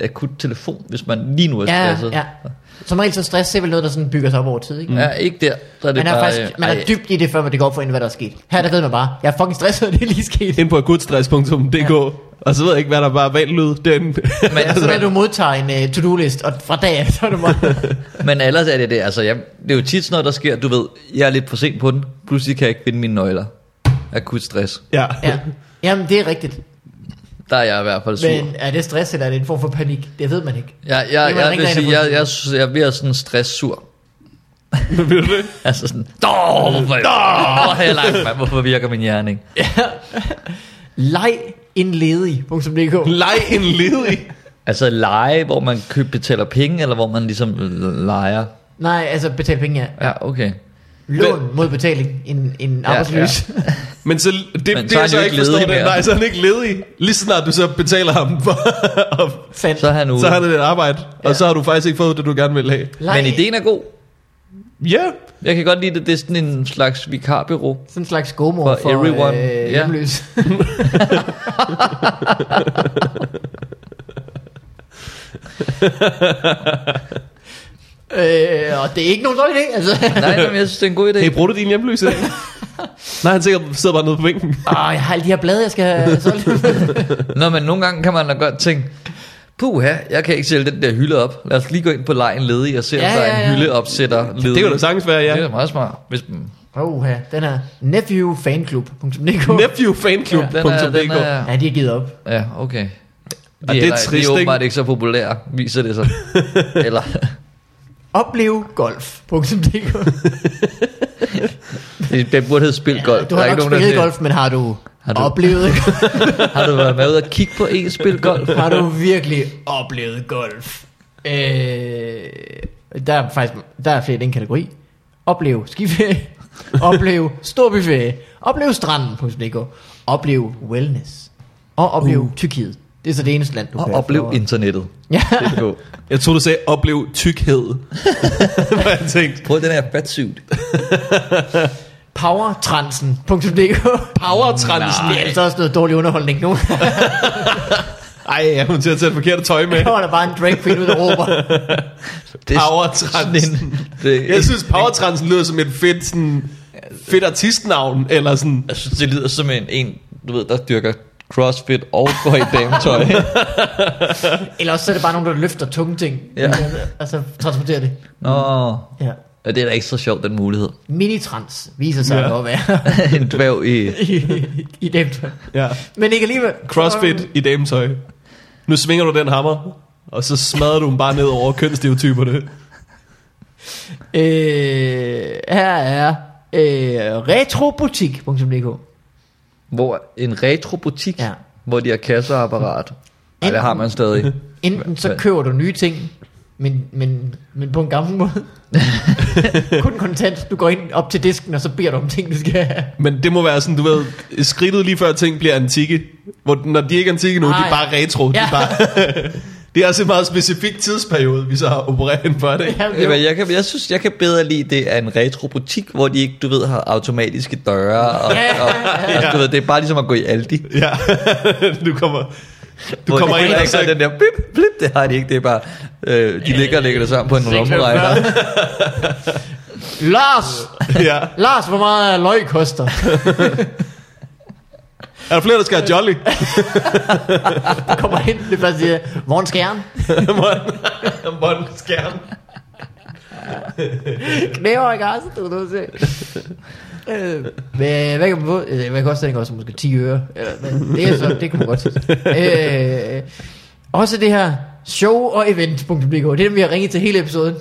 [SPEAKER 3] akut telefon, hvis man lige nu er stresset. Mm.
[SPEAKER 2] ja, ja. Som regel så stress det er vel noget, der sådan bygger sig op over tid, ikke?
[SPEAKER 3] ja ikke der. Så er det
[SPEAKER 2] Man er,
[SPEAKER 3] bare,
[SPEAKER 2] faktisk,
[SPEAKER 3] øh,
[SPEAKER 2] man
[SPEAKER 3] ej,
[SPEAKER 2] er dybt i det, før man det går op for en, hvad der er sket. Her der ved man bare, jeg er fucking stresset, og det er lige sket.
[SPEAKER 1] Ind på akutstress.dk. Og så ved jeg ikke, hvad der bare er valg lyd derinde.
[SPEAKER 3] Men,
[SPEAKER 2] Ja, så når du modtager en uh, to-do-list, og fra dag af, så er det bare...
[SPEAKER 3] men ellers er det det, altså jeg, det er jo tit sådan noget, der sker, du ved, jeg er lidt for sent på den, pludselig kan jeg ikke finde mine nøgler. Akut stress.
[SPEAKER 1] Ja.
[SPEAKER 2] Ja. Jamen, det er rigtigt.
[SPEAKER 3] Der er jeg i hvert fald sur.
[SPEAKER 2] Men er det stress, eller er det en form for panik? Det ved man ikke.
[SPEAKER 3] Jeg,
[SPEAKER 2] er
[SPEAKER 3] jeg,
[SPEAKER 2] der
[SPEAKER 3] jeg
[SPEAKER 2] ikke
[SPEAKER 3] vil
[SPEAKER 2] rigtig
[SPEAKER 3] sige,
[SPEAKER 2] nogen,
[SPEAKER 3] jeg,
[SPEAKER 2] der
[SPEAKER 3] jeg, jeg, jeg bliver sådan stresssur.
[SPEAKER 1] Ved du det?
[SPEAKER 3] Altså sådan, Dåh, hvorfor, Dåh, jeg er langt, mand, hvorfor virker min hjerne ikke?
[SPEAKER 2] Leg en ledig.dk
[SPEAKER 1] Leg en ledig.
[SPEAKER 3] Altså lege, hvor man køb, betaler penge, eller hvor man ligesom leger.
[SPEAKER 2] Nej, altså betal penge af.
[SPEAKER 3] Ja, okay.
[SPEAKER 2] Lån mod betaling. En, en arbejdsløs. Ja,
[SPEAKER 1] Men så, det,
[SPEAKER 3] Men
[SPEAKER 1] det
[SPEAKER 3] så
[SPEAKER 1] jeg
[SPEAKER 3] er han
[SPEAKER 1] så
[SPEAKER 3] jo
[SPEAKER 1] ikke
[SPEAKER 3] ikke
[SPEAKER 1] forstår
[SPEAKER 3] ledig
[SPEAKER 1] det.
[SPEAKER 3] mere.
[SPEAKER 1] Nej, så er han ikke ledig. Lige så snart du så betaler ham for, og
[SPEAKER 2] ja.
[SPEAKER 3] Så er han ude.
[SPEAKER 1] så har det et arbejde. Og så har du faktisk ikke fået det, du gerne vil have.
[SPEAKER 3] Men ideen er god.
[SPEAKER 1] Ja.
[SPEAKER 3] Jeg kan godt lide det, det er sådan en slags vikarbyrå.
[SPEAKER 2] Sådan en slags godmor for,
[SPEAKER 3] For
[SPEAKER 2] for
[SPEAKER 3] everyone.
[SPEAKER 2] everyone. Øh,
[SPEAKER 3] Ja.
[SPEAKER 2] hjemløs. øh, og det er ikke nogen dårlig idé, altså.
[SPEAKER 3] Nej, men jeg synes, det er en god idé.
[SPEAKER 1] Hey, bruger du din hjemløse? Nej, han sikkert sidder bare nede på vinken.
[SPEAKER 2] Åh, jeg har alle de her blade, jeg skal have solgt.
[SPEAKER 3] Nå, men nogle gange kan man da godt tænke, puha, jeg kan ikke sælge den der hylde op. Lad os lige gå ind på lejen ledig og se,
[SPEAKER 2] Ja,
[SPEAKER 3] om der er
[SPEAKER 2] ja,
[SPEAKER 3] en
[SPEAKER 2] ja.
[SPEAKER 3] hyldeopsætter ledig.
[SPEAKER 1] Det kan da sagtens være, ja.
[SPEAKER 3] Det er meget smart. Hvis, den,
[SPEAKER 2] Åh, ja, den her nephewfanclub.dk
[SPEAKER 1] Nephew Fanclub.
[SPEAKER 3] er, den er,
[SPEAKER 2] Ja, de er givet op.
[SPEAKER 3] ja, okay. Vi
[SPEAKER 1] det er
[SPEAKER 3] heller-
[SPEAKER 1] trist,
[SPEAKER 3] vi er åbenbart
[SPEAKER 1] ikke?
[SPEAKER 3] ikke så populære, viser det sig. Eller,
[SPEAKER 2] Oplev golf.dk
[SPEAKER 3] det, det burde hedde spil golf.
[SPEAKER 2] Du har nok
[SPEAKER 3] der
[SPEAKER 2] spillet
[SPEAKER 3] siger-
[SPEAKER 2] golf, men har du,
[SPEAKER 3] Har
[SPEAKER 2] har
[SPEAKER 3] du-
[SPEAKER 2] du oplevet
[SPEAKER 3] Har du været med ude og kigge på e-spil golf?
[SPEAKER 2] Har du virkelig oplevet golf? Øh, der er faktisk der er flere i den kategori. Oplev skiferie. Oplev storbyferie. Oplev stranden.dk. Oplev wellness. Og oplev uh. Tyrkiet. Det er så det eneste land, du
[SPEAKER 3] Og
[SPEAKER 2] kan
[SPEAKER 3] oplev
[SPEAKER 2] få-
[SPEAKER 3] internettet.
[SPEAKER 2] Ja.
[SPEAKER 3] Det er på.
[SPEAKER 1] Jeg tror du sagde, oplev tykhed. Hvad jeg tænkte.
[SPEAKER 3] Prøv den her fatsuit.
[SPEAKER 2] Powertransen.dk
[SPEAKER 1] Powertransen.
[SPEAKER 2] Det er altså også noget dårlig underholdning nu.
[SPEAKER 1] Ej, jeg kom til at tage det forkerte tøj med.
[SPEAKER 2] Der var der bare en drag queen ud og råber.
[SPEAKER 3] Det er
[SPEAKER 1] Powertransen.
[SPEAKER 3] sådan en- Det,
[SPEAKER 1] Jeg synes, Powertransen lyder som et fedt, sådan, fedt artistnavn, eller sådan...
[SPEAKER 3] jeg synes, det lyder som en, en du ved, der dyrker crossfit og går i dametøj.
[SPEAKER 2] Eller også så er det bare nogen, der løfter tunge ting.
[SPEAKER 3] Ja.
[SPEAKER 2] Altså transporterer det.
[SPEAKER 3] Nå,
[SPEAKER 2] Ja.
[SPEAKER 3] ja, det er da ikke så sjovt, den mulighed.
[SPEAKER 2] Minitrans viser sig
[SPEAKER 1] Ja.
[SPEAKER 2] ja. at være.
[SPEAKER 3] en dværg i...
[SPEAKER 2] i, i dametøj.
[SPEAKER 1] Ja.
[SPEAKER 2] Men ikke alligevel.
[SPEAKER 1] Crossfit i dametøj. Nu svinger du den hammer, og så smadrer du den bare ned over kønsstereotyperne.
[SPEAKER 2] Øh, her er øh, retrobutik.dk.
[SPEAKER 3] Hvor en retrobutik, ja.
[SPEAKER 2] Ja.
[SPEAKER 3] hvor de har kasseapparat. Ej, det har man stadig.
[SPEAKER 2] Enten så
[SPEAKER 3] Hvad?
[SPEAKER 2] køber du nye ting, men, men, men på en gammel måde. Kun kontant. Du går ind op til disken, og så beder du om ting, du skal have.
[SPEAKER 1] Men det må være sådan, du ved, skridtet lige før ting bliver antikke. Hvor, når de ikke er antikke nu,
[SPEAKER 2] Ah,
[SPEAKER 1] de er
[SPEAKER 2] ja.
[SPEAKER 1] bare retro. De er
[SPEAKER 2] Ja.
[SPEAKER 1] bare det er også en meget specifik tidsperiode, vi så har opereret inden for det.
[SPEAKER 2] Ja, jo.
[SPEAKER 3] Jamen, jeg, kan, jeg synes, jeg kan bedre lide det af en retrobutik, hvor de ikke, du ved, har automatiske døre. Og,
[SPEAKER 2] Ja.
[SPEAKER 3] og, og, du ved, det er bare ligesom at gå i Aldi.
[SPEAKER 1] Ja, du kommer, du
[SPEAKER 3] Hvor
[SPEAKER 1] kommer
[SPEAKER 3] de
[SPEAKER 1] ind og
[SPEAKER 3] heller ikke har
[SPEAKER 1] så,
[SPEAKER 3] den der blip, blip, det har de ikke. Det er bare, øh, de ligger og lægger det sammen på en lommerejder.
[SPEAKER 2] Lars!
[SPEAKER 1] ja.
[SPEAKER 2] Lars, hvor meget løg koster?
[SPEAKER 1] Er der flere, der skal have jolly?
[SPEAKER 2] Du kommer hen, det er bare siger, Vogn skærm,
[SPEAKER 1] Morten- Morten skærm.
[SPEAKER 2] knæver i græsset, du kan se. Øh, hvad, hvad kan man få? Øh, Hvad koster den også? Måske 10 øre? Eller, hvad? det, er så, det kan man godt sige. Øh, også det her show og event.dk. Det er dem, vi har ringet til hele episoden.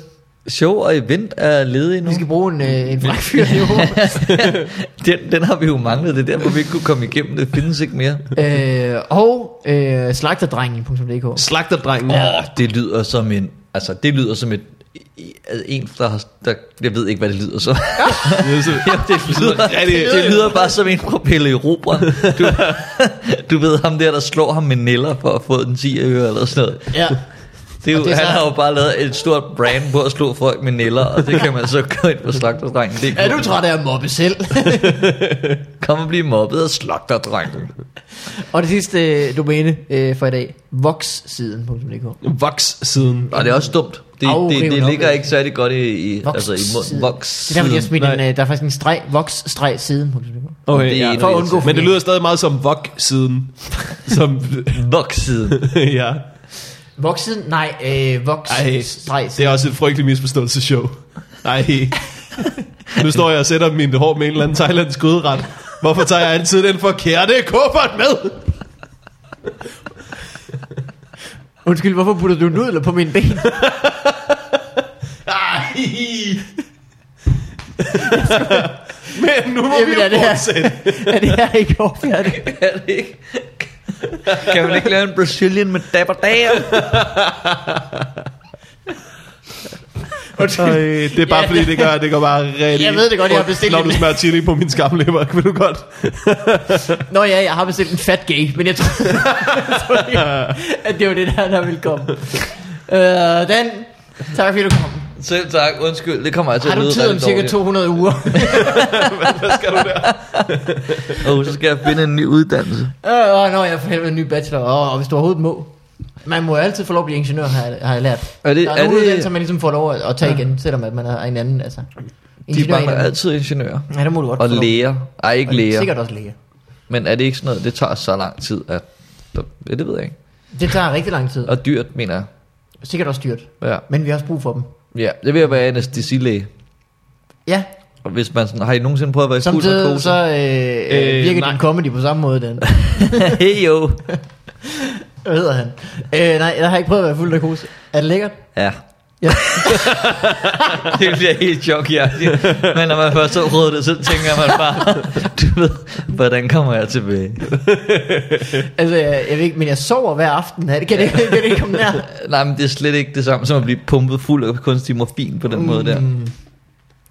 [SPEAKER 3] Show og event er ledige nu.
[SPEAKER 2] Vi skal bruge en, øh, en fræk fyr i hovedet.
[SPEAKER 3] Den, den har vi jo manglet. Det er der, hvor vi ikke kunne komme igennem. Det findes ikke mere.
[SPEAKER 2] øh, og øh, slagterdrengen.dk.
[SPEAKER 1] Slagterdrengen.
[SPEAKER 3] Åh, oh, det lyder som en... Altså, det lyder som et... En, der har... Der, jeg ved ikke, hvad det lyder som.
[SPEAKER 1] Det er så-
[SPEAKER 3] det, lyder,
[SPEAKER 1] Ja, det-
[SPEAKER 3] det lyder bare som en fra Pelle Europa. Du, du ved ham der, der slår ham med niller for at få den 10 øre eller sådan noget.
[SPEAKER 2] Ja.
[SPEAKER 3] Det er jo,
[SPEAKER 2] Og det
[SPEAKER 3] det
[SPEAKER 2] er
[SPEAKER 3] han
[SPEAKER 2] så-
[SPEAKER 3] har jo bare lavet et stort brand på at slå folk med niller, og det kan man så gå ind på slagterdrengen. Det
[SPEAKER 2] Er du træt af at mobbe selv?
[SPEAKER 3] Kom og blive mobbet af slagterdrengen.
[SPEAKER 2] og det sidste øh, domæne øh, for i dag. Voxsiden.dk.
[SPEAKER 1] Voks-siden.
[SPEAKER 3] Og det er også dumt. Det, det, det,
[SPEAKER 2] Afrivende
[SPEAKER 3] det ligger
[SPEAKER 2] oplevelse.
[SPEAKER 3] ikke særlig godt i, i
[SPEAKER 2] Voks-
[SPEAKER 3] altså i munden.
[SPEAKER 2] siden.
[SPEAKER 3] Voks.
[SPEAKER 2] Det er derfor, de har smidt
[SPEAKER 1] Nej.
[SPEAKER 2] en, øh, der er faktisk en streg, vox-siden.dk.
[SPEAKER 1] Okay,
[SPEAKER 3] Det er
[SPEAKER 1] ja.
[SPEAKER 3] en- For at
[SPEAKER 2] undgå
[SPEAKER 1] Men det
[SPEAKER 2] forvirring.
[SPEAKER 1] lyder stadig meget som vok-siden. Som,
[SPEAKER 3] Voksiden.
[SPEAKER 1] ja.
[SPEAKER 2] Vox-siden? Nej, øh,
[SPEAKER 1] Ej,
[SPEAKER 2] vox-streg.
[SPEAKER 1] det er også et frygteligt misforståelsesshow. Nej. Nu står jeg og sætter min hår med en eller anden thailandsk gryderet. Hvorfor tager jeg altid den forkerte kuffert med?
[SPEAKER 2] Undskyld, hvorfor putter du nudler på mine ben?
[SPEAKER 1] Ej. Men nu må
[SPEAKER 2] Jamen,
[SPEAKER 1] vi
[SPEAKER 2] er det
[SPEAKER 1] jo
[SPEAKER 2] her-
[SPEAKER 1] fortsætte.
[SPEAKER 2] er det her ikke overfærdigt?
[SPEAKER 3] er det ikke? Kan man ikke lave en Brazilian med dapper dager?
[SPEAKER 1] Ej, det er bare
[SPEAKER 2] Ja.
[SPEAKER 1] fordi, det gør, det går bare rigtig...
[SPEAKER 2] Jeg ved det godt, jeg har bestilt
[SPEAKER 1] Når du
[SPEAKER 2] en-
[SPEAKER 1] smager chili på min skamlæber, kan du godt...
[SPEAKER 2] Nå ja, jeg har bestilt en fat gay, men jeg tror, jeg tror ikke, at det var det der, der ville komme. Øh, Dan, tak fordi du kom.
[SPEAKER 3] Selv tak, undskyld. Det kommer altså
[SPEAKER 2] Har du tid om cirka 200 uger?
[SPEAKER 1] Hvad skal du der?
[SPEAKER 3] Og så skal jeg finde en ny uddannelse.
[SPEAKER 2] Åh, øh, nå, jeg får helvede en ny bachelor. Åh, og hvis du overhovedet må. Man må jo altid få lov at blive ingeniør, har jeg, har jeg lært.
[SPEAKER 3] Er det-
[SPEAKER 2] der er,
[SPEAKER 3] er
[SPEAKER 2] nogle
[SPEAKER 3] det-
[SPEAKER 2] uddannelser, man ligesom får lov at, at tage igen, selvom at man er en anden, altså.
[SPEAKER 3] De
[SPEAKER 2] Ingeniør i
[SPEAKER 3] mangler
[SPEAKER 2] Danmark.
[SPEAKER 3] altid ingeniører.
[SPEAKER 2] Ja, det må du godt
[SPEAKER 3] Og
[SPEAKER 2] få lov.
[SPEAKER 3] læger. Ej, ikke
[SPEAKER 2] Og
[SPEAKER 3] læger.
[SPEAKER 2] Sikkert også læger.
[SPEAKER 3] Men er det ikke sådan noget, det tager så lang tid, at... Ja, det ved jeg ikke.
[SPEAKER 2] Det tager rigtig lang tid.
[SPEAKER 3] Og dyrt, mener jeg.
[SPEAKER 2] Sikkert også dyrt.
[SPEAKER 3] Ja,
[SPEAKER 2] Men vi har også brug for dem.
[SPEAKER 3] ja det vil jeg være anestesilæge.
[SPEAKER 2] Ja,
[SPEAKER 3] Og hvis man sådan, har I nogensinde prøvet at være i skuld
[SPEAKER 2] samtidig så øh, øh,
[SPEAKER 1] Øh,
[SPEAKER 2] virker
[SPEAKER 1] nej.
[SPEAKER 2] din comedy på samme måde, den.
[SPEAKER 3] hey jo.
[SPEAKER 2] Hvad hedder han? Øh, nej, jeg har ikke prøvet at være fuld narkose. Er det lækkert?
[SPEAKER 3] Ja.
[SPEAKER 2] Ja.
[SPEAKER 3] det bliver helt chok, ja. Men når man først har prøvet det, så tænker man bare, du ved, hvordan kommer jeg tilbage?
[SPEAKER 2] Altså, jeg, jeg ved ikke, men jeg sover hver aften. Er det, kan, det, kan det ikke komme nær?
[SPEAKER 3] Nej, men det er slet ikke det samme som at blive pumpet fuld af kunstig morfin på den mm. måde der.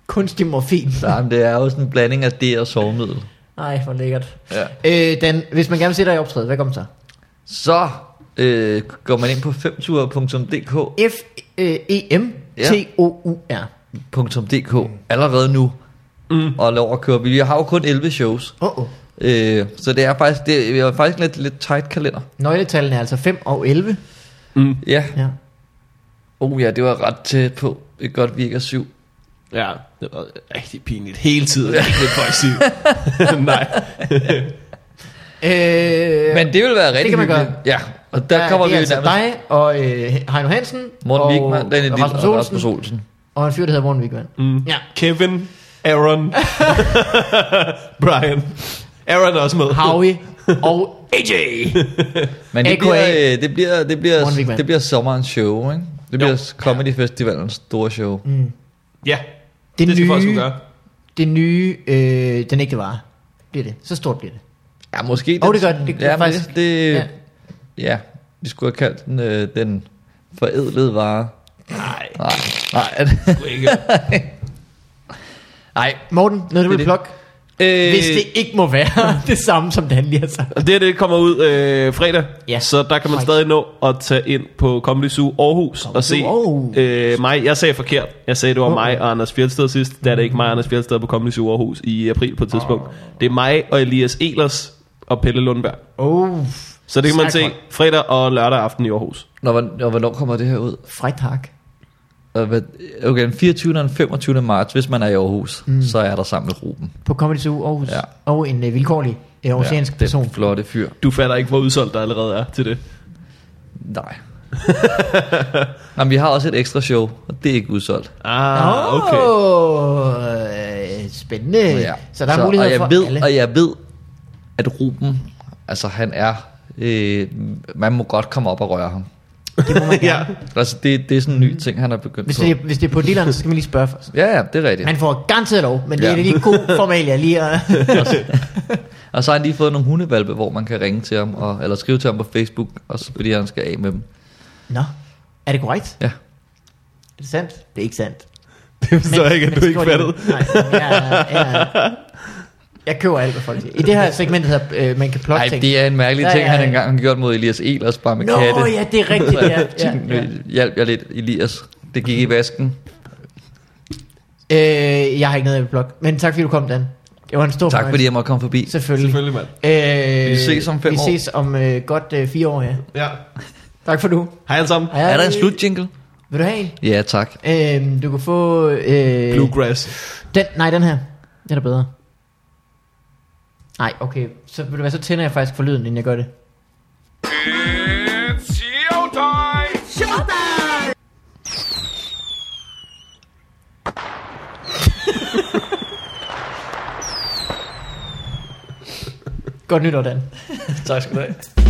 [SPEAKER 2] Kunstig morfin.
[SPEAKER 3] Nej, men det er jo sådan en blanding af det og sovemiddel.
[SPEAKER 2] Nej, hvor lækkert.
[SPEAKER 3] Ja.
[SPEAKER 2] Øh, Dan, hvis man gerne vil se dig i optræde, hvad kommer så?
[SPEAKER 3] Så øh, går man ind på femtur.dk
[SPEAKER 1] øh, E
[SPEAKER 2] F-E-M-T-O-U-R.
[SPEAKER 3] .dk allerede nu mm. og lov at køre. Vi har jo kun 11 shows,
[SPEAKER 2] Åh, oh, oh.
[SPEAKER 3] øh, så det er faktisk, det er faktisk en lidt, lidt tight kalender.
[SPEAKER 2] Nøgletallene er altså 5 og 11.
[SPEAKER 3] Ja,
[SPEAKER 2] Ja.
[SPEAKER 3] oh ja, det var ret tæt på. Det er godt, vi ikke er syv.
[SPEAKER 1] Ja, det var rigtig pinligt. Hele tiden. Jeg kan ikke folk sige. Nej.
[SPEAKER 2] Øh,
[SPEAKER 3] Men det vil være rigtig
[SPEAKER 2] kan man
[SPEAKER 3] hyggeligt. Ja, og der
[SPEAKER 2] ja,
[SPEAKER 3] kommer
[SPEAKER 2] det
[SPEAKER 3] vi
[SPEAKER 2] er
[SPEAKER 3] jo
[SPEAKER 2] altså
[SPEAKER 3] nærmest.
[SPEAKER 2] dig og øh, Heino Hansen
[SPEAKER 3] Morten
[SPEAKER 2] og
[SPEAKER 3] Wigman, Daniel Dill
[SPEAKER 2] Rasmus
[SPEAKER 3] og
[SPEAKER 2] Olsen
[SPEAKER 3] Rasmus Olsen.
[SPEAKER 2] og en fyr, der hedder Morten Wigman. Mm. Ja.
[SPEAKER 1] Kevin, Aaron, Brian. Aaron er også med.
[SPEAKER 2] Howie og AJ.
[SPEAKER 3] Men det
[SPEAKER 2] AKA.
[SPEAKER 3] bliver, øh, det, bliver, det,
[SPEAKER 2] Morten
[SPEAKER 3] bliver,
[SPEAKER 2] Wigman.
[SPEAKER 3] det bliver sommerens show, ikke? Det bliver Comedy Festivalens store show. Mm.
[SPEAKER 1] Ja,
[SPEAKER 2] Det,
[SPEAKER 1] det skal folk sgu
[SPEAKER 2] nye,
[SPEAKER 1] gøre.
[SPEAKER 2] det nye, øh, den ægte vare, bliver det. Så stort bliver det.
[SPEAKER 3] Ja, måske...
[SPEAKER 2] Åh, det gør den. Det gør
[SPEAKER 3] ja, men
[SPEAKER 2] faktisk-
[SPEAKER 3] det, det,
[SPEAKER 2] ja.
[SPEAKER 3] ja. ja, vi skulle have kaldt den øh, den forædlede vare.
[SPEAKER 1] Nej,
[SPEAKER 3] Nej, nej.
[SPEAKER 1] sgu ikke.
[SPEAKER 3] nej.
[SPEAKER 2] Morten, noget du vil
[SPEAKER 3] det.
[SPEAKER 2] plukke?
[SPEAKER 1] Øh,
[SPEAKER 2] Hvis det ikke må være det samme, som altså. Dan lige har sagt.
[SPEAKER 1] Og det her det kommer ud øh, fredag,
[SPEAKER 2] Ja.
[SPEAKER 1] så der kan man
[SPEAKER 2] Right.
[SPEAKER 1] stadig nå at tage ind på Comedy Zoo Aarhus og se
[SPEAKER 2] Aarhus.
[SPEAKER 1] øh, mig. Jeg sagde forkert. Jeg sagde, det var mig og Anders Fjeldstad sidst. Det er det ikke mig og Anders Fjeldstad på Comedy Zoo Aarhus i april på et tidspunkt. Det er mig og Elias Elers og Pelle Lundberg.
[SPEAKER 2] Oh,
[SPEAKER 1] Så det kan man se
[SPEAKER 2] Stærk
[SPEAKER 1] fredag og lørdag aften i Aarhus.
[SPEAKER 3] Når, hvorn- og hvornår kommer det her ud?
[SPEAKER 2] Freitag.
[SPEAKER 3] Og hvad- Okay, den 24. og den 25. marts, hvis man er i Aarhus, mm. så er der sammen med Ruben.
[SPEAKER 2] På Comedy Zoo Aarhus. Ja.
[SPEAKER 3] Ja.
[SPEAKER 2] Og en øh, vilkårlig øh, oceansk ja, person.
[SPEAKER 3] Den flotte fyr.
[SPEAKER 1] Du fatter ikke, hvor udsolgt der allerede er til det.
[SPEAKER 3] Nej. Jamen, vi har også et ekstra show, og det er ikke udsolgt.
[SPEAKER 1] Ah, okay.
[SPEAKER 2] Oh, øh, spændende. Ja. Så der er
[SPEAKER 3] og
[SPEAKER 2] mulighed
[SPEAKER 3] jeg
[SPEAKER 2] for
[SPEAKER 3] ved,
[SPEAKER 2] alle.
[SPEAKER 3] Og jeg ved, at Ruben, altså han er, øh, man må godt komme op og røre ham.
[SPEAKER 1] ja.
[SPEAKER 3] Altså det, det er sådan en ny ting, han har begyndt
[SPEAKER 2] Mm. Hvis
[SPEAKER 3] på.
[SPEAKER 2] det, er, hvis det er på dealeren, så skal man lige spørge først.
[SPEAKER 3] Ja, ja, det er rigtigt.
[SPEAKER 2] Han får garanteret lov, men det er
[SPEAKER 3] Ja.
[SPEAKER 2] lige en god formalia lige at...
[SPEAKER 3] Og så har han lige fået nogle hundevalpe, hvor man kan ringe til ham, og, eller skrive til ham på Facebook, også fordi han skal af med dem.
[SPEAKER 2] Nå, er det korrekt?
[SPEAKER 3] Ja.
[SPEAKER 2] Er det sandt? Det er ikke sandt.
[SPEAKER 1] Det forstår jeg ikke, at du ikke
[SPEAKER 2] skriver
[SPEAKER 1] fattede.
[SPEAKER 2] lige- Nej, jeg, jeg, jeg køber alt, hvad folk siger. I det her segment hedder, øh, man kan plukke
[SPEAKER 3] Nej,
[SPEAKER 2] ting.
[SPEAKER 3] det er en mærkelig
[SPEAKER 2] Ja,
[SPEAKER 3] ting,
[SPEAKER 2] ja, ja.
[SPEAKER 3] han engang har gjort mod Elias Elers, bare med
[SPEAKER 2] Nå,
[SPEAKER 3] katte.
[SPEAKER 2] ja, det er rigtigt, ja. ja,
[SPEAKER 3] Tænk,
[SPEAKER 2] ja.
[SPEAKER 3] øh, Hjalp jeg lidt, Elias. Det gik i vasken.
[SPEAKER 2] Øh, jeg har ikke noget, jeg vil plukke. Men tak fordi du kom, Dan. Det var en stor
[SPEAKER 3] Tak fordi
[SPEAKER 2] fornøjelse.
[SPEAKER 3] jeg måtte komme forbi.
[SPEAKER 2] Selvfølgelig.
[SPEAKER 1] Selvfølgelig, mand.
[SPEAKER 2] Øh,
[SPEAKER 3] Vi ses om fem
[SPEAKER 2] vi
[SPEAKER 3] år.
[SPEAKER 2] Vi ses om øh, godt øh, fire år, ja.
[SPEAKER 1] Ja.
[SPEAKER 2] Tak for nu.
[SPEAKER 1] Hej alle sammen.
[SPEAKER 2] Hej.
[SPEAKER 3] Er der en slutjingle?
[SPEAKER 2] Vil du have en?
[SPEAKER 3] Ja, tak.
[SPEAKER 2] Øh, du kan få... Øh,
[SPEAKER 1] Bluegrass.
[SPEAKER 2] Den, nej, den her. Den er bedre. Nej, okay. Så, ved du hvad, så tænder jeg faktisk for lyden, inden jeg gør det.
[SPEAKER 5] It's showtime!
[SPEAKER 2] Godt nytår, Dan.
[SPEAKER 3] Tak skal du have.